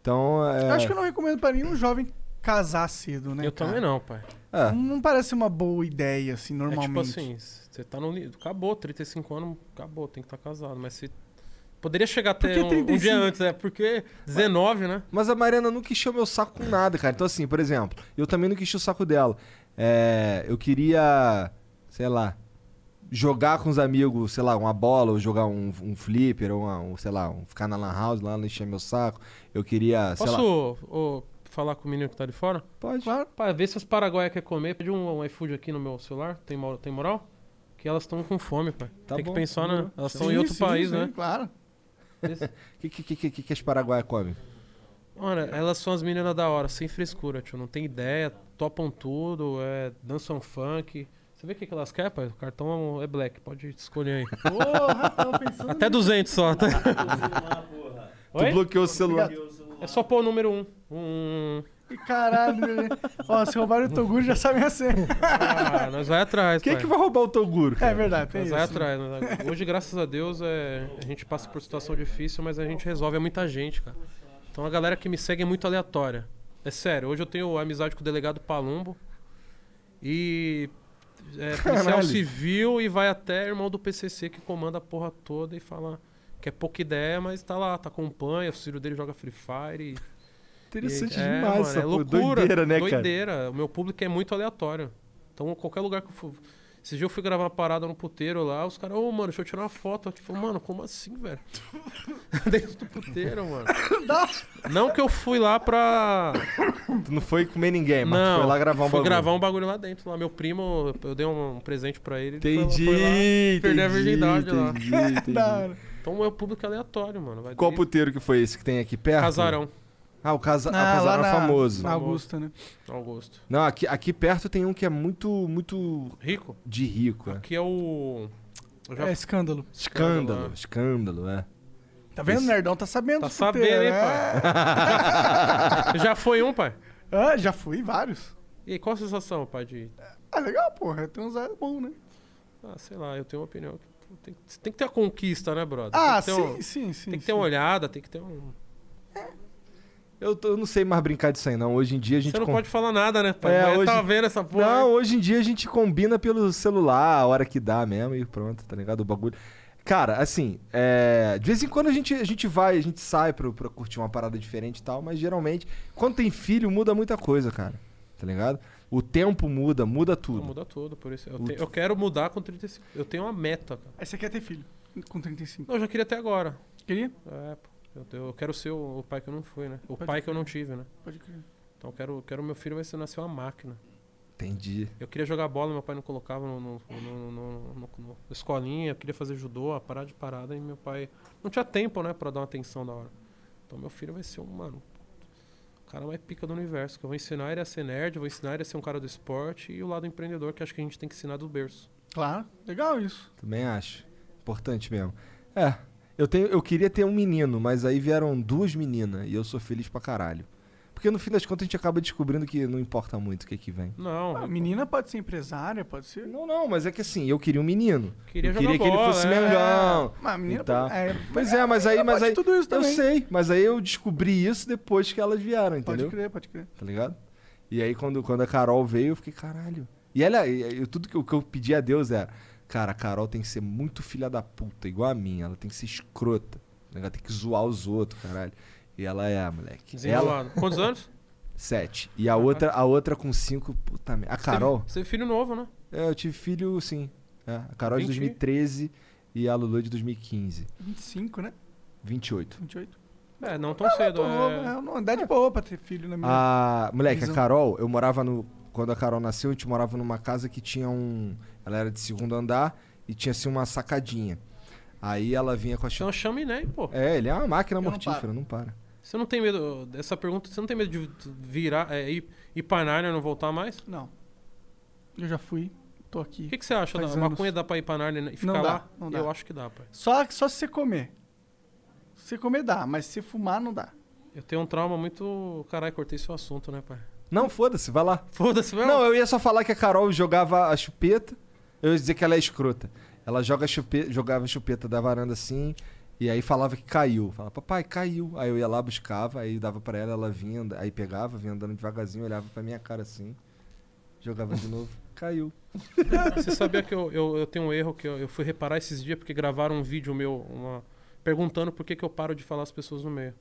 Então, é... Eu Acho que eu não recomendo pra nenhum jovem casar cedo, né? Eu também não, pai. é. Não parece uma boa ideia, assim, É tipo normalmente. assim, você tá no. li- Acabou, 35 anos, acabou, tem que estar casado. Mas você. Poderia chegar Por até que um, um 35? dia antes, é porque 19, né? Mas a Mariana nunca encheu meu saco com nada, cara. Então, assim, por exemplo, eu também nunca enchi o saco dela. É, eu queria, sei lá, jogar com os amigos, sei lá, uma bola, ou jogar um, um flipper, ou uma- um, sei lá, um, ficar na Lan House lá, não encher meu saco. Eu queria, sei Posso lá. ô, falar com o menino que tá de fora? Pode. Pá, vê se os paraguaias querem comer. Pede um, um iFood aqui no meu celular, tem, mo- tem moral? Que elas estão com fome, pai. Tá tem bom, que pensar, demorou. né? Elas Sim, estão em outro sim, país, sim, né? Claro. O que, que, que, que, que as paraguaias comem? Olha, elas são as meninas da hora, sem frescura, tio. Não tem ideia, topam tudo, é, dançam funk. Você vê o que, que elas querem, pai? O cartão é black, pode (laughs) escolher aí. Porra, tava pensando. Até 200 só, tá? Tu Oi? bloqueou o celular. É só pôr o número 1. Um. Um. Caralho, né? Ó, se roubarem o Toguro, já sabem a senha. Ah, nós vai atrás, Quem é pai. que vai roubar o Toguro? É Cara? verdade, tem Nós isso. né? vai atrás. nós vai- (laughs) Hoje, graças a Deus, é... a gente passa por situação difícil, mas a gente resolve. É muita gente, cara. Então a galera que me segue é muito aleatória. É sério, hoje eu tenho amizade com o delegado Palumbo. E. É policial Caralho. civil e vai até irmão do PCC que comanda a porra toda e fala que é pouca ideia, mas tá lá, tá acompanha, o filho dele joga Free Fire. e- Interessante e- é, demais mano, essa é porra. loucura, Doideira, né, cara? Doideira. O meu público é muito aleatório. Então, qualquer lugar que eu for. Esse dia eu fui gravar uma parada no puteiro lá, os caras, ô, mano, deixa eu tirar uma foto aqui. Eu Falei, mano, como assim, velho? (laughs) Dentro do puteiro, mano. Não que eu fui lá pra. Tu não foi comer ninguém, mas tu Não, foi lá gravar um fui bagulho. gravar um bagulho lá dentro. Lá. Meu primo, eu dei um presente pra ele. ele foi lá- Entendi, foi lá. entendi. perdi a virgindade lá. entendi, entendi. Da (laughs) hora. Então, o meu público é aleatório, mano. Vai Qual desde- puteiro que foi esse que tem aqui perto? Casarão, Ah, o, casa... ah, Ah, o Casarão lá é na- famoso. Na Augusta, né? Augusto. Não, aqui, aqui perto tem um que é muito, muito Rico? de rico. É. Que é o. Eu já É escândalo. Escândalo, escândalo, é. Tá vendo? Esse- O Nerdão tá sabendo. Tá dos puteiros, sabendo, hein, né? pai? é. (laughs) Já foi um, pai? Ah, já fui vários. E aí, qual a sensação, pai, de... Ah, legal, porra. Tem uns é bom, né? Ah, sei lá, eu tenho uma opinião. que- Tem, tem que ter a conquista, né, brother? Ah, tem sim, que ter um- sim, sim. Tem que ter sim. uma olhada, tem que ter um. Eu, tô- eu não sei mais brincar disso aí, não. Hoje em dia a gente. Você não com- pode falar nada, né, pai? É, É, hoje- tava vendo essa porra. Não, hoje em dia a gente combina pelo celular, a hora que dá mesmo e pronto, tá ligado? O bagulho. Cara, assim, é, de vez em quando a gente, a gente vai, a gente sai pra, pra curtir uma parada diferente e tal, mas geralmente, quando tem filho, muda muita coisa, cara. Tá ligado? O tempo muda, muda Não, tudo. Muda tudo, por isso. Eu, Tudo. te- eu quero mudar com 35. Eu tenho uma meta, cara. Aí você quer é ter filho com 35. Não, eu já queria até agora. Queria? É, pô. Eu, eu quero ser o, o pai que eu não fui, né? O Pode pai crer. que eu não tive, né? Pode crer. Então eu quero, eu quero meu filho vai ser nascer uma máquina. Entendi. Eu queria jogar bola, meu pai não colocava no, no, no- no- no- no- no- escolinha. Eu queria fazer judô, a parada de parada. E meu pai não tinha tempo, né, pra dar uma atenção da hora. Então meu filho vai ser um, mano, o cara mais pica do universo. Que eu vou ensinar ele a ser nerd, eu vou ensinar ele a ser um cara do esporte e o lado empreendedor, que acho que a gente tem que ensinar do berço. Claro. Legal isso. Também acho. Importante mesmo. É, eu, tenho, eu queria ter um menino, mas aí vieram duas meninas e eu sou feliz pra caralho. Porque no fim das contas a gente acaba descobrindo que não importa muito o que que vem. Não, Ah, eu menina pode ser empresária, pode ser. Não, não, mas é que assim, eu queria um menino. queria eu jogar queria que bola, ele fosse né? mengão. É, mas a menina e tal. pode- é, Pois é, mas aí, ela mas pode aí. tudo isso Eu também. sei, mas aí eu descobri isso depois que elas vieram, Pode entendeu? crer, pode crer. Tá ligado? E aí quando, quando a Carol veio, eu fiquei, caralho. E ela, e- e tudo que, eu- que eu pedi a Deus era, cara, a Carol tem que ser muito filha da puta, igual a minha. Ela tem que ser escrota. tá ligado? Ela tem que zoar os outros, caralho. E ela é, moleque. Ela, desenrolado. Quantos anos? sete. E a outra, a outra com cinco, puta merda. A Carol, Você teve filho novo, né? é, eu tive filho, sim. É, a Carol de 20? 2013 e a Lulu é de 2015. 25, né? 28. 28. É, não tão cedo. Tô novo, é... é uma idade boa pra ter filho né, na minha. A, moleque, Visão. a Carol, eu morava no. Quando a Carol nasceu, a gente morava numa casa que tinha um. Ela era de segundo andar e tinha assim uma sacadinha. Aí ela vinha com a Então chave. chame nem, pô. É, ele é uma máquina Eu não mortífera, não para. Você não tem medo dessa pergunta? Você não tem medo de virar, é, ir, ir pra Nárnia e não voltar mais? Não. Eu já fui, tô aqui. O que, que você acha? Da, Faz anos. maconha dá pra ir pra Nárnia e ficar Não dá, lá? não dá. Eu acho que dá, pai. Só, só se você comer. Se você comer dá, mas se fumar não dá. Eu tenho um trauma muito. Caralho, cortei seu assunto, né, pai? Não, foda-se, vai lá. Foda-se, velho. Não, eu ia só falar que a Carol jogava a chupeta. Eu ia dizer que ela é escrota. Ela joga a chupe- jogava a chupeta da varanda assim. E aí falava que caiu. Falava, papai, caiu. Aí eu ia lá, buscava, aí dava pra ela, ela vinha, and- aí pegava, vinha andando devagarzinho, olhava pra minha cara assim, jogava de novo, caiu. Você sabia que eu, eu, eu tenho um erro que eu, eu fui reparar esses dias porque gravaram um vídeo meu uma- perguntando por que, que eu paro de falar as pessoas no meio.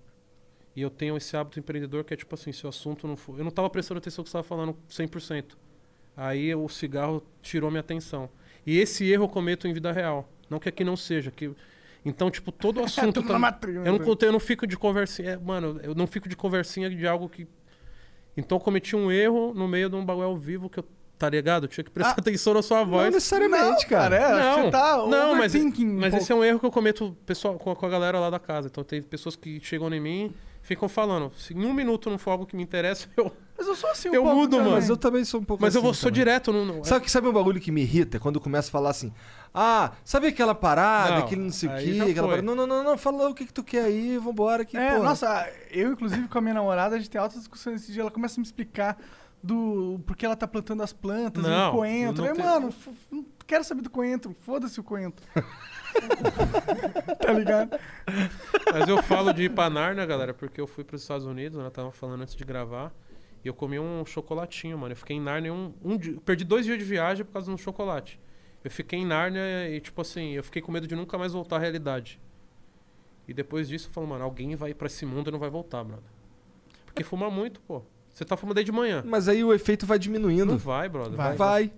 E eu tenho esse hábito empreendedor que é tipo assim, se o assunto não for... Eu não tava prestando atenção no que você tava falando 100%. Aí o cigarro tirou minha atenção. E esse erro eu cometo em vida real. Não que aqui não seja. Que... Então, tipo, todo o (laughs) assunto... Tudo na também- matriz, né? eu não, conto- eu não fico de conversinha. é, Mano, eu não fico de conversinha de algo que. Então eu cometi um erro no meio de um bagulho ao vivo que eu. Tá ligado? Eu tinha que prestar Ah, atenção na sua Não voz. necessariamente, cara. é, acho que Não, você tá não, mas, assim, overthinking um mas pouco. esse é um erro que eu cometo pessoal, com, a- com a galera lá da casa. Então teve pessoas que chegam em mim ficam falando. Se em um minuto não for algo que me interessa, eu. Mas eu sou assim um eu pouco, mudo, cara. mano. Mas eu também sou um pouco Mas eu assim vou, sou também. direto. né? Não, é não. Sabe, que- sabe um bagulho que me irrita? Quando começa a falar assim, ah, sabe aquela parada, Não, aquele não sei o aí quê, já aquela foi. parada. Não, não, não, não, fala o que, que tu quer aí, vambora que, É, porra. nossa, eu inclusive com a minha namorada, a gente tem altas discussões esse dia, ela começa a me explicar do por que ela tá plantando as plantas, Não, e o coentro. não Eu, tem- mano, f- não quero saber do coentro, foda-se o (laughs) coentro. (laughs) tá ligado? Mas eu falo de ir pra Narnia, galera, porque eu fui pros Estados Unidos, ela tava falando antes de gravar, e eu comi um chocolatinho, mano. Eu fiquei em Narnia um, um dia, eu perdi dois dias de viagem por causa de um chocolate. Eu fiquei em Narnia e, tipo assim, eu fiquei com medo de nunca mais voltar à realidade. E depois disso eu falo, mano, alguém vai pra esse mundo e não vai voltar, brother. Porque fuma muito, pô. Você tá fumando aí de manhã. Mas aí o efeito vai Não diminuindo. vai, brother. Vai.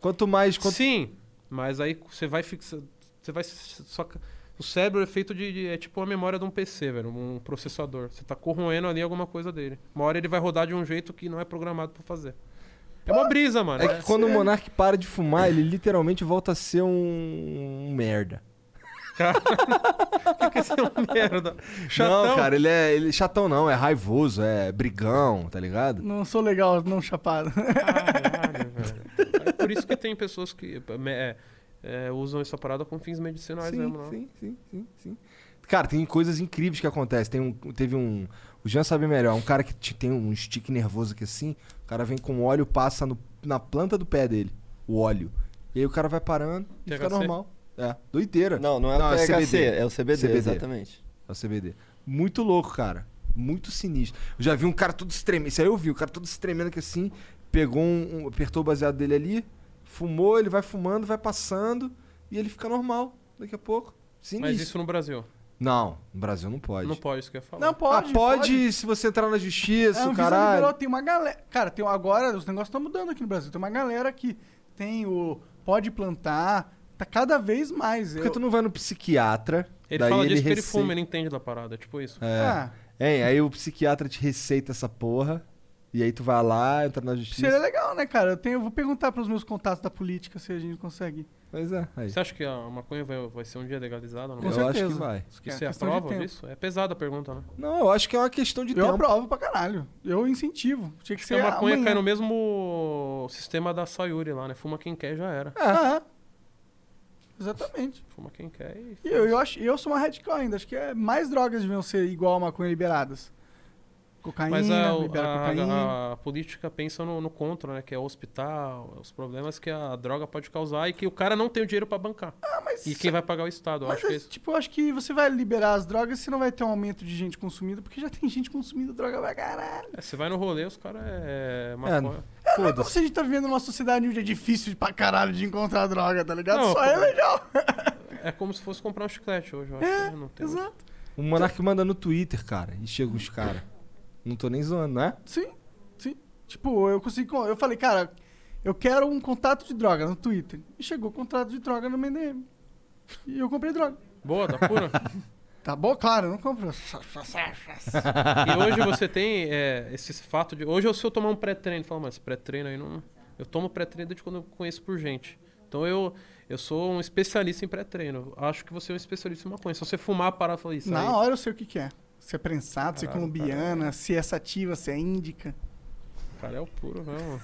Quanto mais. Quanto... Sim, mas aí você vai fixar. Você vai. Só, ca- o cérebro é feito de, de- É tipo a memória de um PC, velho. Um processador. Você tá corroendo ali alguma coisa dele. Uma hora ele vai rodar de um jeito que não é programado pra fazer. É uma brisa, mano. É que (laughs) quando o Monark para de fumar, ele literalmente volta a ser um, um merda. Fica esse é merda. Chatão. Não, cara, ele é. Ele, chatão não, é raivoso, é brigão, tá ligado? Não sou legal, não chapado. Caralho, velho. É por isso que tem pessoas que me- é, é, usam essa parada com fins medicinais sim, mesmo, não. sim, sim, sim, sim. Cara, tem coisas incríveis que acontecem. Tem um, teve um. O Jean sabe melhor, um cara que te- tem um stick nervoso aqui assim, o cara vem com óleo, passa no- na planta do pé dele, o óleo. E aí o cara vai parando e fica THC? normal. É, doideira. Não, não é o é THC, CBD. é o CBD, CBD. exatamente. É o CBD. Muito louco, cara. Muito sinistro. Eu já vi um cara todo estremendo. Isso aí eu vi, o cara todo estremendo que assim, pegou um, um- apertou o baseado dele ali, fumou, ele vai fumando, vai passando e ele fica normal daqui a pouco. Sinistro. Mas isso no Brasil. Não, no Brasil não pode. Não pode, isso que eu ia falar. Não, pode. ah, pode se você entrar na É, a justiça, o Anvisa caralho. liberou, tem uma galera. Cara, tem, agora os negócios estão mudando aqui no Brasil. Tem uma galera que tem o pode plantar. Tá cada vez mais. Porque Eu- tu não vai no psiquiatra. Ele daí fala disso porque ele receita- fuma, ele entende da parada, é tipo isso. É. Ah, É, aí o psiquiatra te receita essa porra. E aí tu vai lá, entra na justiça. seria legal, né, cara? Eu, tenho, eu vou perguntar pros meus contatos da política se a gente consegue. Pois é, aí. Você acha que a maconha vai, vai ser um dia legalizada? Não? Com Eu Isso acho certeza. que é vai. é a questão de prova tempo. disso? É pesada a pergunta, né? Não, eu acho que é uma questão de Eu tempo. aprovo pra caralho. Eu incentivo. Tinha que Acho que ser a maconha amanhã. cai no mesmo sistema da Sayuri lá, né? Fuma quem quer já era. Ah, exatamente. Fuma quem quer e. E eu, eu, acho, eu sou uma radical ainda. Acho que é, mais drogas deviam ser igual a maconha liberadas. Cocaína, Mas a, libera a- cocaína. a- a política pensa no, no contra, né? Que é o hospital, os problemas que a droga pode causar e que o cara não tem o dinheiro pra bancar. Ah, mas E quem vai pagar é o Estado, eu Mas, acho que é isso. tipo, eu acho que você vai liberar as drogas, você não vai ter um aumento de gente consumida, porque já tem gente consumindo droga pra caralho. É, você vai no rolê, os caras é maconha. Não é como se a gente tá vivendo numa sociedade onde é difícil pra caralho de encontrar droga, tá ligado? Não, Só é pô. legal. (laughs) É, como se fosse comprar um chiclete hoje, eu acho. né? não tem muito. É, Exato. O Monark Um manda no Twitter, cara. E chega os caras. Não tô nem zoando, né? Sim, sim. Tipo, eu consegui. con- Eu falei, cara, eu quero um contato de droga no Twitter. E chegou o contrato de droga no MDM. E eu comprei droga. Boa, tá (laughs) pura. Tá bom? Claro, eu não compro. E hoje você tem é, esse fato de. Hoje, se eu tomar um pré-treino, fala, mas esse pré-treino aí não. Eu tomo pré-treino desde quando eu conheço por gente. Então eu, eu sou um especialista em pré-treino. Acho que você é um especialista em maconha. Se você fumar, parar e falar isso aí. Na hora eu sei o que, que é. Se é prensado, se é Caralho, colombiana, se é sativa, se é índica. Cara, é o puro mesmo.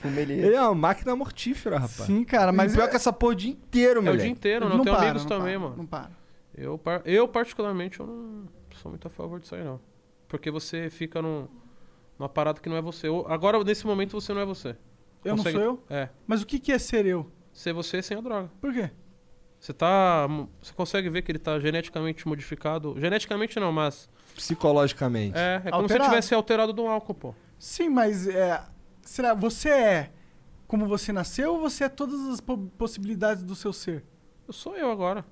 Fumelier. Ele é uma máquina mortífera, rapaz. Sim, cara, mas. E pior é- que essa porra o dia inteiro, É o moleque. dia inteiro, né? não Eu tenho para, amigos não também, para, mano. Não para. Eu, par- eu, particularmente, eu não sou muito a favor disso aí, não. Porque você fica num, numa parada que não é você. Ou- Agora, nesse momento, você não é você. Eu não Consegue- sou eu? É. Mas o que, que é ser eu? Ser você sem a droga. Por quê? Você tá. Você consegue ver que ele tá geneticamente modificado. Geneticamente não, mas. Psicologicamente. É, é como se Alterado. ele tivesse alterado do álcool, pô. Sim, mas é, será você é como você nasceu ou você é todas as po- possibilidades do seu ser? Eu sou eu agora.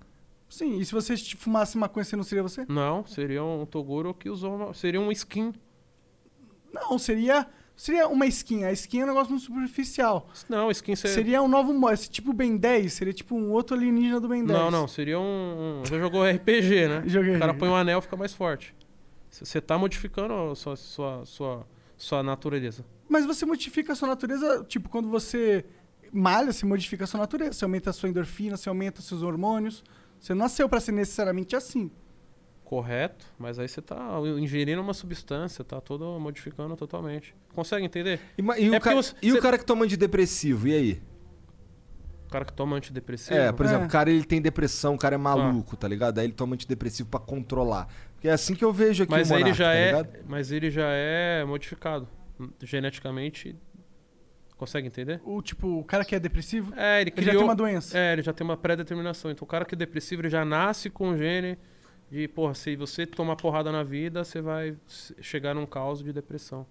Sim, e se você te fumasse maconha, você não seria você? Não, seria um Toguro que usou. Uma, seria um skin. Não, seria seria uma skin. A skin é um negócio muito superficial. Não, skin seria. Seria um novo mo- esse tipo Ben 10, seria tipo um outro alienígena do Ben 10. Não, não, seria um. um- Já jogou RPG, né? (laughs) Joguei. O cara põe um anel fica mais forte. C- Você tá modificando a sua, sua, sua, sua natureza. Mas você modifica a sua natureza, tipo, quando você malha, você modifica a sua natureza. Você aumenta a sua endorfina, você aumenta seus hormônios. Você não nasceu pra ser necessariamente assim. Correto, mas aí você tá ingerindo uma substância, tá todo modificando totalmente. Consegue entender? E, ma- e o, É porque ca- você- e o você- cara que toma antidepressivo, e aí? O cara que toma antidepressivo. É, por É. exemplo, o cara ele tem depressão, o cara é maluco, tá ligado? Aí ele toma antidepressivo pra controlar. Porque é assim que eu vejo aqui mas o aí ele Monark, já tá é, ligado? mas ele já é modificado geneticamente. Consegue entender? O tipo, o cara que é depressivo, É, ele ele criou. já tem uma doença. É, ele já tem uma pré-determinação. Então o cara que é depressivo, ele já nasce com o gene de, porra, se você tomar porrada na vida, você vai s- chegar num caos de depressão.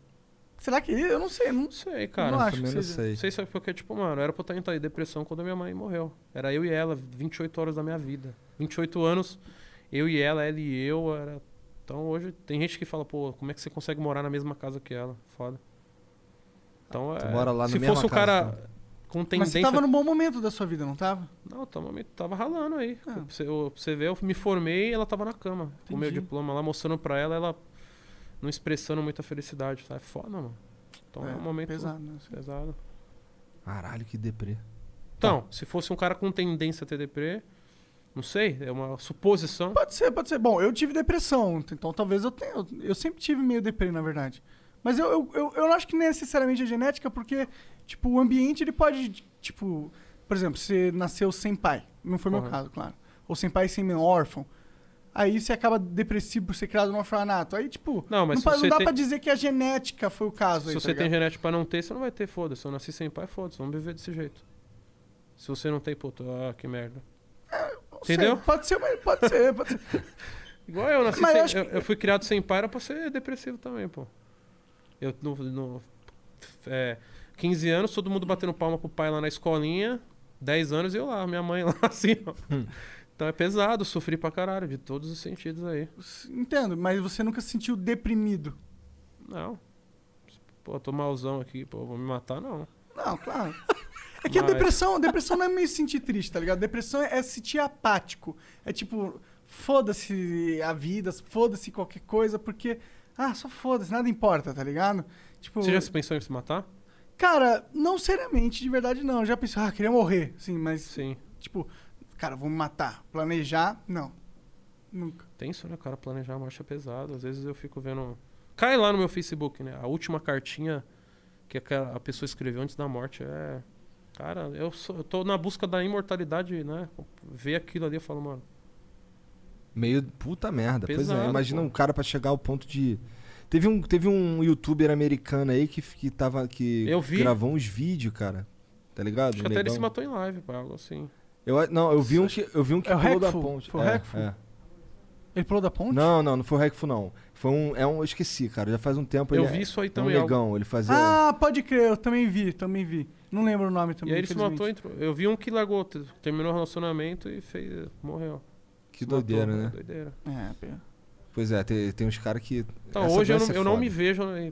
Será que eu não sei, não Não sei, cara. Não Eu acho também que não seja. sei. Não sei se é porque, tipo, mano, era pra eu estar em tá- depressão quando minha mãe morreu. Era eu e ela, 28 horas da minha vida. 28 anos, eu e ela, ela e eu, era... Então hoje tem gente que fala, pô, como é que você consegue morar na mesma casa que ela? Foda. Então é... Tu mora lá na se mesma fosse um casa, cara então. com Mas tendência... você tava num bom momento da sua vida, não tava? Não, tava, me- tava ralando aí. Ah. Pra você- eu- pra você ver, eu me formei e ela tava na cama. Com o meu Entendi. diploma lá, mostrando pra ela, ela não expressando muita felicidade. Tá? É foda, mano. Então é, um momento pesado. pesado. Né? Caralho, que deprê. Então, Tá. se fosse um cara com tendência a ter deprê, não sei, é uma suposição. Pode ser, pode ser. Bom, eu tive depressão, então talvez eu tenha. Eu sempre tive meio deprê, na verdade. Mas eu, eu, eu, eu não acho que necessariamente é genética, porque, tipo, o ambiente ele pode, tipo... Por exemplo, você nasceu sem pai. Não foi meu Correto. caso, claro. Ou sem pai, sem mãe, um órfão. Aí você acaba depressivo por ser criado no orfanato. Aí, tipo, Não, mas não, se pa- não você dá tem- pra dizer que a genética foi o caso. Se aí, tá você tem ligado? genética pra não ter, você não vai ter, foda-se. Eu nasci sem pai, foda-se, vamos viver desse jeito. Se você não tem, puta, ah, que merda. Não Entendeu? sei, pode ser, mas pode ser, pode ser. Igual eu nasci Mas sem, eu acho eu, eu fui criado sem pai, era pra ser depressivo também, pô. Eu no, no- é, 15 anos, todo mundo batendo palma pro pai lá na escolinha. 10 anos eu lá, minha mãe (laughs) lá, assim, ó. Hum. Então é pesado, sofri pra caralho, de todos os sentidos aí. Entendo, mas você nunca se sentiu deprimido. Não. Pô, tô malzão aqui, pô, vou me matar, não. Não, claro. É que Mas- a depressão, depressão não é me sentir triste, tá ligado? Depressão é, é se sentir apático. É tipo, foda-se a vida, foda-se qualquer coisa, porque. Ah, só foda-se, nada importa, tá ligado? Tipo, Você já se pensou em se matar? cara, não seriamente, de verdade não. Eu já pensei, ah, queria morrer, sim, mas Sim. tipo, cara, vou me matar. Planejar, não. Nunca. Tenso, né, cara? Planejar a marcha é pesado. Às vezes eu fico vendo. um- Cai lá no meu Facebook, né? A última cartinha que aquela- a pessoa escreveu antes da morte é. Cara, eu, sou- eu tô na busca da imortalidade, né? Ver aquilo ali, eu falo, mano. Meio puta merda. pois é, Pesado, imagina pô. um cara pra chegar ao ponto de Teve um, teve um youtuber americano aí que, que tava que Eu vi. gravou uns vídeos, cara. Tá ligado? Acho que até ele Negão. se matou em live, pô, algo assim. Eu a- não, eu vi um que eu vi um que É o pulou da Hackful? ponte. Foi o É, Hackful? é. Ele pulou da ponte? Não, não, não foi o Hackful não. Foi um é um eu esqueci, cara. Já faz um tempo Eu ele é- vi isso aí é um também. algo- negão, ele fazia Ah, pode crer, eu também vi, também vi. Não lembro o nome também. E aí ele se infelizmente. matou, entrou. Eu vi um que largou, te- terminou o relacionamento e fez. Morreu. que Se matou, doideira, pô, né? Doideira. É, pera. Pois é, tem, tem uns caras que Então, essa hoje eu vai não, é ser eu não foda. me vejo né,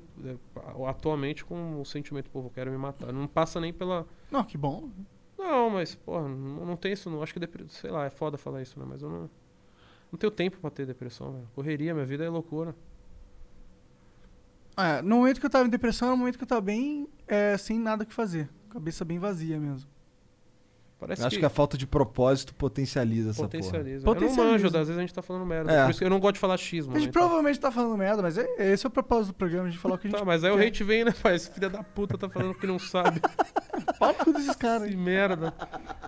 atualmente com o sentimento, pô, eu quero me matar. Não passa nem pela. Não, que bom. Não, mas, porra, não, não tem isso, não. Acho que depressão. Sei lá, é foda falar isso, né? Mas eu não. Não tenho tempo pra ter depressão, velho. Correria, minha vida é loucura. É, no momento que eu tava em depressão, era um momento que eu tava bem é, sem nada o que fazer. Cabeça bem vazia mesmo. Parece Eu Acho que... é a falta de propósito potencializa, potencializa. Eu não Potencializa. manjo, às vezes a gente tá falando merda. É. Por isso que eu não gosto de falar xismo. a né? gente Então- provavelmente tá falando merda, mas é, esse é o propósito do programa, a gente falar (laughs) o que a gente Tá, mas aí o quer. hate vem, né, pai? Esse filho da puta tá falando que não (laughs) sabe. fala com todos esses caras. que merda.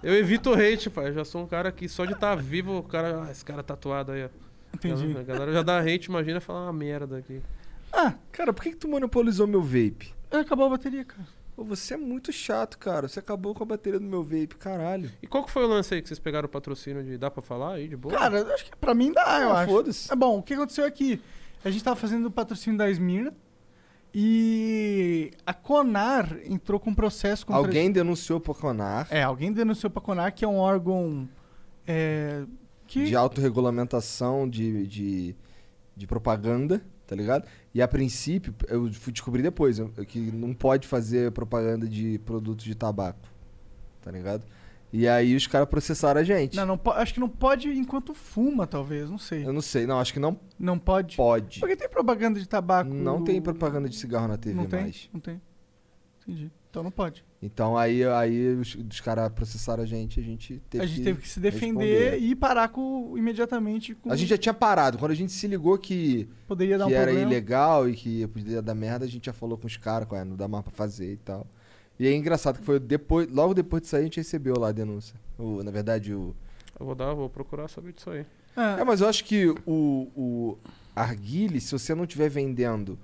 Eu evito o hate, pai. Eu já sou um cara que só de estar vivo, o cara. Ah, esse cara tatuado aí, ó. Entendi. A galera já dá hate, imagina falar uma merda aqui. Ah, a porra. Cara, por que, que tu monopolizou meu vape? É, acabou a bateria, cara. Pô, você é muito chato, cara. Você acabou com a bateria do meu vape, caralho. E qual que foi o lance aí que vocês pegaram o patrocínio de. Dá pra falar aí, de boa? Cara, eu acho que pra mim dá, eu Ah, acho. foda-se. É bom, o que aconteceu é que a gente tava fazendo o patrocínio da Esmirna e a Conar entrou com um processo contra Alguém denunciou pro Conar É, alguém denunciou pra Conar, que é um órgão é, que de autorregulamentação de, de, de propaganda, tá ligado? E a princípio, eu fui descobrir depois eu- que não pode fazer propaganda de produtos de tabaco, tá ligado? E aí os caras processaram a gente. Não, não po- acho que não pode enquanto fuma, talvez, não Tipo, sei. Eu não sei, não, acho que não Não pode. pode. Porque tem propaganda de tabaco. Não tem propaganda de cigarro na TV tá não tem? mais. Não tem. Entendi. Então não pode. Então aí, aí os, os caras processaram a gente, a gente teve a gente que... teve que se defender responder. e parar com, imediatamente com A gente já tinha parado. Quando a gente se ligou que, poderia dar um que era problema. ilegal e que podia dar merda, a gente já falou com os caras, "Ué, não dá mais pra fazer e tal. E é engraçado que foi depois, logo depois disso aí a gente recebeu lá a denúncia. O- na verdade, o. Eu vou dar, vou procurar saber disso aí. Ah, É, mas eu acho que o, o Arguile, se você não estiver vendendo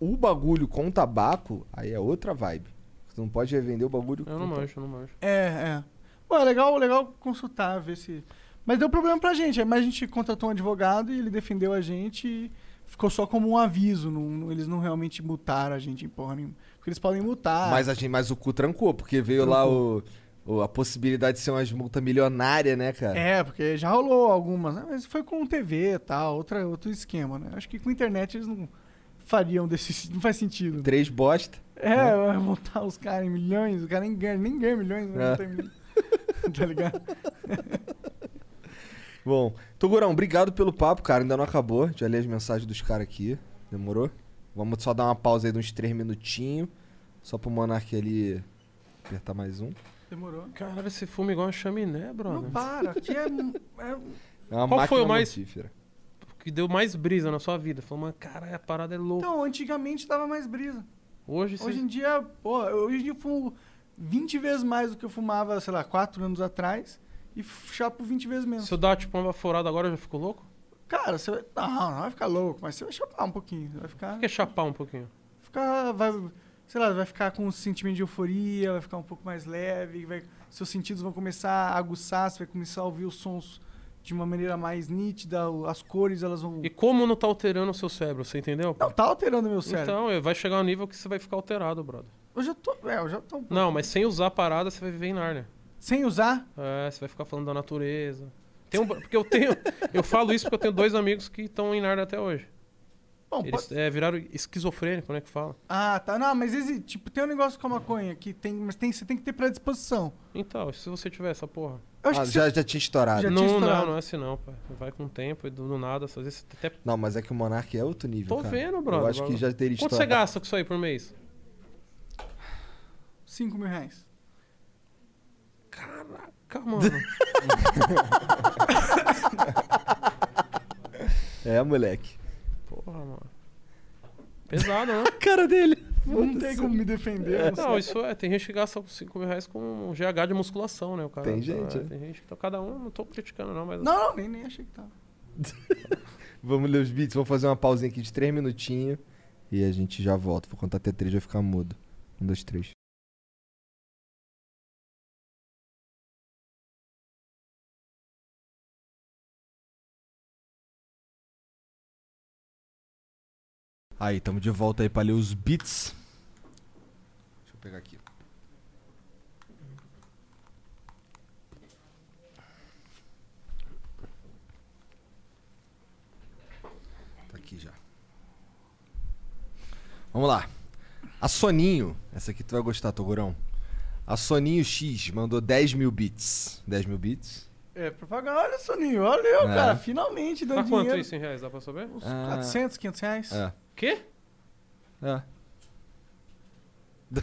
o bagulho com tabaco, aí é outra vibe. Você não pode vender o bagulho Eu com não tabaco. manjo, eu não manjo. é, é. Bom, é legal, legal consultar, ver se. Mas deu problema pra gente. aí, Mas a gente contratou um advogado e ele defendeu a gente e ficou só como um aviso. não- não- eles não realmente multaram a gente em porra nenhuma. Porque eles podem multar. Mas, a gente, mas o cu trancou, porque veio lá o, o- a possibilidade de ser umas multa milionária, né, cara? É, porque já rolou algumas, né? Mas foi com TV e tal, outra, outro esquema, né? Acho que com internet eles não fariam desse. (laughs) Não faz sentido. né? Três bosta. É, vai montar os caras em milhões, o cara nem ganha, nem ganha milhões, né? É. Não tem milhões. (laughs) tá ligado? Bom, Togurão, obrigado pelo papo, cara. Ainda não acabou. Já li as mensagens dos caras aqui. Demorou? Vamos só dar uma pausa aí de uns três minutinhos. Só pro Monark ali apertar mais um. Demorou. Caralho, esse fumo igual uma chaminé, Não brother. para, aqui é. é- É uma Qual máquina foi o mais- mortífera. Que deu mais brisa na sua vida. Falou, mano, caralho, a parada é louca. Então, antigamente dava mais brisa. hoje você. Então, Hoje em dia, pô, hoje em dia eu fumo 20 vezes mais do que eu fumava, sei lá, 4 anos atrás e f- chapo 20 vezes menos. Se eu dar tipo uma baforada agora, eu já fico louco? Cara, você vai. Não, não vai ficar louco, mas você vai chapar um pouquinho. Vai ficar. Por que chapar um pouquinho? ficar, vai, sei lá, vai ficar com um sentimento de euforia, vai ficar um pouco mais leve, vai seus sentidos vão começar a aguçar, você vai começar a ouvir os sons de uma maneira mais nítida, o- as cores elas vão. E como não tá alterando o seu cérebro, você entendeu? Não, tá alterando meu cérebro. então, eh, vai chegar um nível que você vai ficar alterado, brother. Eu já tô. É, eu já tô. Não, mas sem usar a parada, você vai viver em Nárnia. Sem usar. É, você vai ficar falando da natureza. Tem um, bro- porque eu tenho. (laughs) Eu falo isso porque eu tenho dois amigos que estão em Nárnia até hoje. Bom, pode- Eles eh, viraram esquizofrênico, né? Que fala. Ah, tá. Não, mas existe, tipo, tem um negócio com a maconha que tem. Mas tem, você tem que ter predisposição. Então, se você tiver essa porra. Eu acho Ah, que já, já tinha estourado. Já- tinha não, não, estourado. não é assim não, pai. Vai com o tempo e do, do nada, às vezes você até. Não, mas é que o Monark é outro nível. Tô cara. vendo, brother. Eu acho que já teria Quanto você estourado. gasta com isso aí por mês? 5 mil reais. Caraca, mano. É, moleque. Porra, mano. Pesado, né? Cara dele. Não tem como me defender. Não, isso é. Tem gente que gasta 5 mil reais com GH de musculação, né? O cara, Tem tá- gente, é. Tem gente que tá. Cada um, não tô criticando, não, mas. Não, não, nem, nem achei que tava. Vamos ler os beats, vamos fazer uma pausinha aqui de 3 minutinhos e a gente já volta. Vou contar até 3, vai ficar mudo. 1, 2, 3. Aí, tamo de volta aí pra ler os beats. Deixa eu pegar aqui. Tá aqui já. Vamos lá. A Soninho. Essa aqui tu vai gostar, Togurão. A Soninho X mandou 10 mil bits. 10 mil bits? É, propaganda. Olha, Soninho, olha eu, É. cara. Finalmente deu Tá dinheiro. quanto isso em reais? Dá pra saber? Uns Ah. 400, 500 reais. É. Quê? É.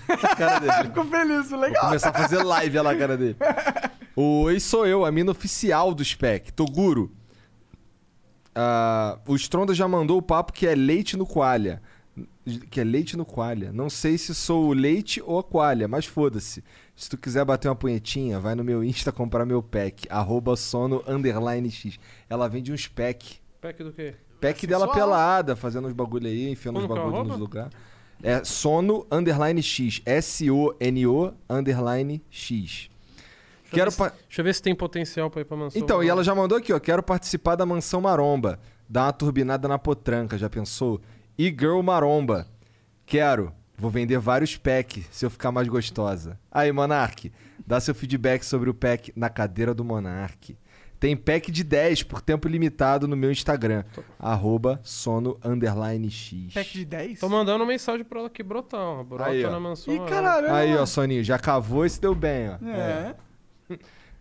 A cara dele. Ficou feliz, Vou legal. começar a fazer live olha lá, a cara dele. Oi, sou eu, a mina oficial do SPEC, Toguro. Ah, o Stronda já mandou o papo que é leite no coalha. Que é leite no coalha. Não sei se sou o leite ou a coalha, mas foda-se. Se tu quiser bater uma punhetinha, vai no meu Insta comprar meu pack. Arroba sono underline x. Ela vende uns pack. Pack do quê? Pack dela Sensual. pelada, fazendo uns bagulho aí, enfiando uns Como que é o bagulho nos arroba? lugares. É sono underline x. S-O-N-O underline x. Deixa eu Quero ver se- pa- Deixa eu ver se tem potencial pra ir pra mansão. Então, e ela já mandou aqui, ó. Quero participar da mansão maromba. Dar uma turbinada na potranca, já pensou? E girl maromba. Quero. Vou vender vários pack se eu ficar mais gostosa. Aí, Monark, dá seu feedback sobre o pack na cadeira do Monark. Tem pack de 10 por tempo limitado no meu Instagram. Arroba sono underline x. Pack de 10? Tô mandando mensagem pra ela que brotar, ó. Brota Aí, ó. na mansão. Ih, ela- caralho. olha Aí, lá. ó, Soninho, já cavou e se deu bem, ó. É.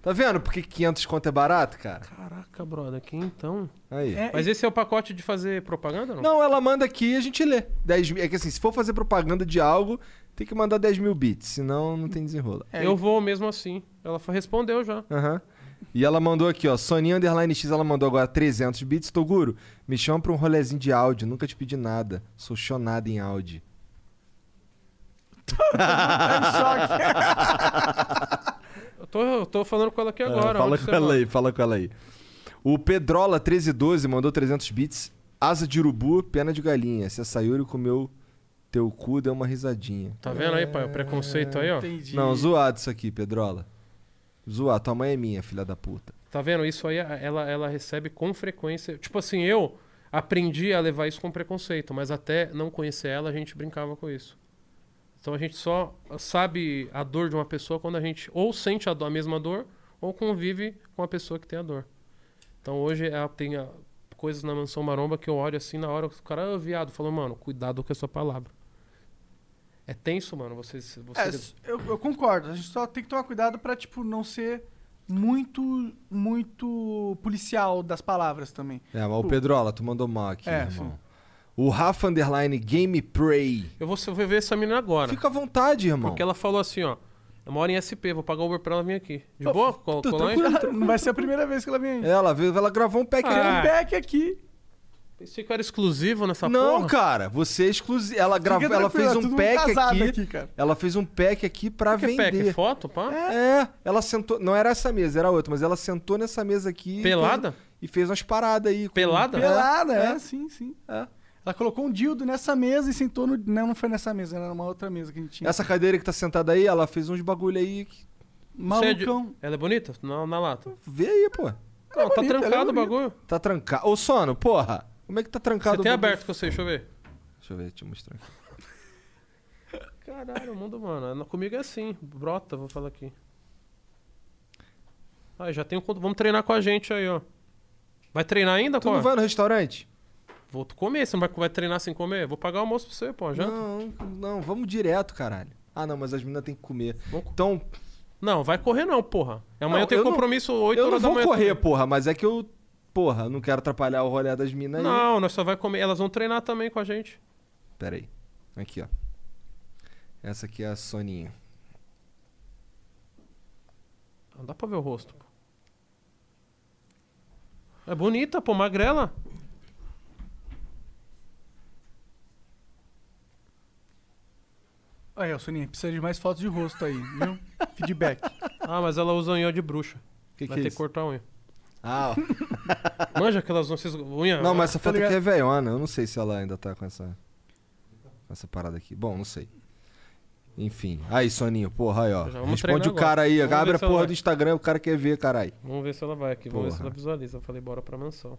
Tá vendo porque 500 conto é barato, cara? Caraca, brother, que então? Aí. É, Mas esse é o pacote de fazer propaganda, não? Não, ela manda aqui e a gente lê. 10 mil. É que assim, se for fazer propaganda de algo, tem que mandar 10 mil bits, senão não tem desenrolo. é, Eu vou mesmo assim. Ela fa- respondeu já. Aham. E ela mandou aqui, ó, Soninha Underline X, ela mandou agora 300 bits. Toguro, me chama pra um rolezinho de áudio, nunca te pedi nada. Sou chonada em áudio. tá em (laughs) choque. Eu tô, eu tô falando com ela aqui agora. É, fala onde com você ela mora? aí, fala com ela aí. O Pedrola 1312 mandou 300 bits. Asa de urubu, pena de galinha. Se a Sayuri comeu teu cu, deu uma risadinha. Tá vendo aí, pai? O preconceito aí, ó. Entendi. Não, zoado isso aqui, Pedrola. Zoado, tua mãe é minha, filha da puta. Tá vendo? Isso aí, ela, ela recebe com frequência. Tipo assim, eu aprendi a levar isso com preconceito, mas até não conhecer ela, a gente brincava com isso. Então a gente só sabe a dor de uma pessoa quando a gente ou sente a, dor- a mesma dor ou convive com a pessoa que tem a dor. Então hoje ela tem a- coisas na mansão maromba que eu olho assim na hora, o cara, ô viado, falou, mano, cuidado com a sua palavra. É tenso, mano. Você, você É, s- eu, eu concordo. A gente só tem que tomar cuidado pra, tipo, não ser muito, muito policial das palavras também. É, mas o Pedrola, tu mandou mal aqui, É, meu irmão. sim. O Rafa Underline Gameplay. Eu vou, eu vou ver essa menina agora. Fica à vontade, irmão. Porque ela falou assim, ó. Eu moro em SP, vou pagar Uber pra ela vir aqui. De boa? Col tô colões? tá tranquilo. Não vai ser a primeira vez que ela vem. Ela veio, ela gravou um pack Ah, aqui. Um back aqui. Pensei que eu era é exclusivo nessa Não, porra. cara, você é exclusivo. Ela gravou, Fica ela tranquila, fez todo um mundo pack casado aqui. cara. Ela fez um pack aqui pra Que vender. pack? Foto, pá? É, ela sentou. Não era essa mesa, era outra, mas ela sentou nessa mesa aqui. e tá Pelada? fez- E fez umas paradas aí. com- Pelada? Pelada, é, É. sim, sim. É. Ela colocou um dildo nessa mesa e sentou no. Não, não foi nessa mesa, era numa outra mesa que a gente tinha. Essa cadeira que tá sentada aí, ela fez uns bagulho aí. que- Você é de- Malucão. Ela é bonita? Na, na lata. Vê aí, pô. Não, tá bonita, ela trancado é o bagulho. Tá trancado. Ô, sono, porra. Como é que tá trancado Você tem o- aberto que eu sei, deixa eu ver. Deixa eu ver, deixa eu mostrar aqui. Caralho, o mundo, mano. Comigo é assim. Brota, vou falar aqui. Ah, já tem um conto. Vamos treinar com a gente aí, ó. Vai treinar ainda, Tu pô? não vai no restaurante? Vou comer, você não vai, vai treinar sem comer? Vou pagar o almoço pra você, pô. Janta. Não, não, vamos direto, caralho. Ah, não, mas as meninas têm que comer. Vamos co- Então, Não, vai correr não, porra. Amanhã Não, eu tenho eu não- compromisso 8 eu não horas da vou manhã. correr, também. porra, mas é que eu, porra, não quero atrapalhar o rolê das minas aí. Não, nós só vai comer. Elas vão treinar também com a gente. Pera aí. Aqui, ó. Essa aqui é a Soninha. Não dá pra ver o rosto, pô. É bonita, pô, magrela. Aí, ó, Soninha, precisa de mais fotos de rosto aí, viu? (laughs) Feedback. Ah, mas ela usa unha de bruxa. O que, que vai é ter isso? que cortar a unha. Ah, (laughs) ó. Manja aquelas unhas. vocês- Unha. Não, mas essa Tá foto aqui ligado? é veiona. Eu não sei se ela ainda tá com essa. com essa parada aqui. Bom, não sei. Enfim. Aí, Soninho, porra, aí, ó. Já vamos Responde treinar o cara aí. agora. Vamos Abre ver a se ela porra vai. do Instagram, o cara quer ver, caralho. Vamos ver se ela vai aqui. Vamos ver se Porra. ela visualiza. Eu falei, bora pra mansão.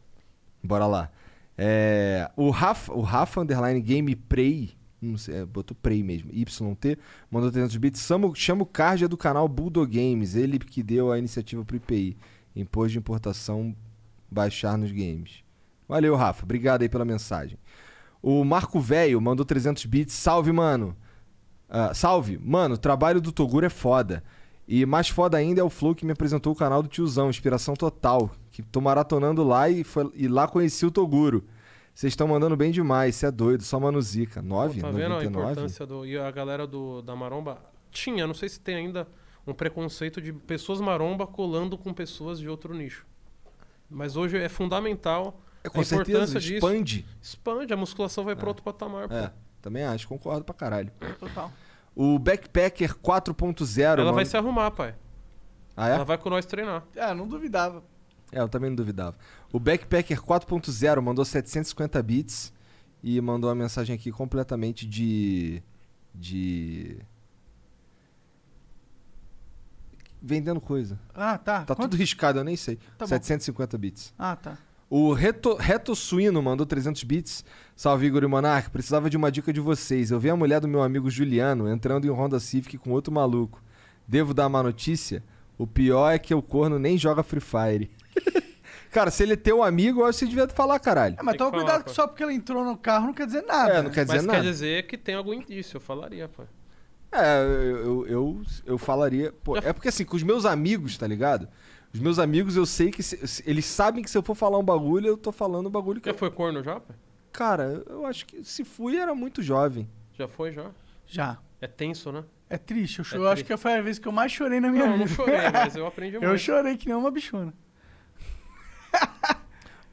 Bora lá. É, o Rafa, o Rafa Underline Gameplay, não sei, é, botou Prey mesmo, YT, mandou 300 bits. Chama, o- chama o Cardia do canal Bulldog Games, ele que deu a iniciativa pro IPI. Imposto de importação baixar nos games. Valeu, Rafa. Obrigado aí pela mensagem. O Marco Velho mandou 300 bits. Salve, mano. Ah, salve. Mano, o trabalho do Toguro é foda. E mais foda ainda é o Flow que me apresentou o canal do tiozão, inspiração total. Que tô maratonando lá e, foi- e lá conheci o Toguro. Vocês estão mandando bem demais, cê é doido, só manuzica. 9? tá vendo a 99? importância do. E a galera do, da maromba tinha, não sei se tem ainda, um preconceito de pessoas maromba colando com pessoas de outro nicho. Mas hoje é fundamental. É, com a certeza, importância disso. expande. Expande, a musculação vai pra outro patamar, pô. É, também acho, concordo pra caralho. Total. O Backpacker 4.0. Ela mano- vai se arrumar, pai. Ah, é? Ela vai com nós treinar. Ah, não duvidava. É, eu também não duvidava. O Backpacker 4.0 mandou 750 bits e mandou uma mensagem aqui completamente de. de. vendendo coisa. Ah, tá. Tá Quanto? tudo riscado, eu nem sei. Tá bom. 750 bits. Ah, tá. O Reto, Reto Suíno mandou 300 bits. Salve, Igor e Monark. Precisava de uma dica de vocês. Eu vi a mulher do meu amigo Juliano entrando em um Honda Civic com outro maluco. Devo dar má notícia? O pior é que o corno nem joga Free Fire. (laughs) Cara, se ele é teu amigo, eu acho que você devia falar, caralho. É, mas Tem que toma falar, cuidado que pô. só porque ela entrou no carro não Ah, quer dizer nada. É, não quer dizer Mas nada. quer dizer que tem algum indício, eu falaria, pai. É, eu, eu, eu, eu falaria. pô, é porque assim, com os meus amigos, tá ligado? Os meus amigos, eu sei que. se- se- eles sabem que se eu for falar um bagulho, eu tô falando um bagulho que. Já Eu, foi corno já, pai? cara, eu acho que se fui, era muito jovem. Já foi, já? Já. É tenso, né? É triste. Eu, cho- É eu triste. acho que foi a vez que eu mais chorei na minha Não, eu não vida. chorei, mas eu aprendi muito. (laughs) Eu chorei que nem uma bichona.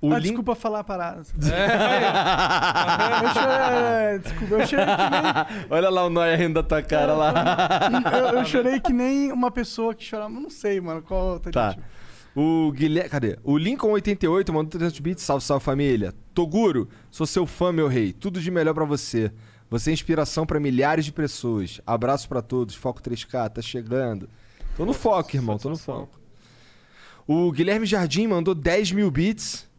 O ah, link- desculpa falar a (laughs) parada. É, Eu chorei, é, desculpa, eu chorei que nem... Olha lá o Noia rindo da tua cara lá. Eu, Tá. eu chorei que nem uma pessoa que chorava. Não sei, mano, qual outra Tá. gente. O Guilherme. Cadê? O Lincoln88 mandou 300 bits. Salve, salve família. Toguro, sou seu fã, meu rei. Tudo de melhor pra você. Você é inspiração pra milhares de pessoas. Abraço pra todos. Foco 3K, tá chegando. Tô no foco, irmão. Tô no satisfação. foco. O Guilherme Jardim mandou 10 mil bits.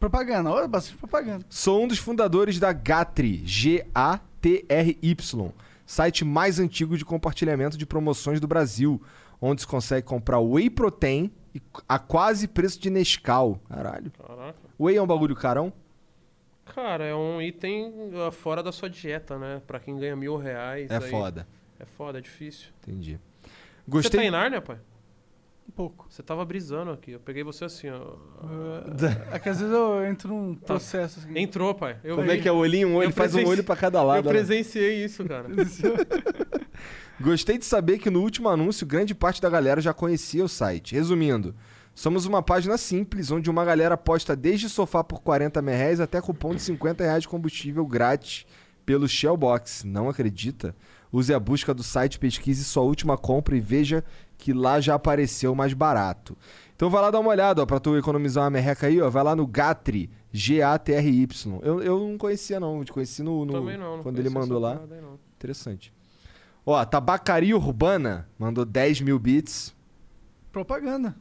Propaganda, olha bastante propaganda. Sou um dos fundadores da Gatry, G-A-T-R-Y, site mais antigo de compartilhamento de promoções do Brasil, onde se consegue comprar whey protein e- a quase preço de Nescau. Caralho. Caraca. Whey é um bagulho carão? Cara, é um item ah, fora da sua dieta, né? Pra quem ganha mil reais. É aí- foda. É foda, é difícil. Entendi. Você tá Gostei. em Nárnia, pai? Um (laughs) pouco. Você tava brisando aqui. Eu peguei você assim, ó. É que às vezes eu entro num Tá. processo assim. Entrou, pai. Eu Como vi. é que é o olhinho? Um olho, Eu faz um presenci- olho pra cada lado. Eu né? presenciei isso, cara. Gostei de saber que no último anúncio, grande parte da galera já conhecia o site. Resumindo, somos uma página simples, onde uma galera aposta desde sofá por 40 mil reais até cupom de 50 reais de combustível grátis pelo Shellbox. Não acredita? Use a busca do site, pesquise sua última compra e veja que lá já apareceu mais barato. Então vai lá dar uma olhada, ó, pra tu economizar uma merreca aí, ó. Vai lá no Gatry, G-A-T-R-Y. Eu, eu não conhecia, não. Eu conheci no, no- Também não, não quando ele conhecia mandou essa lá. parada aí, não. Interessante. Ó, Tabacaria Urbana mandou 10 mil bits. Propaganda.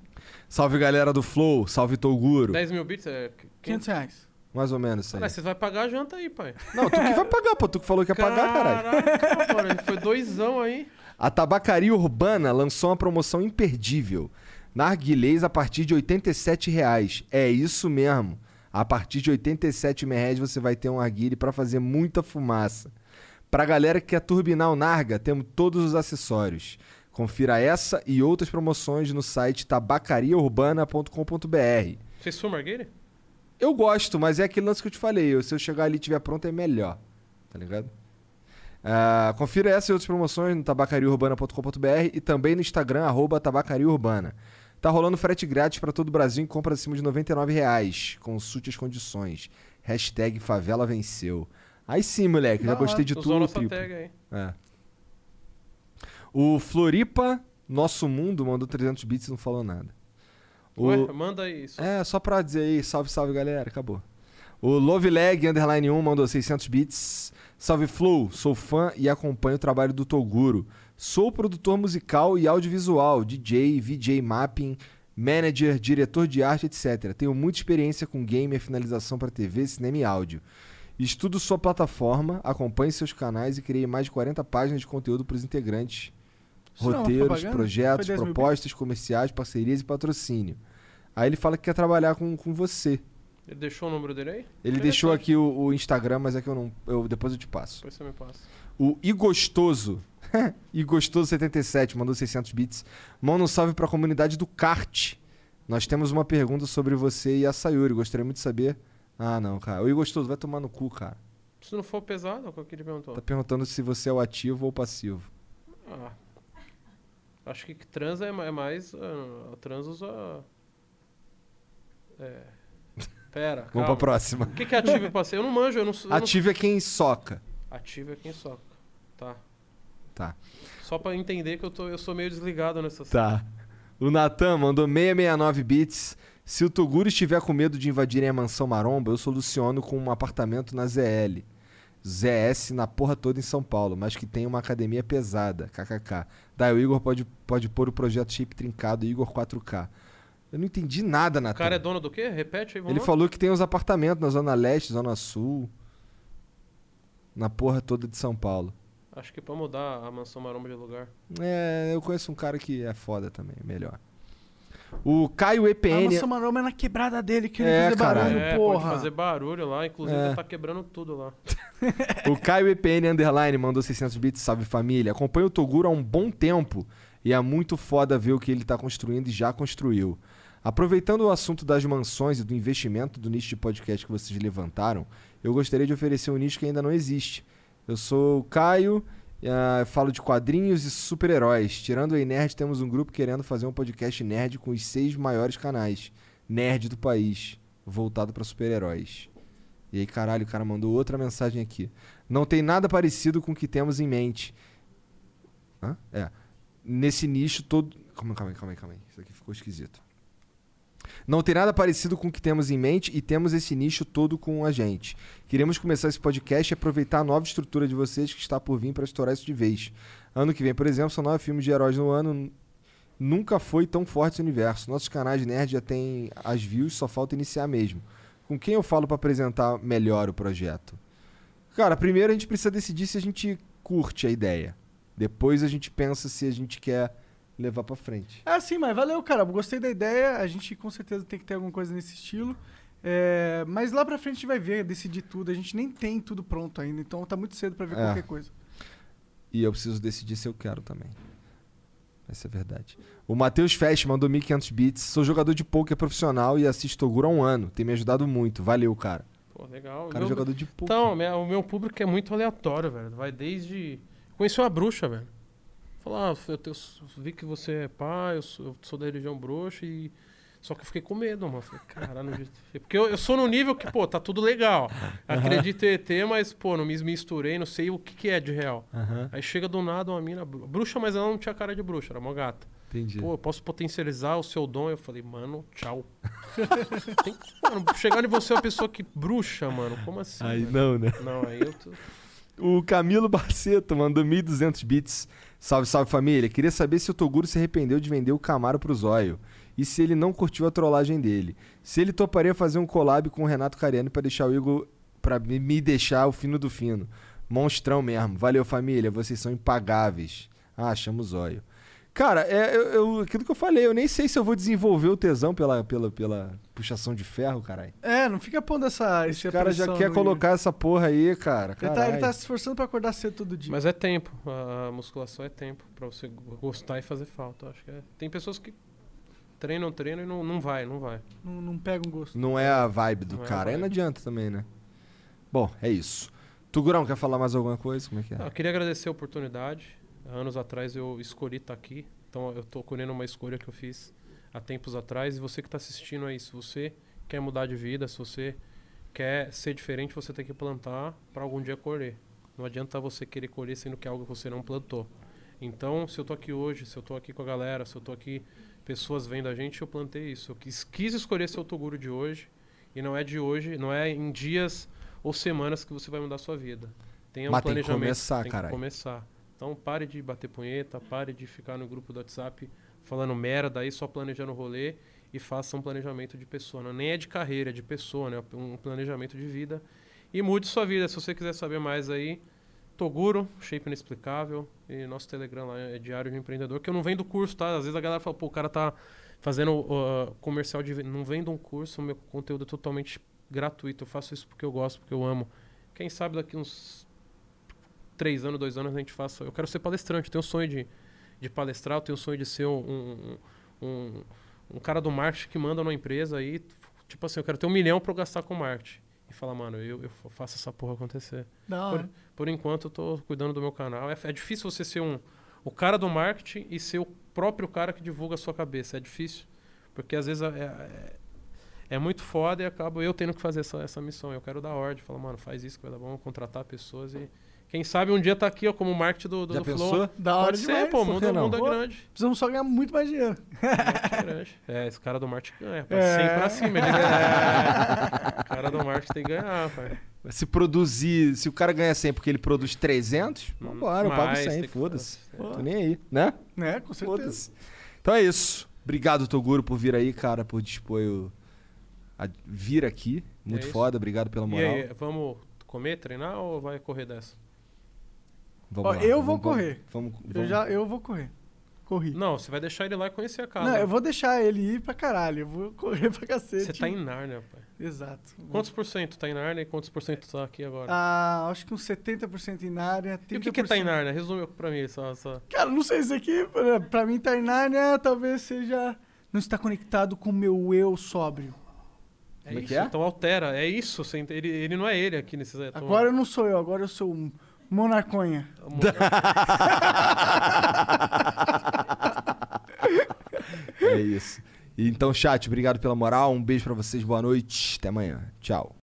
Salve galera do Flow, salve Toguro. 10 mil bits é 500 500 reais. Mais ou menos isso aí. Mas você vai pagar a janta aí, pai. Não, tu que vai pagar, pô. Tu que falou que ia pagar, caralho. Caraca, mano, foi doisão aí. A Tabacaria Urbana lançou uma promoção imperdível. Narguilés a partir de R$ 87 reais. É isso mesmo. A partir de R$ 87 reais você vai ter um narguile para fazer muita fumaça. Pra galera que quer turbinar o Narga, temos todos os acessórios. Confira essa e outras promoções no site tabacariaurbana.com.br. Vocês são margueira? Eu gosto, mas é aquele lance que eu te falei. eu- Se eu chegar ali e tiver pronto, é melhor. Tá ligado? Ah, confira essa e outras promoções no tabacariaurbana.com.br e também no Instagram, arroba tabacariaurbana. Tá rolando frete grátis para todo o Brasil em compras acima de R$ 99 reais. Consulte as condições. Hashtag favela venceu. Aí sim, moleque. Já Da gostei hora. de Usou a tudo. nossa triplo. tag aí. É. O Floripa Nosso Mundo mandou 300 bits e não falou nada. O... Ué, manda aí isso. É, só pra dizer aí, salve, salve galera, acabou. O Lovelag Underline 1 mandou 600 bits. Salve Flow, sou fã e acompanho o trabalho do Toguro. Sou produtor musical e audiovisual, DJ, VJ mapping, manager, diretor de arte, etc. Tenho muita experiência com game e finalização para TV, cinema e áudio. Estudo sua plataforma, acompanhe seus canais e criei mais de 40 páginas de conteúdo para os integrantes. Isso não é uma Roteiros, propaganda? projetos, Foi 10 mil propostas comerciais, parcerias e patrocínio. Aí ele fala que quer trabalhar com, com você. Ele deixou o número dele aí? Ele Interessante. deixou aqui o, o Instagram, mas é que eu não. Eu, depois eu te passo. Depois você me passa. O (laughs) Igostoso. Igostoso77 mandou 600 bits. Manda um salve pra comunidade do kart. Nós temos uma pergunta sobre você e a Sayuri. Gostaria muito de saber. Ah, não, cara. O Igostoso vai tomar no cu, cara. Se não for pesado, é o que ele perguntou. Tá perguntando se você é o ativo ou o passivo. Ah. Acho que trans é ma- é mais. ah, trans usa. É. Pera. (laughs) Vamos calma. pra próxima. O que, que é ativo e passivo? Eu não manjo, eu não sou. eu não- Ativo é quem soca. Ativo é quem soca. Tá. Tá. Só pra entender que eu, tô, eu sou meio desligado nessa Tá. O Natan mandou 669 bits. Se o Toguro estiver com medo de invadirem a mansão maromba, eu soluciono com um apartamento na ZL. ZS na porra toda em São Paulo, mas que tem uma academia pesada. KKK. Daí o Igor pode, pode pôr o projeto Shape Trincado Igor 4K. Eu não entendi nada, O cara é Natan. dono do quê? Repete aí, vamos tá. Ele lá. falou que tem uns apartamentos na Zona Leste, Zona Sul. Na porra toda de São Paulo. Acho que pra mudar a mansão maromba de lugar. É, eu conheço um cara que é foda também, melhor. O Caio EPN. Ah, mas o Maroma é na quebrada dele, querendo É, fazer barulho, caralho. é, pode porra. fazer barulho lá, inclusive É. tá quebrando tudo lá. O Caio EPN Underline mandou 600 bits, salve família. Acompanho o Toguro há um bom tempo e é muito foda ver o que ele está construindo e já construiu. Aproveitando o assunto das mansões e do investimento do nicho de podcast que vocês levantaram, eu gostaria de oferecer um nicho que ainda não existe. Eu sou o Caio, ah, falo de quadrinhos e super-heróis. Tirando o Ei Nerd, temos um grupo querendo fazer um podcast nerd com os seis maiores canais nerd do país, voltado para super-heróis. E aí, caralho, o cara mandou outra mensagem aqui. Não tem nada parecido com o que temos em mente. Hã? É. Nesse nicho todo. Calma, calma aí, calma aí, calma aí. Isso aqui ficou esquisito. Não tem nada parecido com o que temos em mente e temos esse nicho todo com a gente. Queremos começar esse podcast e aproveitar a nova estrutura de vocês que está por vir para estourar isso de vez. Ano que vem, por exemplo, são nove filmes de heróis no ano. Nunca foi tão forte esse universo. Nossos canais nerd já têm as views, só falta iniciar mesmo. Com quem eu falo para apresentar melhor o projeto? Cara, primeiro a gente precisa decidir se a gente curte a ideia. Depois a gente pensa se a gente quer levar pra frente. Ah, sim, mas valeu, cara. Gostei da ideia. A gente com certeza tem que ter alguma coisa nesse estilo. É, mas lá pra frente a gente vai ver, decidir tudo. A gente nem tem tudo pronto ainda, então tá muito cedo pra ver É. qualquer coisa. E eu preciso decidir se eu quero também. Essa é a verdade. O Matheus Fest mandou 1.500 bits. Sou jogador de poker profissional e assisto Toguro há um ano. Tem me ajudado muito. Valeu, cara. Pô, legal. O cara é Meu- jogador de poker. Então, minha- o meu público é muito aleatório, velho. Vai desde. Conheci uma bruxa, velho. Falar, ah, eu, te- eu s- vi que você é pai, eu sou, eu sou da religião bruxa e. Só que eu fiquei com medo, mano. Falei, caralho, não acredito. (laughs) Porque eu, eu sou no nível que, pô, tá tudo legal. Acredito em ET, mas, pô, não me misturei, não sei o que, que é de real. Aham, Aí chega do nada uma mina bru- bruxa, mas ela não tinha cara de bruxa, era mó gata. entendi. Pô, eu posso potencializar o seu dom? Eu falei, mano, tchau. (laughs) Tem que- mano, chegar em você é uma pessoa que bruxa, mano. Como assim? Aí velho? não, né? Não, aí eu tô... O Camilo Barceto mandou 1.200 bits. Salve, salve família. Queria saber se o Toguro se arrependeu de vender o Camaro pro Zóio. E se ele não curtiu a trollagem dele. Se ele toparia fazer um collab com o Renato Cariani pra deixar o Igor. pra me me deixar o fino do fino. Monstrão mesmo. Valeu, família. Vocês são impagáveis. Ah, chama o Zóio. Cara, é, eu, eu- aquilo que eu falei, eu nem sei se eu vou desenvolver o tesão pela, pela, pela puxação de ferro, caralho. É, não fica pondo essa. Esse cara já quer colocar essa porra aí, cara. Ele tá, ele Caralho. tá se esforçando pra acordar cedo todo dia. Mas é tempo. A musculação é tempo pra você gostar e fazer falta. eu Acho que é. Tem pessoas que treinam, treinam e não, não vai, não vai. Não, não pega um gosto. Não é a vibe do Não é a cara. Aí vibe. não adianta também, né? Bom, é isso. Tugurão, quer falar mais alguma coisa? Como é que é? Ah, Eu queria agradecer a oportunidade. Há Anos atrás eu escolhi estar aqui, então eu estou colhendo uma escolha que eu fiz há tempos atrás. E você que está assistindo aí, se você quer mudar de vida, se você quer ser diferente, você tem que plantar para algum dia colher. Não adianta você querer colher sendo que é algo que você não plantou. Então, se eu tô aqui hoje, se eu tô aqui com a galera, se eu tô aqui pessoas vendo a gente, eu plantei isso. Eu quis, quis escolher seu Toguro de hoje e não é de hoje, não é em dias ou semanas que você vai mudar a sua vida. Tenha um Mas tem que planejamento. começar, tem caralho. que começar. Então pare de bater punheta, pare de ficar no grupo do WhatsApp falando merda aí, só planejando rolê e faça um planejamento de pessoa. Não, nem é de carreira, é de pessoa, né? Um planejamento de vida. E mude sua vida. Se você quiser saber mais aí, Toguro, Shape Inexplicável, e nosso Telegram lá é Diário de Empreendedor, que eu não vendo curso, tá? Às vezes a galera fala, pô, o cara tá fazendo ah, comercial de... Não vendo um curso, meu conteúdo é totalmente gratuito. Eu faço isso porque eu gosto, porque eu amo. Quem sabe daqui uns três anos, dois anos a gente faça... Eu quero ser palestrante, eu tenho o sonho de, de palestrar, eu tenho o sonho de ser um, um, um, um cara do marketing que manda numa empresa aí. Tipo assim, eu quero ter um milhão pra eu gastar com marketing. E falar, mano, eu, eu faço essa porra acontecer. Da hora. Por enquanto, eu tô cuidando do meu canal. É, é difícil você ser um, o cara do marketing e ser o próprio cara que divulga a sua cabeça. É difícil. Porque às vezes é, é, é muito foda e acabo eu tendo que fazer essa, essa missão. Eu quero dar ordem, falar, mano, faz isso que vai dar bom, contratar pessoas e. Quem sabe um dia tá aqui, ó, como marketing do, do, Já do pensou? Flow. Da hora Pode ser, demais. pô, o por mundo, que o não? mundo é Pô, grande. Precisamos só ganhar muito mais dinheiro. É grande. É, esse cara do marketing ganha. Pra É. 100 pra cima. Ele (laughs) é. O cara do marketing tem que ganhar, pai. Se produzir, se o cara ganha 100 porque ele produz 300, vambora, eu pago Hum, Mais, 100, tem que- foda-se. Pô, Tô nem aí, né? né? Com certeza. Foda-se. Então é isso. Obrigado, Toguro, por vir aí, cara, por dispor eu a vir aqui. Muito É isso. foda, obrigado pela E moral. aí, vamos comer, treinar ou vai correr dessa? Vamos Ó, lá, eu vou vamos- vamos- correr. Vamos, vamos, Eu, já, eu vou correr. Corri. Não, você vai deixar ele lá e conhecer a casa. Não, eu vou deixar ele ir pra caralho. Eu vou (laughs) correr pra cacete. né? Você tá em Nárnia, pai. Exato. Quantos por cento tá em Nárnia e quantos por cento tá aqui agora? Ah, acho que uns 70% em área. 30%... e o que, que é tá em Nárnia? Resume pra mim. Só, só. Cara, não sei, isso aqui, pra- pra mim, tá em Nárnia talvez seja. Não está conectado com o meu eu sóbrio. É Como é isso? que é? Então altera. É isso. você ent- Ele, ele não é ele aqui nesse... Agora eu não sou eu, agora eu sou um monarconha. Então, É isso. Então, chat, obrigado pela moral. Um beijo pra vocês, boa noite. Até amanhã. Tchau.